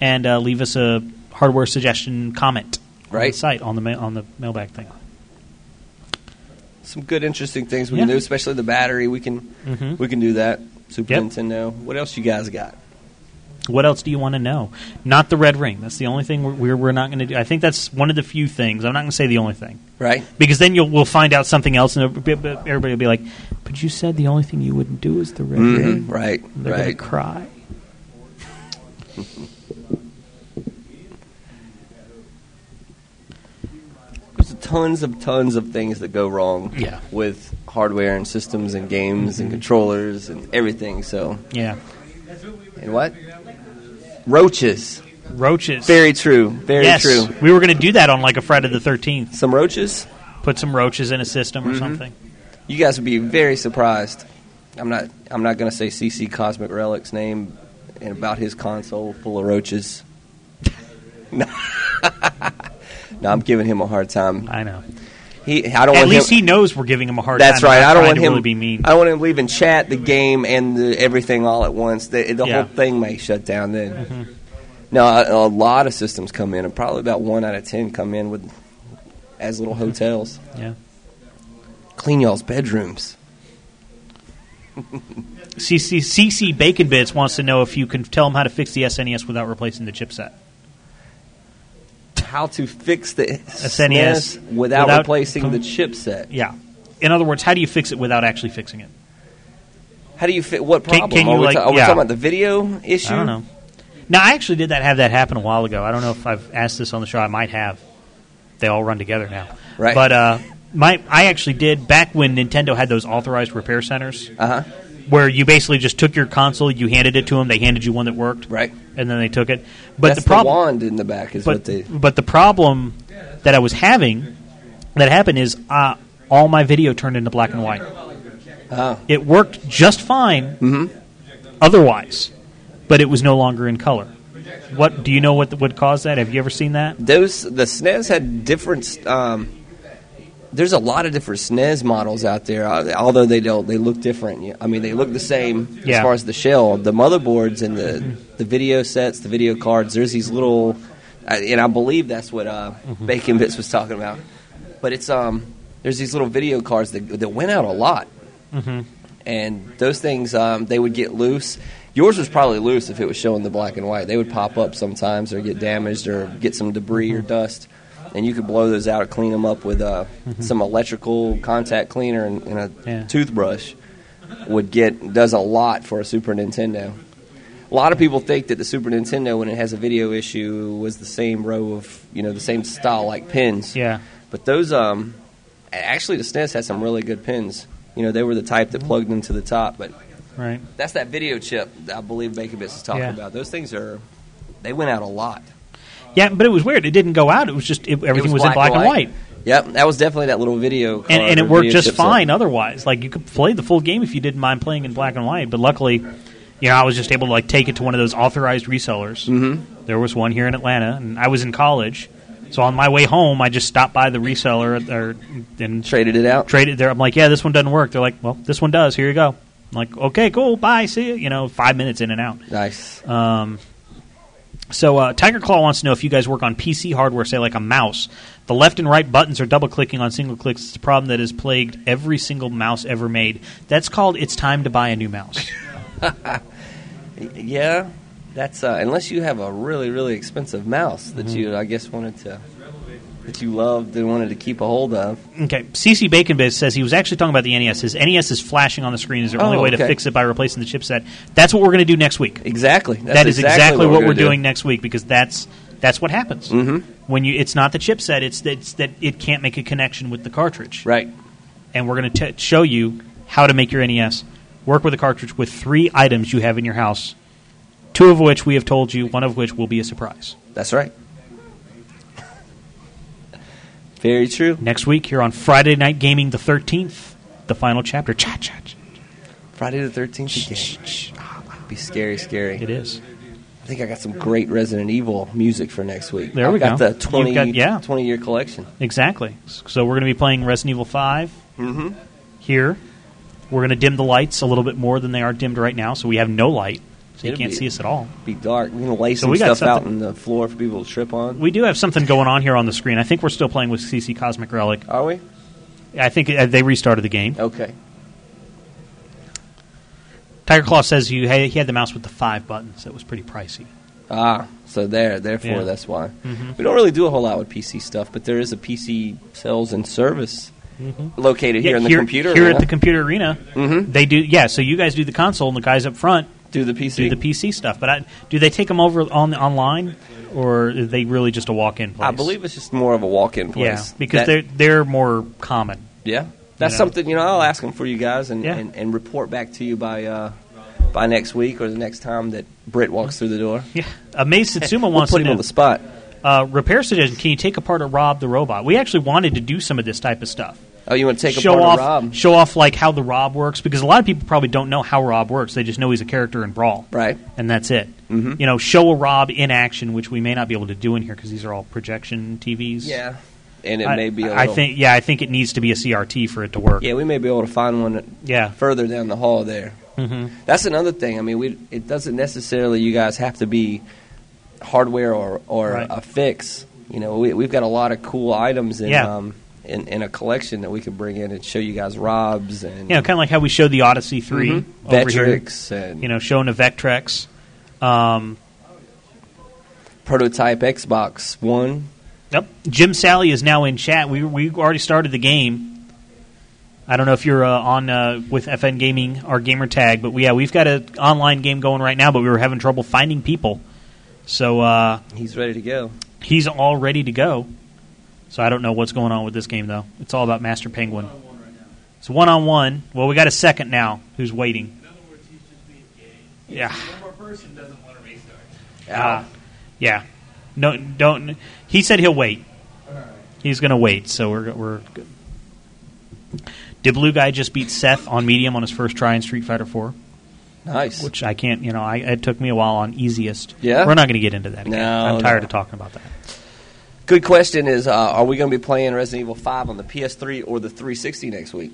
and uh, leave us a hardware suggestion comment on Right. the site on the ma- on the mailbag thing. Some good, interesting things we Yeah. can do, especially the battery. We can Mhm. we can do that. Super Yep. Nintendo. What else you guys got? What else do you want to know? Not the red ring. That's the only thing we're we're, we're not going to do. I think that's one of the few things. I'm not going to say the only thing Right? because then you'll we'll find out something else, and it'll be- be- everybody will be like, "But you said the only thing you wouldn't do is the red ring." Mhm. Right. They're going right. to cry. There's tons of tons of things that go wrong Yeah. with hardware and systems and games and controllers and everything. So Yeah, and what? Roaches. roaches. Very true. Very yes, true. we were going to do that on like a Friday the 13th. Some roaches. Put some roaches in a system or Mhm. something. You guys would be very surprised. I'm not. I'm not going to say CC Cosmic Relic's name and about his console full of roaches. *laughs* no, *laughs* No, I'm giving him a hard time. I know. He. I don't At want least him, he knows we're giving him a hard That's time. right. I'm I don't trying want to him really be mean. I don't want him leaving chat, the game, and the, everything all at once. The, the Yeah. Mm-hmm. whole thing may shut down then. No, a, a lot of systems come in, and probably about one out of ten come in with as little hotels. Mm-hmm. Yeah. Clean y'all's bedrooms. CC, CC Bacon Bits wants to know if you can tell him how to fix the SNES without replacing the chipset. how to fix the SNES SNES without, E without replacing com- the chipset. Yeah. In other words, how do you fix it without actually fixing it? How do you fit? What Can- problem? can are you, we, like- ta- are we yeah. talking about the video issue? I don't know. Now, I actually did that have that happen a while ago. I don't know if I've asked this on the show. I might have. They all run together now. Right. But uh, my I actually did back when Nintendo had those authorized repair centers Uh huh. where you basically just took your console, you handed it to them, they handed you one that worked, Right. and then they took it. But That's the problem wand in the back is what but they. but the problem that I was having that happened is uh, all my video turned into black and white. Oh. It worked just fine Mhm. otherwise, but it was no longer in color. What do you know what would cause that? Have you ever seen that? Those the SNES had different. Um, there's a lot of different SNES models out there, uh, although they don't. They look different. Yeah, I mean, they look the same Yeah. as far as the shell, the motherboards, and the the video sets, the video cards. There's these little, I- and I believe that's what uh, Bacon Bits was talking about. But it's um, there's these little video cards that that went out a lot. and those things um, they would get loose. Yours was probably loose if it was showing the black and white. They would pop up sometimes or get damaged or get some debris or dust, and you could blow those out or clean them up with uh, some electrical contact cleaner and, and a Mm-hmm. Yeah. toothbrush. Would get does a lot for a Super Nintendo. A lot of people think that the Super Nintendo, when it has a video issue, was the same row of you know the same style like pins. Yeah. But those, um, actually, the SNES had some really good pins. You know, they were the type that plugged into the top. But Right. that's that video chip that I believe Baker Bits is talking Yeah. about. Those things are, they went out a lot. Yeah, but it was weird. It didn't go out. It was just it, everything It was, in black and white, Yep, that was definitely that little video. Card and, and or it worked video just chipset. fine otherwise. Like you could play the full game if you didn't mind playing in black and white. But luckily, you know, I was just able to like take it to one of those authorized resellers. Mm-hmm. There was one here in Atlanta, and I was in college, so on my way home, I just stopped by the reseller at- or and Traded it out. traded there. I'm like, yeah, this one doesn't work. They're like, well, this one does. Here you go. I'm like, okay, cool, bye, see you. You know, five minutes in and out. nice. Um, so uh, Tiger Claw wants to know if you guys work on PC hardware, say like a mouse. The left and right buttons are double clicking on single clicks. It's a problem that has plagued every single mouse ever made. That's called it's time to buy a new mouse. yeah, that's uh, unless you have a really really expensive mouse that Mm-hmm. you I guess wanted to that you loved and wanted to keep a hold of. okay, CC Baconbiz says he was actually talking about the NES. His NES is flashing on the screen. Is the only Oh, way to okay. fix it by replacing the chipset? That's what we're going to do next week. Exactly. That's That is exactly, what we're, gonna do. doing next week because that's that's what happens Mhm. when you. It's not the chipset. It's that, it's that it can't make a connection with the cartridge. Right. and we're going to show you how to make your NES work with a cartridge with three items you have in your house, two of which we have told you, one of which will be a surprise. That's right. Very true. Next week here on Friday Night Gaming the 13th, the final chapter. Cha cha. cha. Friday the 13th again. Be scary, scary. It is. I think I got some great Resident Evil music for next week. There I've we got go. The 20, You've got- yeah. 20 year collection. Mm-hmm. Exactly. So we're going to be playing Resident Evil 5 Mhm. here We're going to dim the lights a little bit more than they are dimmed right now, so we have no light, so you It'll can't be- see us at all. Be dark. We're gonna lay So some we got stuff out something- on the floor for people to trip on. We do have something going on here on the screen. I think we're still playing with CC Cosmic Relic. Are we? I think uh, they restarted the game. Okay. Tiger Claw says you ha- he had the mouse with the five buttons. That was pretty pricey. Ah, so there, therefore, Yeah. that's why. Mhm. We don't really do a whole lot with PC stuff, but there is a PC sales and service Mm-hmm. located Yeah, here in the computer. here arena. at the computer arena, Mhm. they do. Yeah, so you guys do the console, and the guys up front do the PC. do the PC stuff. But I, do they take them over on online, or are they really just a walk-in place? I believe it's just more of a walk-in place. Yeah, because That- they're they're more *laughs* common. yeah, that's know. something you know. I'll ask them for you guys and, Yeah. and, and report back to you by uh, by next week or the next time that Britt walks through the door. Yeah, Amaze Satsuma Uh, we'll wants put to him know. on the spot. uh, repair suggestion: Can you take apart a Rob the robot? We actually wanted to do some of this type of stuff. Oh, you want to take show apart off, a Rob? show off like how the Rob works because a lot of people probably don't know how Rob works. They just know he's a character in Brawl, Right. And that's it. Mhm. You know, show a Rob in action, which we may not be able to do in here because these are all projection TVs. Yeah, and it I, may be. A I little- think. Yeah, I think it needs to be a CRT for it to work. Yeah, we may be able to find one Yeah. further down the hall there. Mhm. That's another thing. I mean, we it doesn't necessarily you guys have to be hardware or or Right. a fix. You know, we, we've got a lot of cool items in Yeah. um in, in a collection that we could bring in and show you guys Rob's and You know, kind of like how we showed the Odyssey 3 Mhm. over here. Vectrex and You know, showing the Vectrex. Um, prototype Xbox One. yep. Jim Sally is now in chat. We we already started the game. I don't know if you're uh, on uh, with FN Gaming our gamer tag, but we, yeah, we've got an online game going right now, but we were having trouble finding people. So uh, He's ready to go. he's all ready to go. So I don't know what's going on with this game though. It's all about Master Penguin. It's one on one. Well, we got a second now. Who's waiting? Yeah. Uh, yeah. No, don't. He said he'll wait. He's going to wait. So we're we're good. Did Blue Guy just beat Seth on medium on his first try in Street Fighter Four? Nice. Which I can't. You know, I, it took me a while on easiest. Yeah? We're not going to get into that. Again. No, I'm tired no. of talking about that. Good question is uh, are we going to be playing Resident Evil 5 on the PS3 or the 360 next week?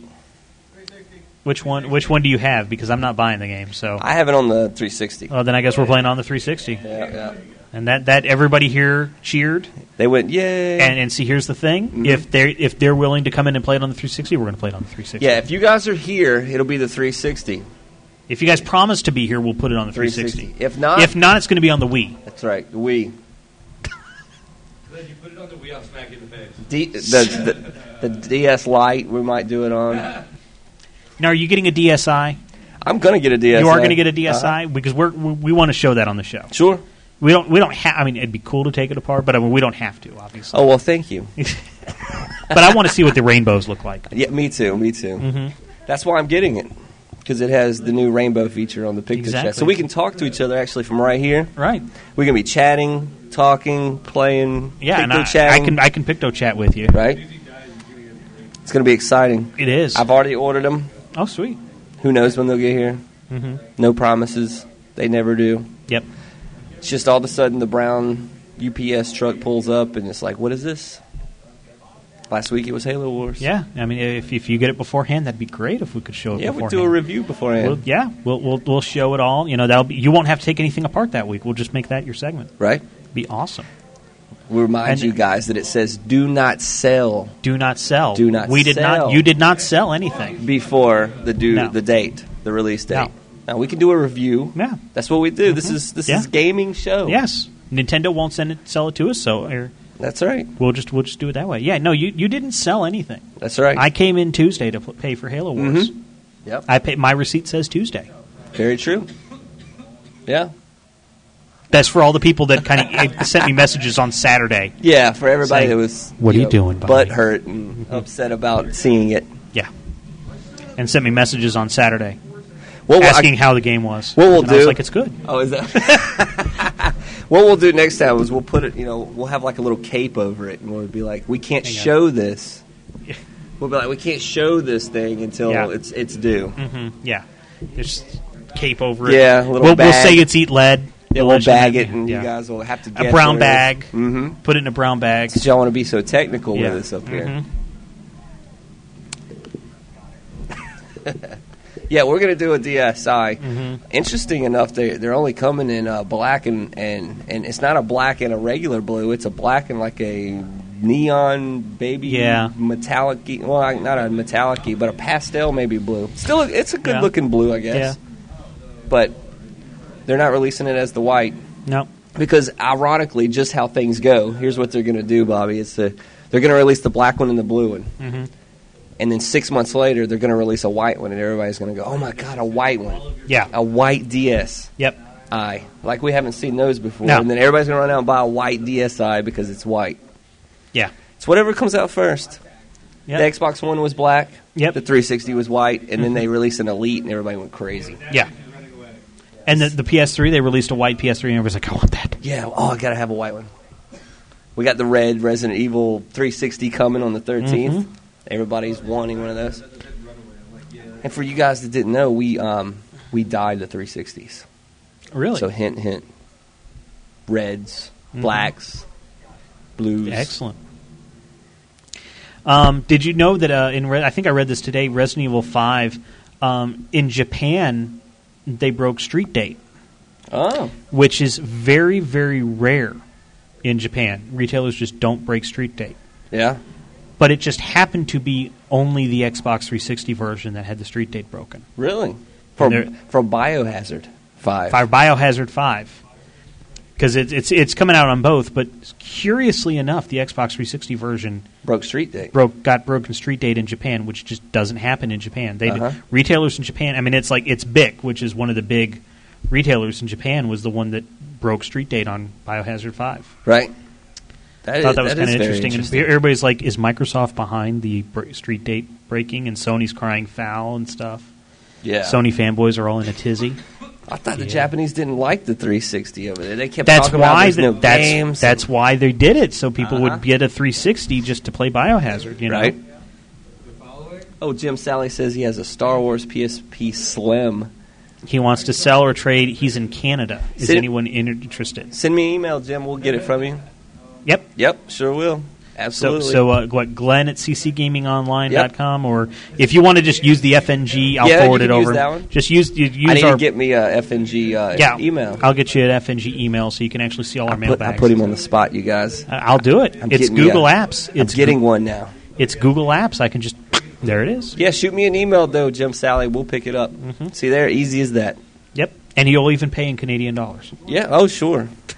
Which one? Which one do you have? Because I'm not buying the game. So, I have it on the 360. well, then I guess we're playing on the 360. yeah, yeah. And that that everybody here cheered. They went, yay. And and see, here's the thing: Mm-hmm. if they are if they're willing to come in and play it on the 360, we're going to play it on the 360. Yeah, if you guys are here, it'll be the 360. If you guys promise to be here, we'll put it on the 360. If not, If not, it's going to be on the Wii. that's right. We Then you put it on the wheel, smack you in the face. *laughs* D, the, the the DS Lite, we might do it on. Now, are you getting a DSi? I'm gonna get a DSi. You are going to get a Uh-huh. DSi because we're, we we want to show that on the show. Sure. We don't we don't have. I mean, it'd be cool to take it apart, but I mean, we don't have to, *laughs* obviously. Oh well, thank you. But I want to see what the rainbows look like. Yeah, me too. Me too. Mm-hmm. That's why I'm getting it because it has the new rainbow feature on the picture Exactly. chat, so we can talk to each other actually from right here. Right. We can be chatting, talking, playing. Yeah, and I, picture chatting, I can I can picto chat with you. right. It's gonna be exciting. It is. I've already ordered them. oh, sweet. Who knows when they'll get here? Mhm. No promises. They never do. Yep. It's just all of a sudden the brown UPS truck pulls up and it's like, what is this? Last week it was Halo Wars. Yeah. I mean, if, if you get it beforehand, that'd be great if we could show it Yeah, we beforehand. do a review beforehand. We'll, yeah, we'll, we'll we'll show it all. You know, that'll be, you won't have to take anything apart that week. We'll just make that your segment. right? Be awesome. We remind And- you guys that it says do not sell Do not sell. Do not We did not. sell. You did not sell anything. before the due No. the date, the release date. No. Now we can do a review. Yeah. Mm-hmm. That's what we do. This is this Yeah. is gaming show. Yes. Nintendo won't send it, sell it to us, so er, That's right. we'll just we'll just do it that way. Yeah. No, you you didn't sell anything. That's right. I came in Tuesday to pl- pay for Halo Wars. Mm-hmm. Yep. I pay, my receipt says Tuesday. Very true. Yeah. That's for all the people that kind of sent me messages on Saturday. Yeah, for everybody Say, that was "What are you doing, butt buddy?" Mm-hmm. hurt and upset about seeing it. Yeah. And sent me messages on Saturday What will- I- asking how the game was. What we'll and I was do- like, it's good. Oh, is that? *laughs* what we'll do next time is we'll put it. You know, we'll have like a little cape over it, and we'll be like, we can't Hang on. show *laughs* this. We'll be like, we can't show this thing until Yeah. it's it's due. hmm Yeah. There's cape over it. Mm-hmm. Yeah, a little we'll, we'll bag. say it's eat lead. Yeah, we'll bag it, and you guys will have to A guess brown bag. Mm-hmm. Put it in a brown bag. Mm-hmm. Since y'all want to be so technical Yeah. with us up here, Mhm. Yeah, we're gonna do a DSI. Mm-hmm. Interesting enough, they they're only coming in uh, black and, and and it's not a black and a regular blue. It's a black and like a neon baby Yeah. metallic. Well, I- not a metallic, but a pastel maybe blue. Still, it's a good Yeah. looking blue, I guess. But they're not releasing it as the white No. because ironically, just how things go. Here's what they're gonna do, Bobby. It's the they're gonna release the black one and the blue one hmm and then six months later they're going to release a white one, and everybody's going to go, "Oh my god, a white one, Yeah. a white DS." Yep. I like we haven't seen those before, No. and then everybody's going to run out and buy a white DSi because it's white. Yeah. it's whatever comes out first. Yep. The Xbox One was black. Yep. Mm-hmm. The 360 was white, and then they released an Elite, and everybody went crazy. Yeah. And the, the PS3, they released a white PS3, and everybody's like, I want that. Yeah. Oh, I gotta have a white one. We got the red Resident Evil 360 coming on the 13th. Mm-hmm. Everybody's wanting one of those. And for you guys that didn't know, we um, we dyed the 360s. Really? So hint, hint. Reds, Mhm. blacks, blues. Excellent. Um, did you know that uh, in Re- I think I read this today, Resident Evil Five um, in Japan they broke Street Date, Oh, which is very very rare in Japan. Retailers just don't break Street Date, yeah. but it just happened to be only the Xbox 360 version that had the Street Date broken. Really? From they're- from Biohazard five. Five Biohazard Five. Because it, it's it's coming out on both, but curiously enough, the Xbox 360 version broke street date. broke got broken street date in Japan, which just doesn't happen in Japan. They Uh-huh. retailers in Japan. I mean, it's like it's Bic, which is one of the big retailers in Japan, was the one that broke street date on Biohazard Five. right. I That thought is- that was is kind of very interesting. And e-, everybody's like, "Is Microsoft behind the br- street date breaking?" And Sony's crying foul and stuff. Yeah. Sony fanboys are all in a tizzy. I thought the Yeah. Japanese didn't like the 360 over there. They kept That's talking about why there's the, no that's games. that's why they did it, so people Uh-huh. would get a 360 just to play Biohazard. You know, right? Oh, Jim Sally says he has a Star Wars PSP Slim. he wants to sell or trade. He's in Canada. Is Sit- anyone in- interested? Send me an email, Jim. We'll get it from you. Yep. Yep, sure will. So, Absolutely. so uh, what, Glenn at ccgamingonline.com, or if you want to just use the FNG, I'll Yeah, you forward can it use over. that one. Just use, you- use I need our to get me a FNG uh, yeah, email. I'll get you an FNG email so you can actually see all our I put, mailbags. I put him on the spot, you guys. Uh, I'll do it. I'm it's getting me Google a- Apps. I'm It's getting Goo- one now. It's Google Apps. I can just there it is. Yeah, shoot me an email though, Jim Sally. We'll pick it up. Mm-hmm. See there, easy as that. Yep. And you'll even pay in Canadian dollars. Yeah. Oh, sure. *laughs*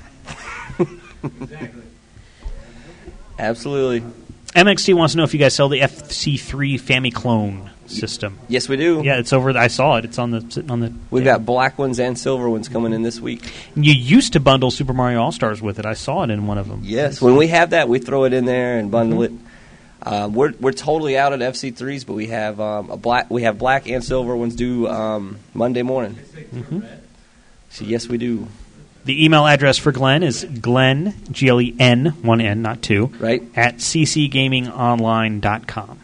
Absolutely. MXT wants to know if you guys sell the FC3 Famiclone system. Yes, we do. Yeah, it's over. I saw it. It's on the sitting on the. We've got black ones and silver ones coming in this week. You used to bundle Super Mario All Stars with it. I saw it in one of them. Yes, when we have that, we throw it in there and bundle it. Uh, we're we're totally out at FC threes, but we have um, a black we have black and silver ones due um, Monday morning. So yes, we do. The email address for Glenn is Glenn, G L E N, one N, not two, Right. at ccgamingonline.com.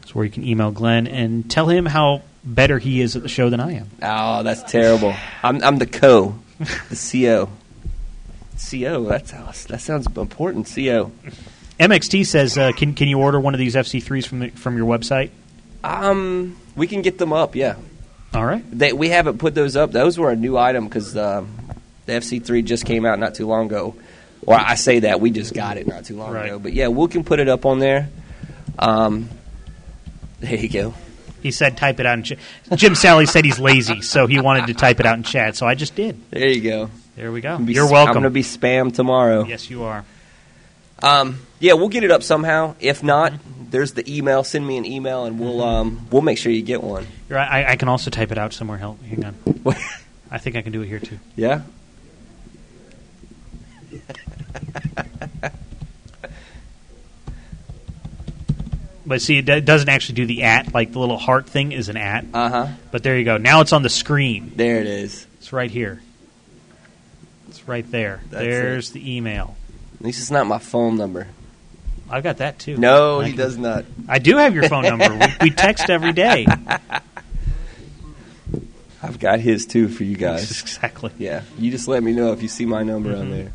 That's where you can email Glenn and tell him how better he is at the show than I am. Oh, that's terrible. I'm I'm the co, the co, co. That's how, that sounds important. Co. MXT says, uh, can, can you order one of these FC3s from, the, from your website? Um, we can get them up. Yeah, All right. they, we haven't put those up. Those were a new item because um, the FC3 just came out not too long ago. Or I say that we just got it not too long Right. ago. But yeah, we can put it up on there. Um, there you go. He said, type it out in chat. Jim Sally said he's lazy, so he wanted to type it out in chat, so I just did. There you go. There we go. I'm gonna be- You're I'm welcome. gonna be spam tomorrow. yes, you are. Um, yeah, we'll get it up somehow. If not, there's the email. Send me an email, and Mm-hmm. we'll um, we'll make sure you get one. You're, I, I can also type it out somewhere. Help. Hang *laughs* on. I think I can do it here, too. yeah. But see, it do- doesn't actually do the at. Like the little heart thing is an at. Uh huh. But there you go. Now it's on the screen. There it is. It's right here. It's right there. That's There's the email. At least it's not my phone number. I've got that too. No, I he can- does not. I do have your phone number. we, we text every *laughs* day. I've got his too for you guys. *laughs* exactly. Yeah, you just let me know if you see my number Mm-hmm. on there.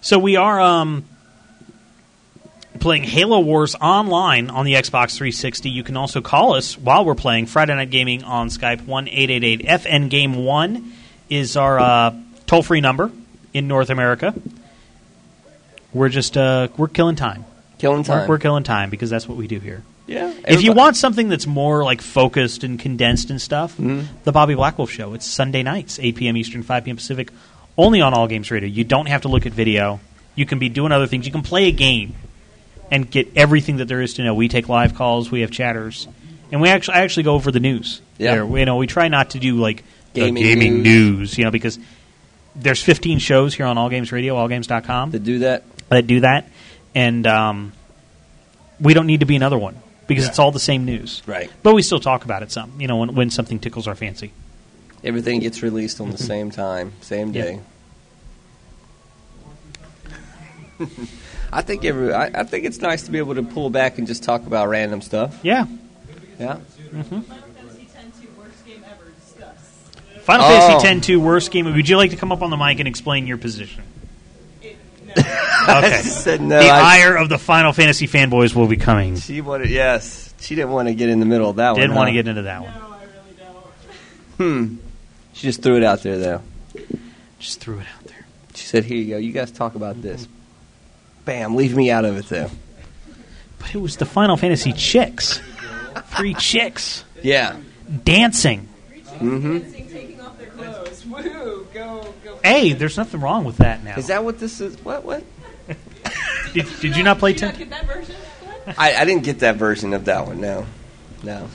So we are um, playing Halo Wars online on the Xbox 360. You can also call us while we're playing Friday Night Gaming on Skype. One eight eight eight FN Game One is our uh, toll free number in North America. We're just uh, we're killing time. Killing We're- time. We're killing time because that's what we do here. yeah. If you everybody- want something that's more like focused and condensed and stuff, Mm-hmm. the Bobby Blackwolf Show. It's Sunday nights, 8 p.m. Eastern, 5 p.m. Pacific, only on All Games Radio. You don't have to look at video. You can be doing other things. You can play a game and get everything that there is to know. We take live calls. We have chatters, and we actually I actually go over the news. Yeah. there. We- You know, we try not to do like the Gaming gaming news. news. You know, because there's 15 shows here on All Games Radio, AllGames.com to do that. that do that, and um, we don't need to be another one because it's all the same news. Right. But we still talk about it some, you know, when, when something tickles our fancy. Everything gets released on the same time, same Mm-hmm. Yeah. day. *laughs* I think every, I, I think it's nice to be able to pull back and just talk about random stuff. *laughs* Yeah. Yeah, Final Fantasy X 2 worst game ever. Discuss. Final Oh. Fantasy X 2 worst game. Would you like to come up on the mic and explain your position? It, no. I Okay. said no. the I- ire of the Final Fantasy fanboys will be coming. she wanted yes. She didn't want to get in the middle of that one. Didn't want to huh? Hmm. get into that one. No, I really don't. She just threw it out there though. Just threw it out there. She said, "Here you go. You guys talk about this." Bam. Leave me out of it though. But it was the Final Fantasy chicks. Three chicks Yeah. dancing. Dancing, taking off their clothes. Woo! Go, go. Hey, there's nothing wrong with that now. Is that what this is? What? What? did, did you not play Did you not 10? get that version? What? I, I didn't get that version of that one. No, no.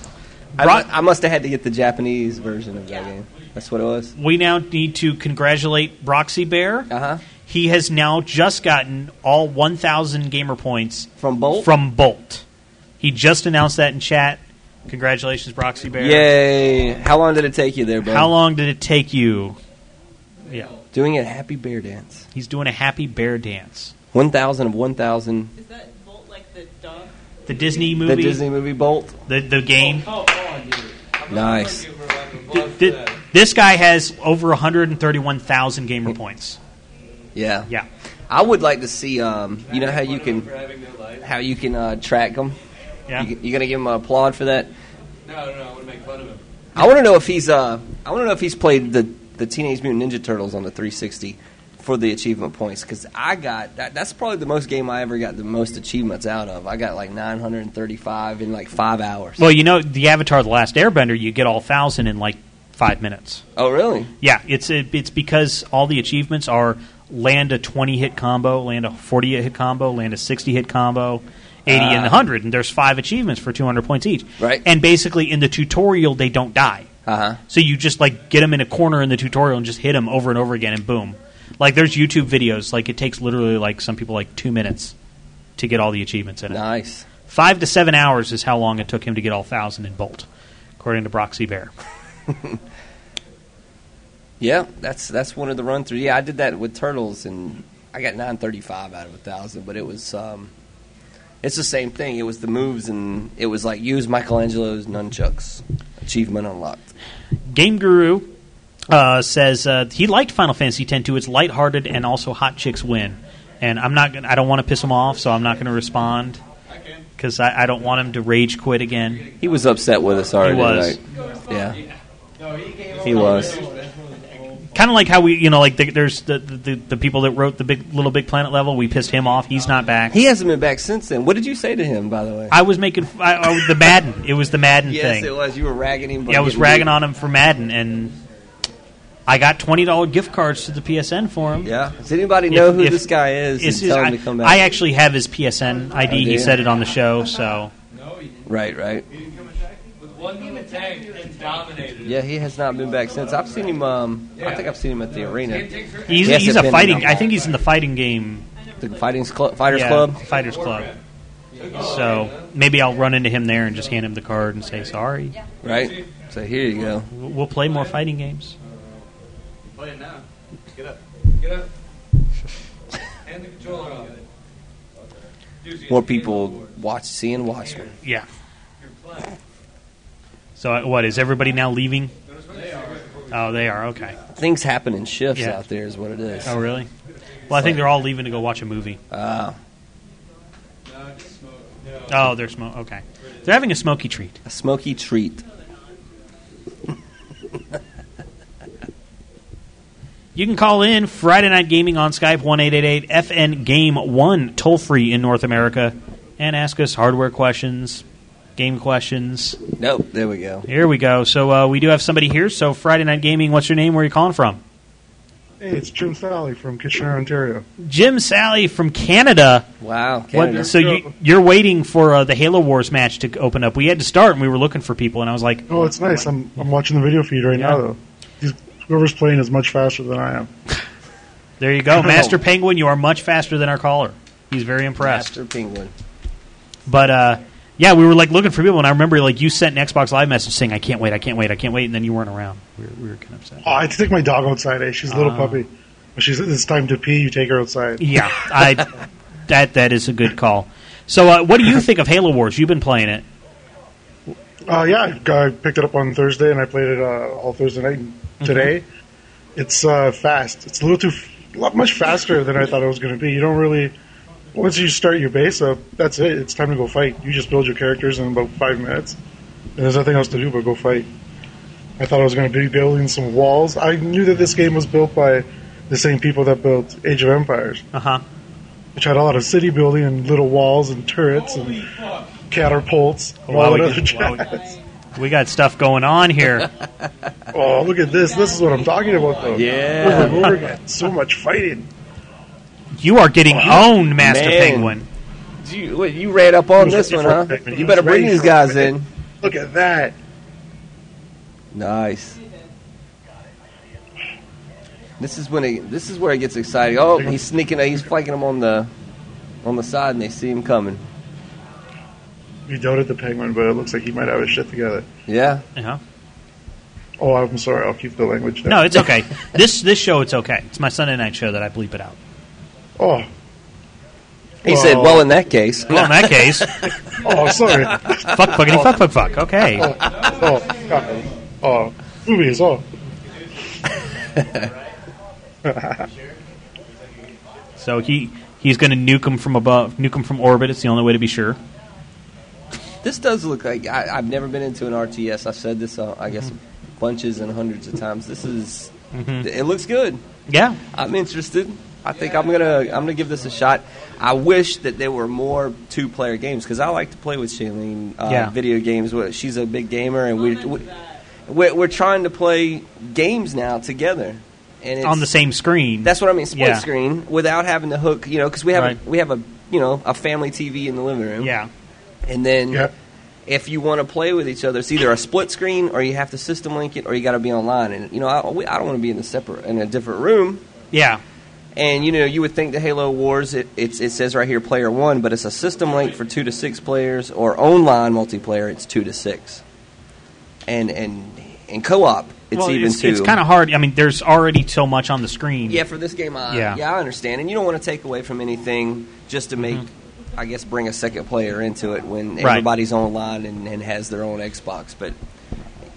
I, Rock- mu- I must have had to get the Japanese version of that Yeah. game. That's what it was. We now need to congratulate Broxy Bear. Uh huh. He has now just gotten all 1,000 gamer points From Bolt. from Bolt. He just announced that in chat. Congratulations, Broxy Bear. Yay! How long did it take you there, bro? How long did it take you? Yeah, Doing a happy bear dance. he's doing a happy bear dance. One thousand of one thousand. Is that Bolt like the dog? The Disney The movie, the, Disney movie Bolt. the, game. Come on, dude. I'm not Nice. gonna give her like a Th- bluff th- that. this guy has over 131,000 Hmm. gamer points. Yeah. Yeah. I would like to see. Um, you know how you For can having no life. how you can uh, track them. Yeah. You, you gonna give him an applaud for that? No, no, no. I would make fun of him. I want to know if he's. Uh, I want to know if he's played the the Teenage Mutant Ninja Turtles on the 360 for the achievement points because I got that, that's probably the most game I ever got the most achievements out of. I got like 935 in like five hours. Well, you know, the Avatar: The Last Airbender, you get all 1,000 in like five minutes. Oh, really? Yeah, it's it, it's because all the achievements are land a twenty hit combo, land a forty hit combo, land a sixty hit combo, eighty and Ah. and hundred, and there's five achievements for two hundred points each. Right. And basically, in the tutorial, they don't die. Uh huh. So you just like get them in a corner in the tutorial and just hit them over and over again, and boom. Like there's YouTube videos. Like it takes literally like some people like two minutes to get all the achievements in it. Nice. Five to seven hours is how long it took him to get all thousand in Bolt, according to Broxy Bear. Yeah, that's that's one of the run through. Yeah, I did that with Turtles and I got 935 out of a thousand, but it was. Um, it's the same thing. It was the moves and it was like use Michelangelo's nunchucks. Achievement unlocked. Game Guru uh, says uh, he liked Final Fantasy X too. It's lighthearted and also hot chicks win. And I'm not. Gonna, I don't want to piss him off, so I'm not going to respond because I, I don't want him to rage quit again. He was upset with us already. was. Right? Yeah. He was. Kind of like how we, you know, like the, there's the, the the people that wrote the big little big planet level. We pissed him off. He's not back. He hasn't been back since then. What did you say to him, by the way? I was making I, I, the Madden. It was the Madden yes, thing. it was. You were ragging him. for Yeah, I was getting ragging beat. on him for Madden, and I got twenty dollar gift cards to the PSN for him. Yeah. Does anybody know If- who if- this guy is? It's and his- tell him I, to come back. I actually have his PSN ID. Oh, do he you? said it on the show, so right, right. With one little tank and dominated. Yeah, he has not been back since. I've seen him. Um, I think I've seen him at the arena, he's, Yes, he's a I've been in fighting. a- I think he's in the fighting game. the Fighting Cl- Fighters yeah, Club. Fighters Club. So maybe I'll run into him there and just hand him the card and say sorry. Right. So here you go. We'll we'll play more fighting games. Play it now. Oh, Get up. Get *laughs* up. Hand the controller off. More people watch, seeing Watchmen. Yeah. So uh, what is everybody now leaving? Oh, they are okay. Things happen in shifts Yeah. out there, is what it is. Oh, really? Well, I think they're all leaving to go watch a movie. Uh, Oh, they're smoke. Okay, they're having a smoky treat. A smoky treat. You can call in Friday Night Gaming on Skype, 1 FN Game 1, toll free in North America, and ask us hardware questions, game questions. Nope. There we go. Here we go. So uh, we do have somebody here. So, Friday Night Gaming, what's your name? Where are you calling from? Hey, it's Jim Sally from Kitchener, Ontario. Jim Sally from Canada. Wow. What, so you, you're waiting for uh, the Halo Wars match to open up. We had to start, and we were looking for people, and I was like, Oh, it's nice. I'm I'm watching the video feed right Yeah. now though. These- Whoever's playing is much faster than I am. "There you go, Master Penguin. You are much faster than our caller. He's very impressed." Master Penguin. But uh, yeah, we were like looking for people, and I remember like you sent an Xbox Live message saying, "I can't wait, I can't wait, I can't wait," and then you weren't around. We were, we were kind of upset. Oh, I had to take my dog outside. Eh? She's a little Ah. puppy. When she's it's time to pee, you take her outside. Yeah, I that that is a good call. So, uh, what do you think of Halo Wars? You've been playing it. Uh, yeah, I got- I picked it up on Thursday and I played it uh, all Thursday night. And Today, it's uh, fast. It's a little too f- lot- much faster than I thought it was going to be. You don't really once you start your base up, that's it. It's time to go fight. You just build your characters in about five minutes, and there's nothing else to do but go fight. I thought I was going to be building some walls. I knew that this game was built by the same people that built Age of Empires, Uh huh. which had a lot of city building and little walls and turrets and catapults. and Wow, all we that other did- *laughs* wow, we jazz. We got stuff going on here. Oh, look at this. This is what I'm talking about, though. Yeah. Over and over again. So much fighting. You are getting owned, Master Man. Penguin. You, wait, you ran up on Who's this one, ready huh? for it? You better bring Who's ready these for guys it? in. Look at that. Nice. This is when it, this is where it gets exciting. Oh, he's sneaking. He's flanking them on the on the side, and they see him coming. We doted the penguin, but it looks like he might have his shit together. Yeah. Uh-huh. Oh, I'm sorry. I'll keep the language down. No, it's okay. this this show, it's okay. It's my Sunday night show that I bleep it out. Oh, He said, "Well, in that case, Well, in that case, oh, sorry. fuck, fuckity, fuck, fuck, fuck. Okay. oh, God. Oh, movies. Oh, So he he's going to nuke him from above, nuke him from orbit. It's the only way to be sure. *laughs* this does look like I, I've never been into an RTS. I've said this, uh, I guess, bunches and hundreds of times. This is it looks good. Yeah. I'm interested. I think I'm gonna I'm gonna give this a shot. I wish that there were more two player games because I like to play with Shailene uh, Yeah. video games. Where she's a big gamer, and we, we we're, we're trying to play games now together. And it's, On the same screen. that's what I mean, split Yeah. screen without having to hook. You know, because we have Right. a, we have a you know a family TV in the living room. yeah. and then. Yeah. If you want to play with each other, it's either a split screen, or you have to system link it, or you got to be online. And you know, I, we, I don't want to be in a separate, in a different room. Yeah. And you know, you would think the Halo Wars it, it's, it says right here player one, but it's a system link for two to six players or online multiplayer. It's two to six, and and and co-op it's well, even it's, two. it's kind of hard. I mean, there's already so much on the screen. yeah for this game. I, Yeah. yeah, I understand, and you don't want to take away from anything just to make. I guess bring a second player into it when Mm-hmm. Right. everybody's online and, and has their own Xbox. But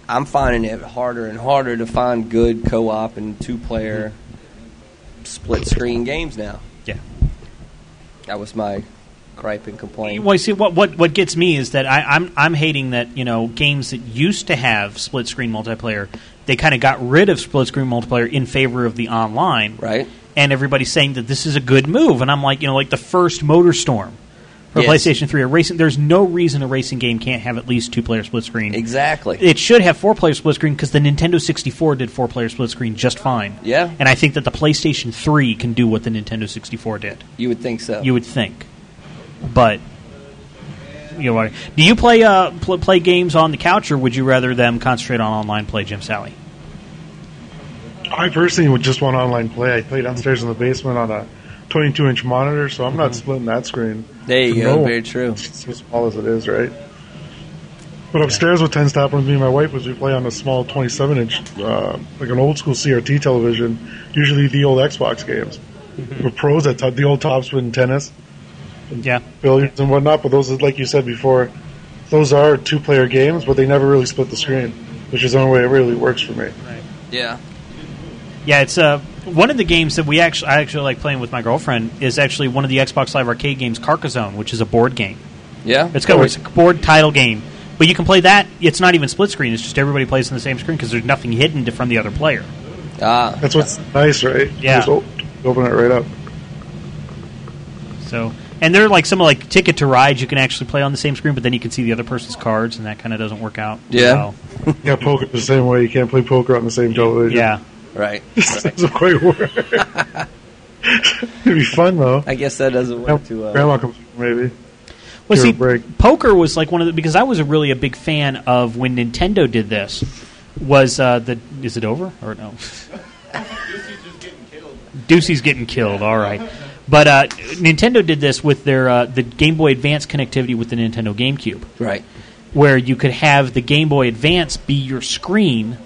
I'm finding it harder and harder to find good co-op and two-player split-screen games now. Yeah. That was my gripe and complaint. Well, you see, what, what what gets me is that I, I'm I'm hating that you know games that used to have split screen multiplayer, they kind of got rid of split screen multiplayer in favor of the online, Right. And everybody's saying that this is a good move, and I'm like, you know, like the first Motor Storm for Yes. PlayStation Three, a racing. There's no reason a racing game can't have at least two player split screen. Exactly. It should have four player split screen because the Nintendo 64 did four player split screen just fine. Yeah. And I think that the PlayStation 3 can do what the Nintendo 64 did. you would think so. You would think, but you know, what- do you play uh, pl- play games on the couch, or would you rather them concentrate on online play, Jim Sally? I personally would just want online play. I play downstairs in the basement on a 22 inch monitor, so I'm not splitting that screen. there you No. go. Very true. It's as small as it is, right? But upstairs, what tends to happen with me and my wife is we play on a small 27 inch, uh, like an old school CRT television, usually the old Xbox games. We're pros at the old topspin tennis, Yeah, billiards, and whatnot, but those, is, like you said before, those are two player games, but they never really split the screen, which is the only way it really works for me. Yeah. yeah. It's uh, one of the games that we actually I actually like playing with my girlfriend is actually one of the Xbox Live Arcade games, Carcassonne, which is a board game. Yeah, it's got it's a board title game, but you can play that. It's not even split screen. It's just everybody plays on the same screen because there's nothing hidden to- from the other player. Ah, That's what's nice, right? Yeah. Just o- open it right up. So, and there are like some like Ticket to Ride you can actually play on the same screen, but then you can see the other person's cards, and that kind of doesn't work out. well. yeah, poker the same way. You can't play poker on the same television. *laughs* Yeah. *laughs* Right. doesn't quite work. It'd be fun though. I guess that doesn't work too well. Grandma comes Well, maybe. Give her see, a break. poker was like one of the because I was a really a big fan of when Nintendo did this. Was uh, the is it over or no? Deucey's getting killed. All right, but uh, Nintendo did this with their uh, the Game Boy Advance connectivity with the Nintendo GameCube, right? Where you could have the Game Boy Advance be your screen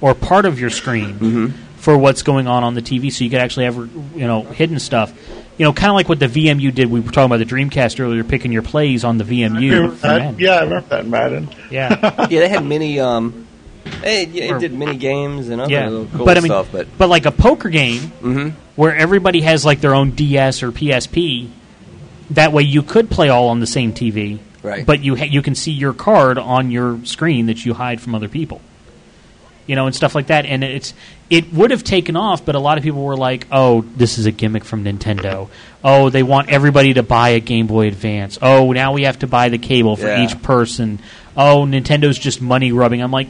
or part of your screen for what's going on on the TV, so you could actually have you know hidden stuff. You know, kind of like what the VMU did. We were talking about the Dreamcast earlier, picking your plays on the VMU. That- yeah, I remember that in Madden. Yeah, yeah, they had many. Um, it, yeah, it did many games and other yeah. little cool but I mean, stuff. But Mm-hmm. like a poker game where everybody has like their own DS or PSP. That way, you could play all on the same TV, Right. But you ha- you can see your card on your screen that you hide from other people, you know, and stuff like that. And it's it would have taken off, but a lot of people were like, "Oh, this is a gimmick from Nintendo. Oh, they want everybody to buy a Game Boy Advance. Oh, now we have to buy the cable for Yeah. each person. Oh, Nintendo's just money rubbing." I'm like,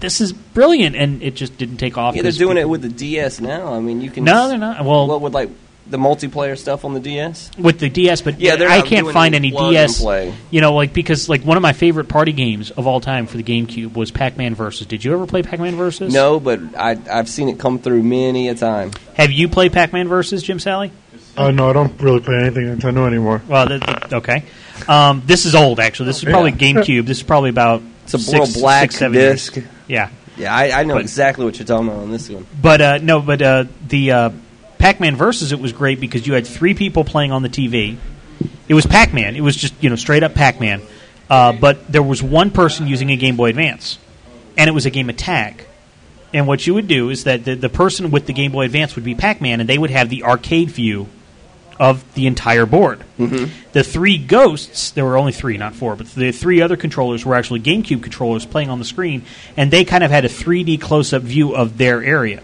"This is brilliant," and it just didn't take off. yeah, they're 'cause doing people- it with the DS now. I mean, you can. No, they're not. Well- what with like the multiplayer stuff on the DS? with the DS, but Yeah, they're I not can't doing find any any plug and DS. play. You know, like because like one of my favorite party games of all time for the GameCube was Pac-Man versus. Did you ever play Pac-Man versus? No, but I, I've seen it come through many a time. Have you played Pac-Man versus, Jim Sally? Oh no, I don't really play anything Nintendo anymore. Well, th th- okay. Um, this is old actually. This is probably GameCube. This is probably about It's a six, little black six, seven years. disc. Yeah. Yeah, I, I know But- exactly what you're talking about on this one. But uh, no, but uh, the uh, Pac-Man versus it was great because you had three people playing on the TV. It was Pac-Man. It was just you know straight up Pac-Man. Uh, but there was one person using a Game Boy Advance, and it was a game of tag. And what you would do is that the, the person with the Game Boy Advance would be Pac-Man, and they would have the arcade view of the entire board. The three ghosts, there were only three, not four, but the three other controllers were actually GameCube controllers playing on the screen, and they kind of had a 3D close up view of their area.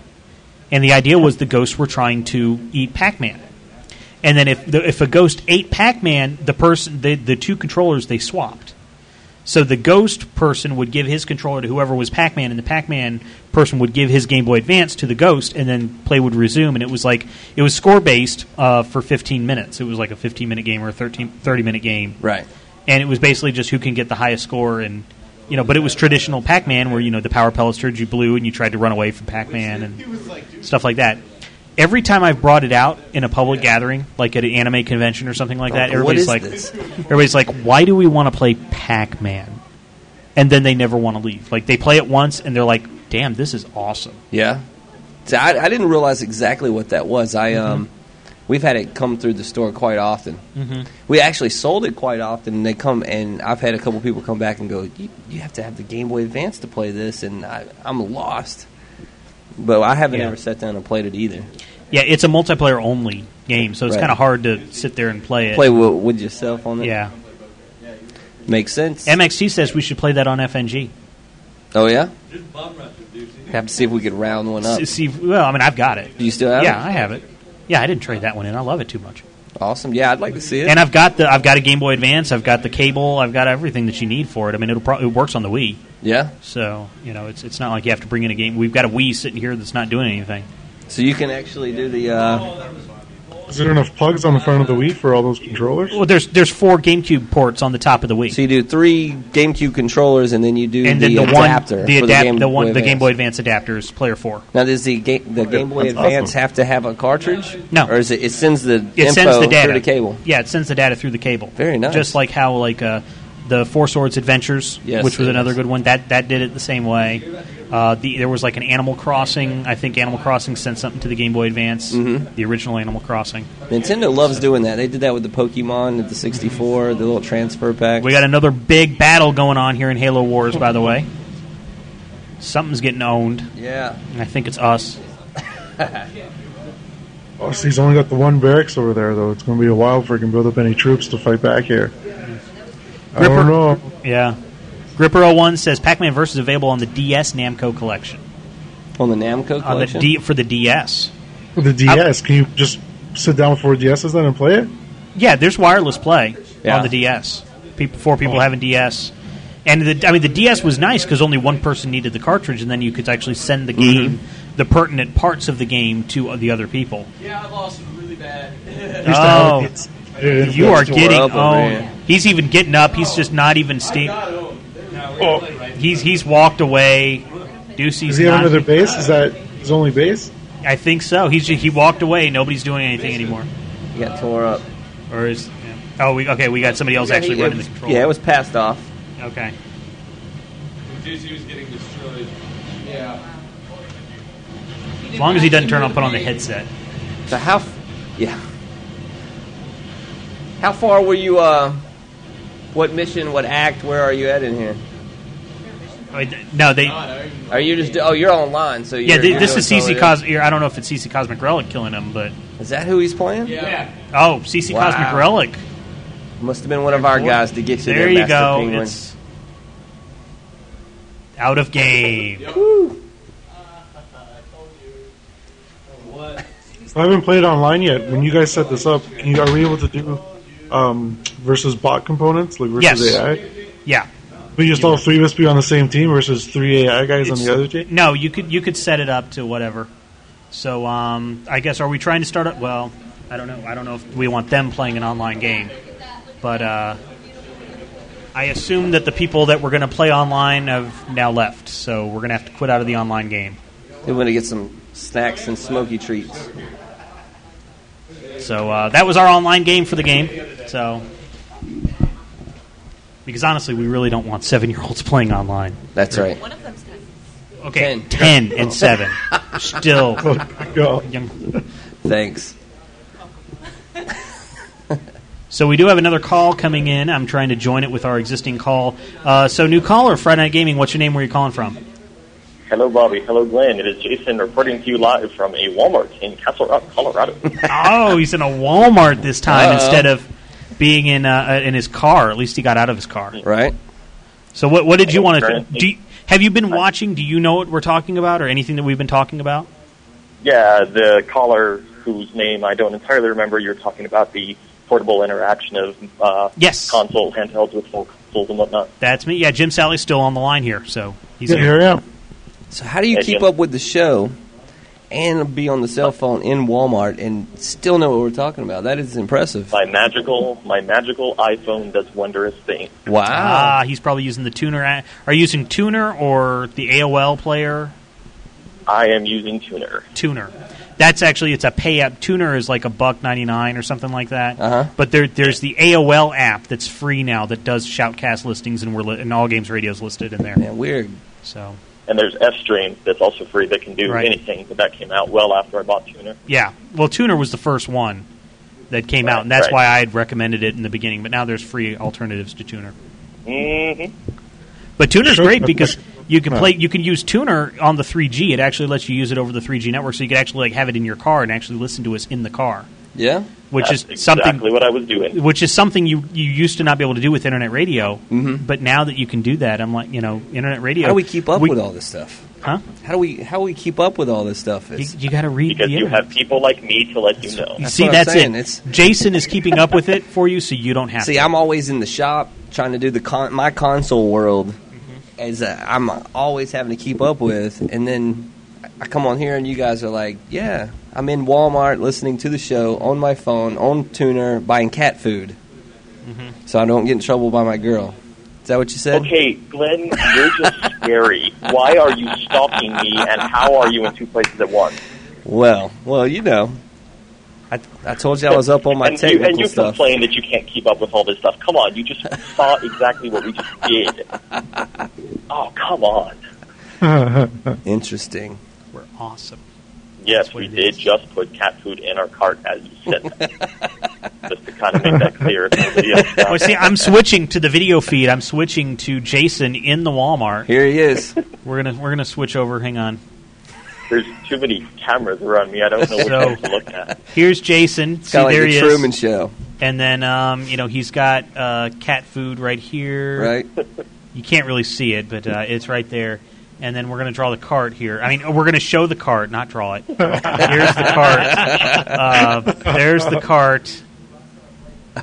And the idea was the ghosts were trying to eat Pac Man. And then if, the, if a ghost ate Pac Man, the, person, the, the two controllers, they swapped. So the ghost person would give his controller to whoever was Pac Man, and the Pac Man person would give his Game Boy Advance to the ghost, and then play would resume. And it was like it was score based uh, for 15 minutes. It was like a 15 minute game or a 13, 30 minute game, Right. and it was basically just who can get the highest score and. You know, but it was traditional Pac-Man where you know the power pellets turned you blue and you tried to run away from Pac-Man and stuff like that. Every time I've brought it out in a public gathering, like at an anime convention or something like that, What everybody's is like, this? everybody's like, why do we want to play Pac-Man? and then they never want to leave. Like they play it once and they're like, "Damn, this is awesome." Yeah. So I, I didn't realize exactly what that was. I Mm-hmm. um, we've had it come through the store quite often. Mhm. We actually sold it quite often, and they come and I've had a couple people come back and go, "You, you have to have the Game Boy Advance to play this," and I, I'm lost. But I haven't Yeah. ever sat down and played it either. Yeah, it's a multiplayer only game, so it's Right. kind of hard to sit there and play it. Play with, with yourself on it. yeah, makes sense. MXT says we should play that on FNG. oh yeah, Just bum rush it, dude. have to see if we could round one up. S- See, well, I mean, I've got it. Do you still have yeah, it? I have it. Yeah, I didn't trade that one in. I love it too much. Awesome. Yeah, I'd like to see it. And I've got the I've got a Game Boy Advance. I've got the cable. I've got everything that you need for it. I mean, it'll pro- it works on the Wii, yeah. so you know it's it's not like you have to bring in a game. We've got a Wii sitting here that's not doing anything. So you can actually do the. Oh, Uh, Is there enough plugs on the front of the Wii for all those controllers? Well, there's there's four GameCube ports on the top of the Wii. so you do three GameCube controllers, and then you do and the, then the, adapter one, the for adapt, the Game the one, Boy the Game Advance. Boy Advance adapter is player four. Now, does the game, the Game Boy that's Advance awesome. have to have a cartridge? No. or is it? It sends the It info sends the data through the cable. Yeah, it sends the data through the cable. Very nice. Just like how like uh, the Four Swords Adventures, Yes, which was it another is. good one. That that did it the same way. Uh, the, there was like an Animal Crossing. I think Animal Crossing sent something to the Game Boy Advance. Mm-hmm. The original Animal Crossing. Nintendo loves doing that. They did that with the Pokemon at the 64, the little transfer pack. We got another big battle going on here in Halo Wars, by the way. Something's getting owned. yeah, and I think it's us. Oh, so he's only got the one barracks over there, though. It's going to be a while for he can build up any troops to fight back here. I don't know. Yeah. Gripper01 says Pac-Man Versus is available on the DS Namco collection. On the Namco On the collection? D for the DS. With the DS, can you just sit down with four DSs then and play it? Yeah, there's wireless play Yeah. on the DS. People, four people having DS, and the, I mean the DS was nice because only one person needed the cartridge, and then you could actually send the Mm-hmm. game, the pertinent parts of the game to the other people. Yeah, I lost really bad. *laughs* Oh, Dude, you are it's getting horrible, owned. man. He's even getting up. He's just not even sta- Oh. He's he's walked away. Deucey's Does he have not- another base? Is that his only base? I think so. He's he walked away. Nobody's doing anything anymore. He got tore up. Or is yeah. oh we okay? We got somebody else Yeah, actually he- it running the was- control. yeah, it was passed off. Okay. Dizzy was getting destroyed. Yeah. As long as he doesn't turn on, put on the headset. So how? F- yeah. How far were you? Uh, what mission? What act? Where are you at in here? No, they. Are you just? Oh, you're online. So you're, Yeah, thi- you're this doing is CC solo. Cosmic. I don't know if it's CC Cosmic Relic killing him, but Is that who he's playing? Yeah. oh, CC Wow. Cosmic Relic. Must have been one of our guys to get you there. There you Master go. Penguin. It's out of game. I haven't played online yet. When you guys set this up, can you, are we able to do um, versus bot components, like versus Yes. AI? Yeah. We just all three of us be on the same team versus three AI guys on It's- the other team. No, you could you could set it up to whatever. So um, I guess are we trying to start up? Well, I don't know. I don't know if we want them playing an online game, but uh, I assume that the people that were going to play online have now left. So we're going to have to quit out of the online game. They want to get some snacks and smoky treats. So uh, that was our online game for the game. So because honestly, we really don't want seven-year-olds playing online. That's right. One of them's ten. Okay, ten, and seven. Still, Oh, Go. young. Thanks. So we do have another call coming in. I'm trying to join it with our existing call. Uh, so new caller, Friday Night Gaming. What's your name? Where are you calling from? Hello, Bobby. Hello, Glenn. It is Jason reporting to you live from a Walmart in Castle Rock, Colorado. oh, he's in a Walmart this time Uh-oh. instead of being in uh, in his car. At least he got out of his car. Right. So what what did you Yeah, want to? apparently. Do you- have you been watching? Do you know what we're talking about, or anything that we've been talking about? yeah, the caller whose name I don't entirely remember, you're talking about the portable interaction of uh, yes. console handhelds with full consoles and whatnot. That's me. Yeah, Jim Sally's still on the line here, so he's Yeah, here I am. So how do you Yeah, keep Jim. up with the show and be on the cell phone in Walmart and still know what we're talking about? That is impressive. My magical, my magical iPhone does wondrous things. Wow. Ah, he's probably using the tuner. a- Are you using tuner or the AOL player? I am using Tuner. Tuner. That's actually it's a pay app. Tuner is like a buck ninety nine or something like that. Uh-huh. But there, there's the AOL app that's free now that does shoutcast listings and we're li- and all games radios listed in there. Yeah, weird. So And there's F-Stream that's also free that can do Right. anything, but that came out well after I bought Tuner. yeah, well, Tuner was the first one that came out, and that's why I had recommended it in the beginning. But now there's free alternatives to Tuner. Mm-hmm. But Tuner's Sure. great because you can Huh. play you can use Tuner on the 3G. It actually lets you use it over the 3G network, so you can actually like have it in your car and actually listen to us in the car. Yeah. Which That's is something- exactly what I was doing. Which is something you you used to not be able to do with internet radio, Mm-hmm. but now that you can do that, I'm like you know internet radio. How do we keep up with all this stuff? Huh? How do we how do we keep up with all this stuff? Is You got to read Because the you internet. have people like me to let you know. You see, what I'm that's saying. it. It's- Jason is keeping up with it for you, so you don't have See, to. I'm always in the shop trying to do the con- my console world. Mm-hmm. As i I'm always having to keep up with, and then I come on here and you guys are like, "Yeah, I'm in Walmart listening to the show on my phone on tuner buying cat food, Mm-hmm. so I don't get in trouble by my girl." Is that what you said? Okay, Glenn, you're *laughs* just scary. Why are you stalking me, and how are you in two places at once? Well, well, you know, I I told you I was up on my and you, and technical you stuff. complain that you can't keep up with all this stuff. Come on, you just saw exactly what we just did. Oh, come on. Interesting. We're awesome. Yes, we did just put cat food in our cart as you said. just to kind of make that clear. Nobody else Oh, see, I'm switching to the video feed. I'm switching to Jason in the Walmart. Here he *laughs* is. We're gonna we're gonna switch over. Hang on. There's too many cameras around me. I don't know which So- one to look at. Here's Jason. It's See, kind of there like he the is. Truman Show. And then um, you know he's got uh, cat food right here. Right. You can't really see it, but uh, it's right there. And then we're going to draw the cart here. I mean, uh, we're going to show the cart, not draw *laughs* it. Here's the cart. Uh, there's the cart.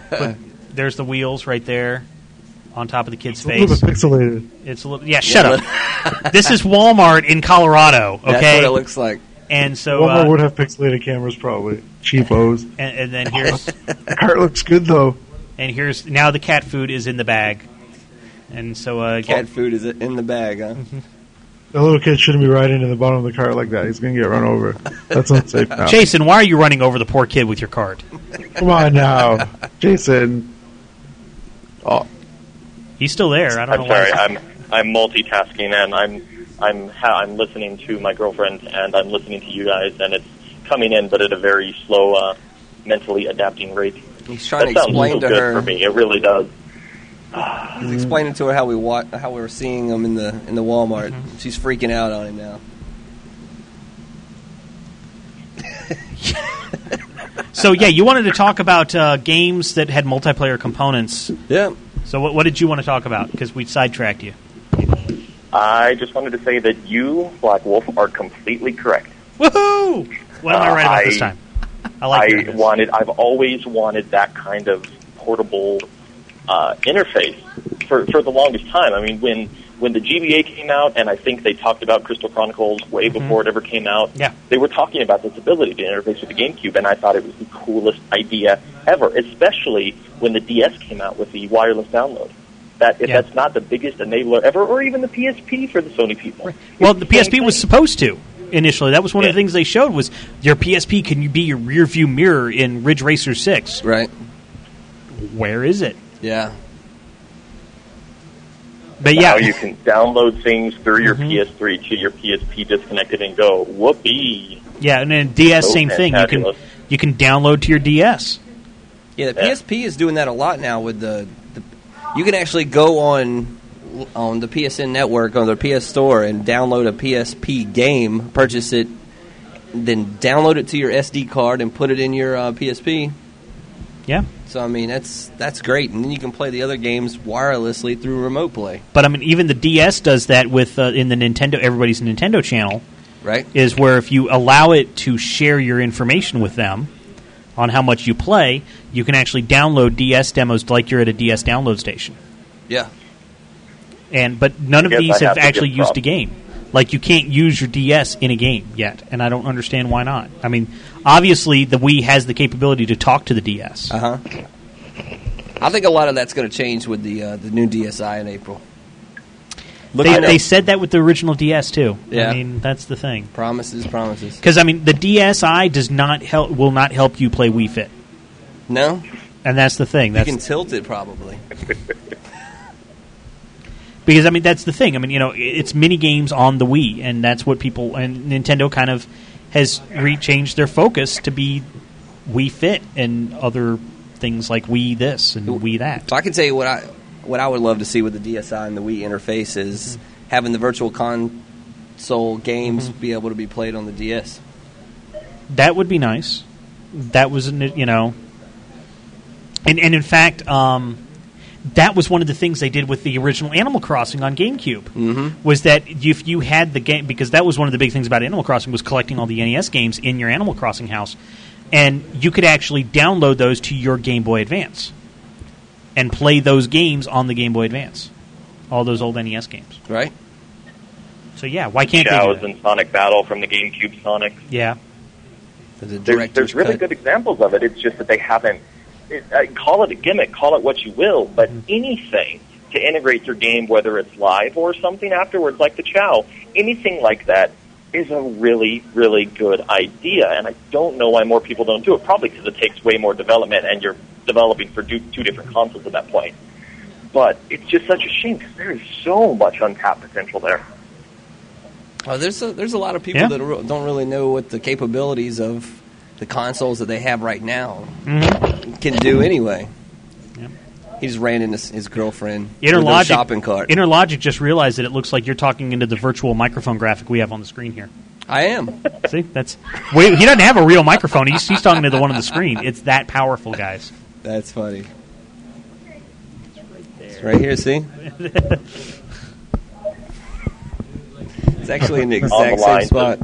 Put- there's the wheels right there on top of the kid's a little face. bit pixelated. It's a little. Yeah, shut *laughs* up. this is Walmart in Colorado. Okay, That's what it looks like. And so, Walmart uh, would have pixelated cameras probably. *laughs* Cheapos. and, and then here's The cart looks good though. and here's now the cat food is in the bag, and so uh, Cat food is in the bag, huh? The little kid shouldn't be riding in the bottom of the cart like that. He's gonna get run over. *laughs* That's unsafe. Now. Jason, why are you running over the poor kid with your cart? come on now, Jason. Oh, He's still there. I don't know I'm sorry. why. I'm I'm multitasking and I'm I'm ha- I'm listening to my girlfriend and I'm listening to you guys and it's coming in, but at a very slow, uh, mentally adapting rate. He's trying that to sounds explain so to good her. for me. It really does. He's explaining to her how we wa- how we were seeing him in the in the Walmart. She's freaking out on him now. So yeah, you wanted to talk about uh, games that had multiplayer components. Yeah. So what, what did you want to talk about? Because we sidetracked you. I just wanted to say that you, Black Wolf, are completely correct. Woohoo! What am I Uh, right about I- this time? I like I hearing this. wanted. I've always wanted that kind of portable uh, interface for for the longest time. I mean, when when the GBA came out, and I think they talked about Crystal Chronicles way before it ever came out. Yeah. they were talking about this ability to interface with the GameCube, and I thought it was the coolest idea ever. Especially when the DS came out with the wireless download. That if Yeah. that's not the biggest enabler ever, or even the PSP for the Sony people. Well, the PSP was supposed to initially. That was one of the things they showed was your PSP can be your rear view mirror in Ridge Racer Six. Right. Where is it? Yeah. But now yeah, you can download things through your Mm-hmm. PS3 to your PSP disconnected and go. Whoopee! yeah, and then DS Oh, same thing. You can fabulous. you can download to your DS. Yeah, the PSP is doing that a lot now with the, the you can actually go on on the PSN network on the PS store and download a PSP game, purchase it, then download it to your SD card and put it in your uh, PSP. Yeah. So I mean, that's that's great and then you can play the other games wirelessly through remote play. But I mean, even the DS does that with uh, in the Nintendo. Everybody's Nintendo channel, Right. Is where if you allow it to share your information with them on how much you play, you can actually download DS demos like you're at a DS download station. Yeah. And but none of I guess these I have have to actually give used a props. game. Like you can't use your DS in a game yet, and I don't understand why not. I mean, obviously the Wii has the capability to talk to the DS. Uh huh. I think a lot of that's going to change with the uh, the new DSi in April. Look, they, I know. they said that with the original DS too. Yeah. I mean, that's the thing. Promises, promises. Because I mean, the DSi does not help. Will not help you play Wii Fit, No, and that's the thing. you That's can tilt it probably. because I mean, that's the thing. I mean, you know, i- it's mini games on the Wii, and that's what people and Nintendo kind of has rechanged their focus to be Wii Fit and other things like Wii this and Wii that. So I can tell you what I what I would love to see with the DSi and the Wii interface is having the virtual console games be able to be played on the DS. That would be nice. That was an- you know, and and in fact, um, that was one of the things they did with the original Animal Crossing on GameCube. Mm-hmm. Was that if you had the game because that was one of the big things about Animal Crossing was collecting all the NES games in your Animal Crossing house, and you could actually download those to your Game Boy Advance and play those games on the Game Boy Advance, all those old NES games. Right. So yeah, why can't they? Do Chows that? and Sonic Battle from the GameCube Sonic. Yeah. There's, there's really good examples of it. It's just that they haven't. It, uh, call it a gimmick, call it what you will, but anything to integrate your game, whether it's live or something afterwards, like the Chow, anything like that is a really, really good idea. And I don't know why more people don't do it. Probably because it takes way more development, and you're developing for two, two different consoles at that point. But it's just such a shame because there is so much untapped potential there. Uh, there's a, there's a lot of people Yeah. that re- don't really know what the capabilities of the consoles that they have right now can do anyway. He just ran into s- his girlfriend with her Interlogic shopping cart. Interlogic just realized that it looks like you're talking into the virtual microphone graphic we have on the screen here. I am. See, that's wait, he doesn't have a real microphone. He's, he's talking to the one on the screen. It's that powerful, guys. That's funny. It's right here, see? It's actually in the exact same spot.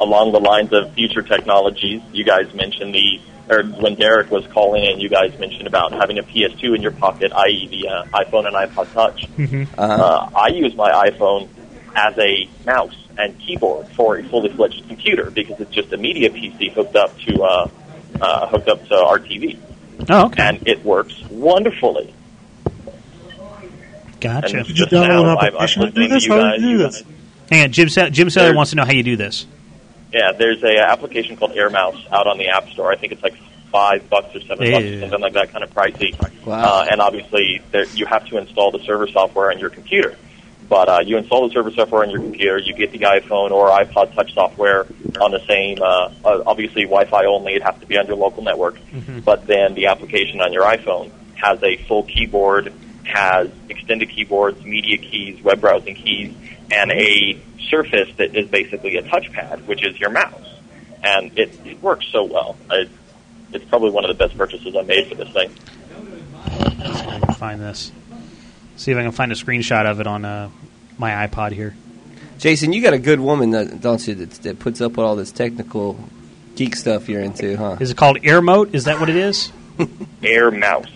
along the lines of future technologies, you guys mentioned the, or when Derek was calling in, you guys mentioned about having a PS2 in your pocket, i.e., the uh, iPhone and iPod Touch. Uh-huh. Uh, I use my iPhone as a mouse and keyboard for a fully fledged computer because it's just a media PC hooked up to uh, uh, hooked up to our TV, Oh, okay. and it works wonderfully. Gotcha. And Did you just download now, an I'm- I'm application to do listening to this? you How did you guys, do you this? Hang on, Jim. Se- Jim Seller wants to know how you do this. Yeah, there's a uh, application called Air Mouse out on the App Store. I think it's like five bucks or seven bucks, Yeah. something like that, kind of pricey. Wow. Uh, and obviously, there, you have to install the server software on your computer. But uh, you install the server software on your computer, you get the iPhone or iPod Touch software on the same. Uh, uh, obviously, Wi-Fi only; it'd have to be on your local network. Mm-hmm. But then the application on your iPhone has a full keyboard, has extended keyboards, media keys, web browsing keys, and a surface that is basically a touchpad, which is your mouse. And it, it works so well. I, it's probably one of the best purchases I made for this thing. I can find this. See if I can find a screenshot of it on uh, my iPod here. Jason, you got a good woman, that, don't you, that, that puts up with all this technical geek stuff you're into, huh? Is it called Air Mote? Is that what it is? *laughs* Air Mouse.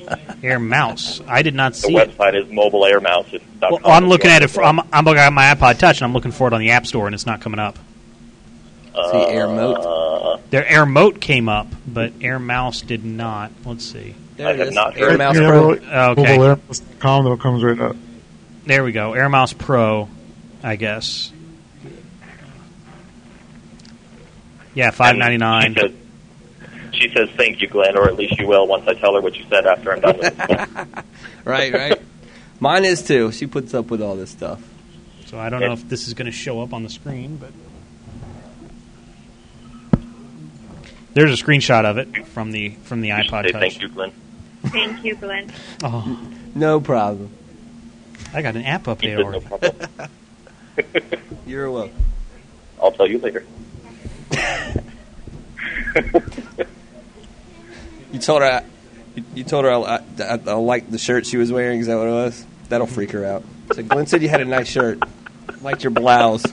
Air Mouse. I did not The see it. website is mobile air mouse. It's dot Well, com. I'm looking at it. For, I'm, I'm looking at my iPod Touch, and I'm looking for it on the App Store, and it's not coming up. Uh, Air Mote. Their Air Mote came up, but Air Mouse did not. Let's see. There I it have is. not Right, you have a- Oh, Okay. Google Airmouse.com that comes right up. There we go. Air Mouse Pro, I guess. Yeah, five ninety nine. She says, "Thank you, Glenn," or at least you will once I tell her what you said after I'm done with it. Right, right. Mine is too. She puts up with all this stuff. So I don't know if this is going to show up on the screen, but there's a screenshot of it from the from the iPod Say Touch. thank you, Glenn. Thank you, Glenn. Oh, No problem. I got an app He update said, "No already. problem." You're welcome. I'll tell you later. *laughs* You told her, I, you- you told her I, I, I, I liked the shirt she was wearing. Is that what it was? That'll freak her out. So Glenn said you had a nice shirt. Liked your blouse.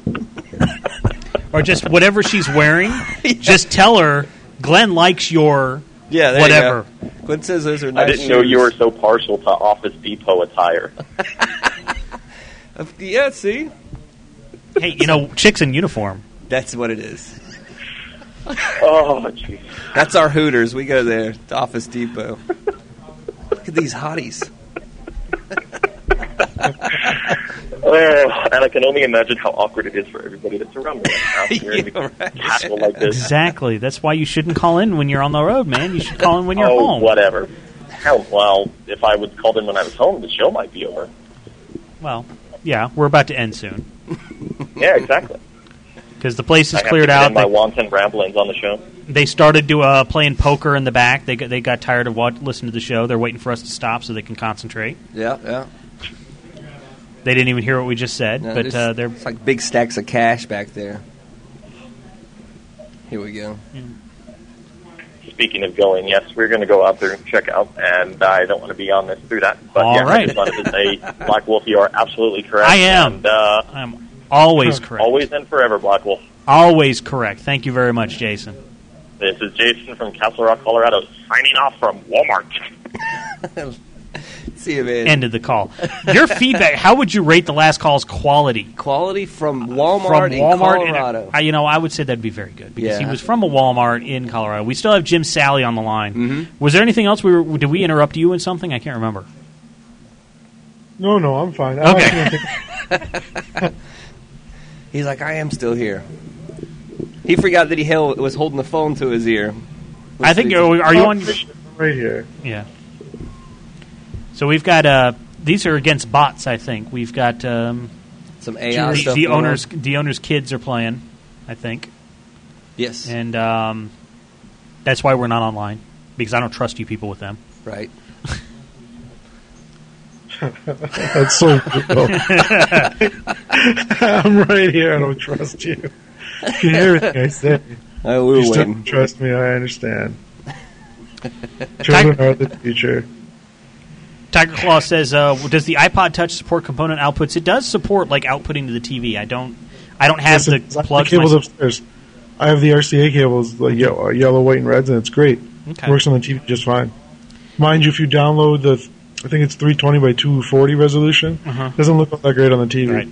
or just whatever she's *laughs* wearing. Just tell her Glenn likes your Yeah, there you whatever. go. Glenn says those are I nice. didn't know you were shoes. so partial to Office *laughs* Depot attire. Yeah, see, *laughs* Hey, you know, chicks in uniform. that's what it is. oh, jeez. That's our Hooters. We go there, to Office Depot. Look at *laughs* these hotties. Oh, and I can only imagine how awkward it is for everybody that's around me. Uh, Out here in the castle like this. Exactly. That's why you shouldn't call in when you're on the road, man. You should call in when you're *laughs* oh, home. whatever. Hell, well, if I would called in when I was home, the show might be over. Well, yeah, we're about to end soon *laughs* Yeah, exactly. because the place I is have cleared to get out. in my They, wanton ramblings on the show. they started to uh, playing poker in the back. They got, they got tired of what listening to the show. They're waiting for us to stop so they can concentrate. *laughs* Yeah, yeah. They didn't even hear what we just said, No, but there's- uh, they're it's like big stacks of cash back there. Here we go. Speaking of going, yes, we're going to go out there and check out, and I don't want to be on this through that. But All yeah, right. I just wanted *laughs* to say, Black Wolf, you are absolutely correct. I am. And, uh, I'm always correct. Always and forever, Black Wolf. always correct. Thank you very much, Jason. This is Jason from Castle Rock, Colorado, signing off from Walmart. See you, man. Ended the call. Your feedback. How would you rate the last call's quality? Quality from Walmart from in Walmart in- Colorado. I, you know, I would say that'd be very good because he Yeah. was from a Walmart in Colorado. We still have Jim Sally on the line. Mm-hmm. Was there anything else? We were, did we interrupt you in something? I can't remember. No, no, I'm fine. I'm Okay. actually gonna take- He's like, I am still here. He forgot that he held, was holding the phone to his ear. I think. Are, we- are Oh. you on? right here? Yeah. So we've got. Uh, these are against bots. I think we've got um, Some AI the, stuff the going on. owners. The owners' kids are playing. I think, Yes. and um, that's why we're not online because I don't trust you people with them. Right. That's *laughs* so brutal. I'm right here. I don't trust you. You can hear everything I say. I You will still *laughs* win. don't trust me. I understand. Children are the future. Tiger *laughs* Claw says, uh, "Does the iPod Touch support component outputs? It does support like outputting to the TV. I don't, I don't have Listen, the I have plug. the cables my- upstairs. I have the RCA cables, like ye- uh, yellow, white, and reds, and it's great. Okay. Works on the TV just fine. Mind you, if you download the, I think it's 320 by 240 resolution, Uh-huh. doesn't look all that great on the TV.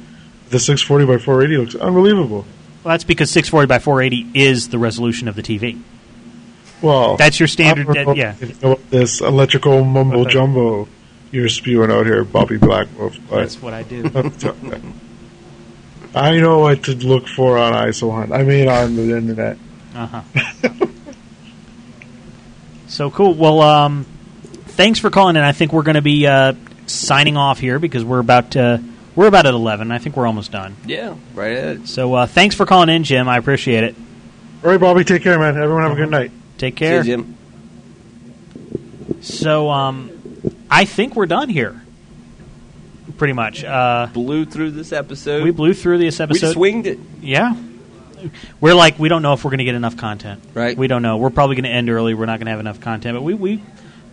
The 640 by 480 looks unbelievable. Well, that's because 640 by 480 is the resolution of the TV. Well, That's your standard I don't de- yeah. if you know what this electrical mumbo jumbo you're spewing out here, Bobby Blackwolf. *laughs* That's what I *laughs* do. I know what to look for on ISO Hunt. I mean, on the internet. Uh huh. so cool. Well, um, thanks for calling in. I think we're going to be uh, signing off here because we're about uh, we're about at eleven. I think we're almost done. Yeah, right at it. So uh, thanks for calling in, Jim. I appreciate it. All right, Bobby, take care, man. Everyone have a good night. Take care. See you, Jim. So um, I think we're done here. Pretty much. Uh, blew through this episode. We blew through this episode. swinged it. Yeah. We're like, we don't know if we're going to get enough content. Right. We don't know. We're probably going to end early. We're not going to have enough content. But we, we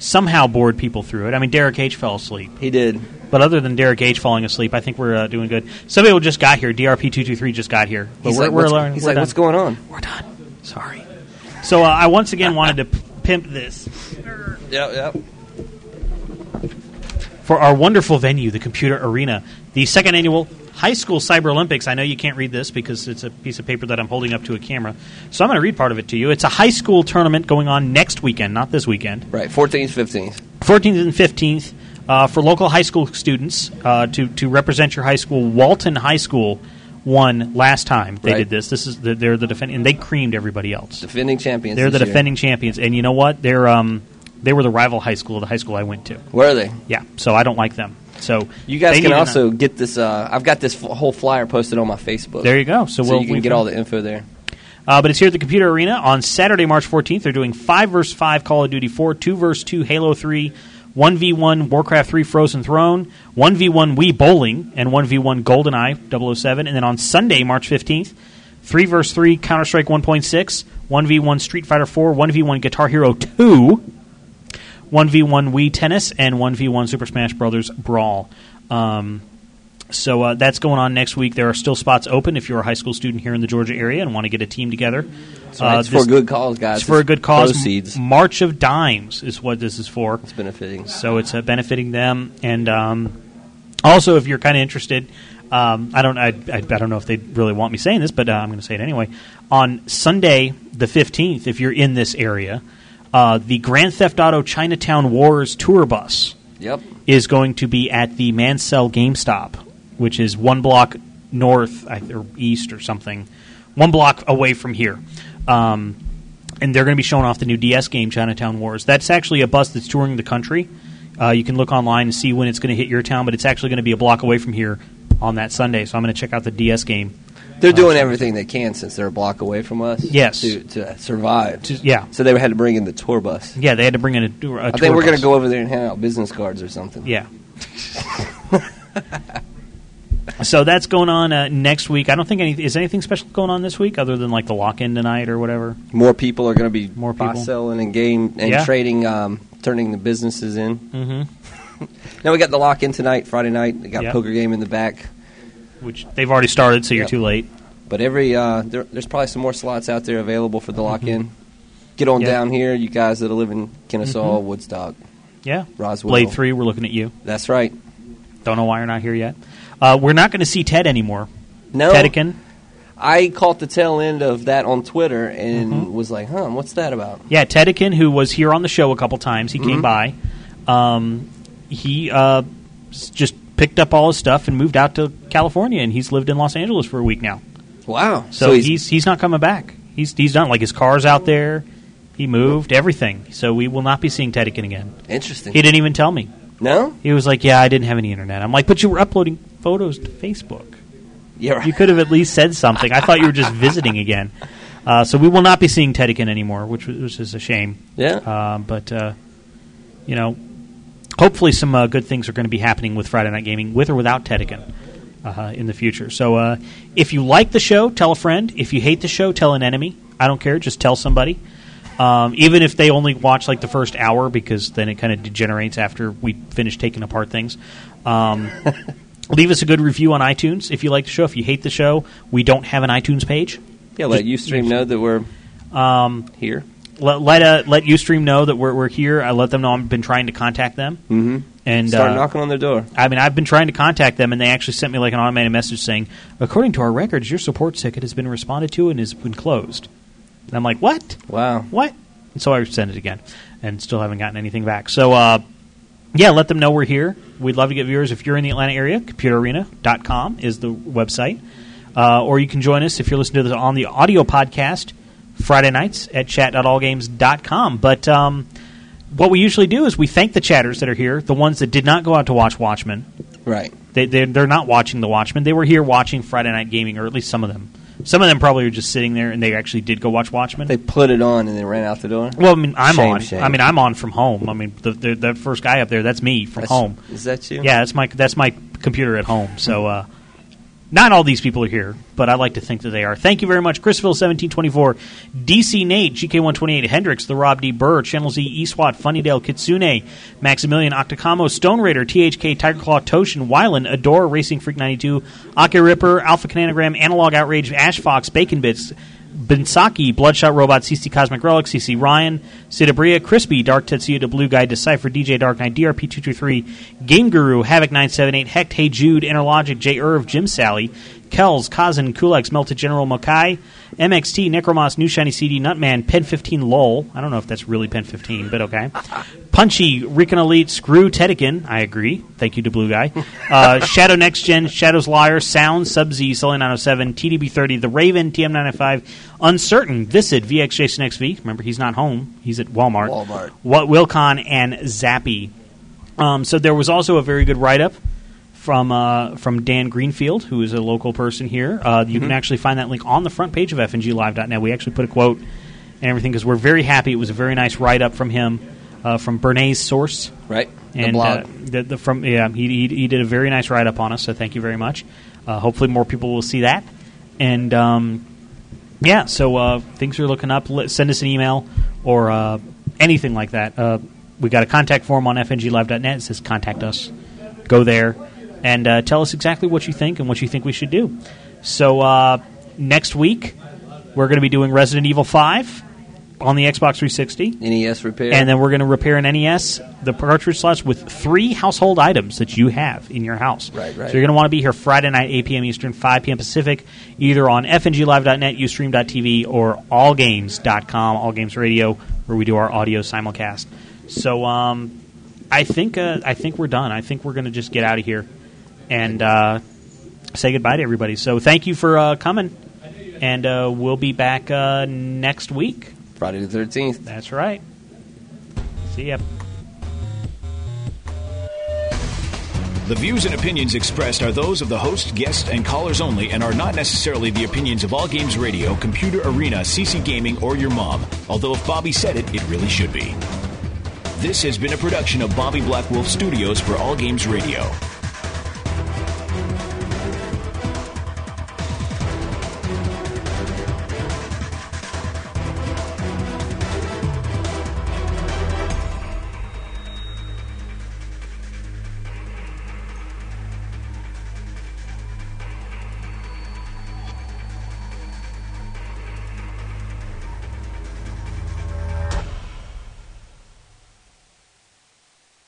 somehow bored people through it. I mean, Derek H. fell asleep. He did. But other than Derek H. falling asleep, I think we're uh, doing good. Some people just got here. DRP223 just got here. But He's we're, like, we're, what's- learning- he's we're like, done. what's going on? We're done. Sorry. So uh, I once again wanted to p- pimp this Yep, yep. for our wonderful venue, the Computer Arena, the second annual High School Cyber Olympics. I know you can't read this because it's a piece of paper that I'm holding up to a camera, so I'm going to read part of it to you. It's a high school tournament going on next weekend, not this weekend. Right, 14th, 15th. 14th and 15th uh, for local high school students uh, to to represent your high school. Walton High School won last time they Right. did this. This is the, they're the defending and they creamed everybody else. Defending champions. They're the this year. defending champions, and you know what? They're um, they were the rival high school, the high school I went to. Where are they? Yeah, so I don't like them. So You guys they can need to also get this. Uh, I've got this f- whole flyer posted on my Facebook. There you go. So we'll- you can we get can- all the info there. Uh, but it's here at the Computer Arena on Saturday, March 14th. They're doing 5 versus 5 Call of Duty 4, 2 versus 2 Halo 3, 1v1 Warcraft 3 Frozen Throne, 1v1 Wii Bowling, and 1v1 GoldenEye 007. And then on Sunday, March 15th, 3 versus 3 Counter Strike 1.6, 1v1 Street Fighter 4, 1v1 Guitar Hero 2, 1v1 Wii Tennis, and 1v1 Super Smash Brothers Brawl. Um, so uh, that's going on next week. There are still spots open if you're a high school student here in the Georgia area and want to get a team together. That's right. It's for a good cause, guys. uh, It's for a It's good cause. proceeds. March of Dimes is what this is for. It's benefiting. So it's uh, benefiting them, and um, also if you're kind of interested. Um, I don't. I, I, I don't know if they really want me saying this, but uh, I'm going to say it anyway. On Sunday, the 15th, if you're in this area, uh, the Grand Theft Auto Chinatown Wars tour bus Yep. is going to be at the Mansell GameStop, which is one block north I- or east or something, one block away from here. Um, and they're going to be showing off the new DS game, Chinatown Wars. That's actually a bus that's touring the country. Uh, you can look online and see when it's going to hit your town, but it's actually going to be a block away from here on that Sunday. So I'm going to check out the DS game. They're doing everything they can since they're a block away from us. Yes. To, to survive. yeah. So they had to bring in the tour bus. Yeah, they had to bring in a, tour- a I tour think we're bus. going to go over there and hand out business cards or something. Yeah. So that's going on uh, next week. I don't think any is anything special going on this week other than like the lock in tonight or whatever. More people are going to be more people. selling and game and Yeah. trading, um, turning the businesses in. Mhm. now we got the lock in tonight, Friday night. We got Yep. poker game in the back, which They've already started, so you're Yep. too late. But every uh, there, there's probably some more slots out there available for the lock in. Get on Mm-hmm. Yeah. Mm-hmm. down here, you guys that live in Kennesaw, Woodstock, Yeah, Roswell. Blade Three, we're looking at you. That's right. Don't know why you're not here yet. Uh, we're not going to see Ted anymore. No. Tedekin. I caught the tail end of that on Twitter and Mm-hmm. was like, "Huh, what's that about?" Yeah, Tedekin, who was here on the show a couple times, he came Mhm. by. Um, he uh, s- just picked up all his stuff and moved out to California, and he's lived in Los Angeles for a week now. Wow. So, So he's, he's- he's not coming back. He's he's done. Like his car's out there. He moved everything. So we will not be seeing Tedekin again. Interesting. He didn't even tell me. No. He was like, "Yeah, I didn't have any internet." I'm like, "But you were uploading photos to Facebook. Yeah, right. You could have at least said something. I thought you were just visiting again." Uh, so we will not be seeing Tedekin anymore, which was- which is a shame. Yeah. Uh, but uh, you know, hopefully some uh, good things are going to be happening with Friday Night Gaming, with or without Tedekin, uh, in the future. So uh, if you like the show, tell a friend. If you hate the show, tell an enemy. I don't care. Just tell somebody. Um, even if they only watch like the first hour, because then it kind of degenerates after we finish taking apart things. Um, leave us a good review on iTunes if you like the show. If you hate the show, we don't have an iTunes page. Yeah, let Ustream know that we're um, here. Let let, uh, let Ustream know that we're, we're here. I let them know I've been trying to contact them. Mhm. And Start uh, knocking on their door. I mean, I've been trying to contact them, and they actually sent me like an automated message saying, "According to our records, your support ticket has been responded to and has been closed." And I'm like, "What? Wow, what?" And so I sent it again, and still haven't gotten anything back. So, uh, yeah, let them know we're here. We'd love to get viewers if you're in the Atlanta area. ComputerArena.com is the website, uh, or you can join us if you're listening to this on the audio podcast Friday nights at chat.allgames.com. But um, what we usually do is we thank the chatters that are here, the ones that did not go out to watch Watchmen. Right. They, they're, they're not watching the Watchmen. They were here watching Friday Night Gaming, or at least some of them. Some of them probably were just sitting there, and they actually did go watch Watchmen. They put it on and then ran out the door. Well, I mean, I'm Shame, on. shame. I mean, I'm on from home. I mean, the, the, the first guy up there, that's me from That's- home. is that you? Yeah, that's my that's my computer at home. So, uh, not all these people are here, but I like to think that they are. Thank you very much, Chrisville seventeen twenty four, DC Nate, GK one twenty eight, Hendrix, the Rob D Burr, Channel Z, Eswat, Funnydale, Kitsune, Maximilian, Octocamo, Stone Raider, THK, Tiger Claw, Toshin, Wylan, Adora, Racing Freak ninety two, Aki Ripper, Alpha Cananagram, Analog Outrage, Ash Fox, Bacon Bits. Bensaki, Bloodshot Robot, CC Cosmic Relic, CC Ryan, Sidabria, Crispy, Dark Tetsuya, The Blue Guy, Decipher, DJ Dark Knight, DRP223, Game Guru, Havoc978, Hect, Hey Jude, Interlogic, J. Irv, Jim Sally, Kells, Kazan, Kulex, Melted General, Makai, MXT, Necromoss, New Shiny CD, Nutman, Pen15 LOL. I don't know if that's really Pen15, but okay. Punchy, Rican Elite, Screw, Tedekin. I agree. Thank you to Blue Guy. Uh, Shadow Next Gen, Shadow's Liar, Sound, Sub Z, Sully 907, TDB30, The Raven, TM995, oh Uncertain, Visit, VXJasonXV. Remember, he's not home, he's at Walmart. Walmart. What Wilcon, and Zappy. Um, so there was also a very good write up from uh, from Dan Greenfield, who is a local person here. Uh, you can Mhm. actually find that link on the front page of FNGLive.net. We actually put a quote and everything because we're very happy. It was a very nice write up from him uh, from Bernays Source, right? The And blog. uh, the, the from yeah, he, he he did a very nice write up on us. So thank you very much. Uh, hopefully, more people will see that. And um, yeah, so uh, things are looking up. Let, send us an email or uh, anything like that. Uh, we got a contact form on fnglive.net. It says contact us. Go there and uh, tell us exactly what you think and what you think we should do. So uh, next week we're going to be doing Resident Evil Five on the Xbox 360. NES E repair. And then we're going to repair an NES, the cartridge slots with three household items that you have in your house. Right, right. So you're going to want to be here Friday night, 8 p.m. Eastern, 5 p.m. Pacific, either on fnglive.net, ustream.tv, or allgames.com, All Games Radio, where we do our audio simulcast. So um, I think uh, I think we're done. I think we're going to just get out of here and uh, say goodbye to everybody. So thank you for uh, coming, and uh, we'll be back uh, next week. Friday the thirteenth. That's right. See ya. The views and opinions expressed are those of the host, guest, and callers only and are not necessarily the opinions of All Games Radio, Computer Arena, CC Gaming, or your mom. Although if Bobby said it, it really should be. This has been a production of Bobby Blackwolf Studios for All Games Radio.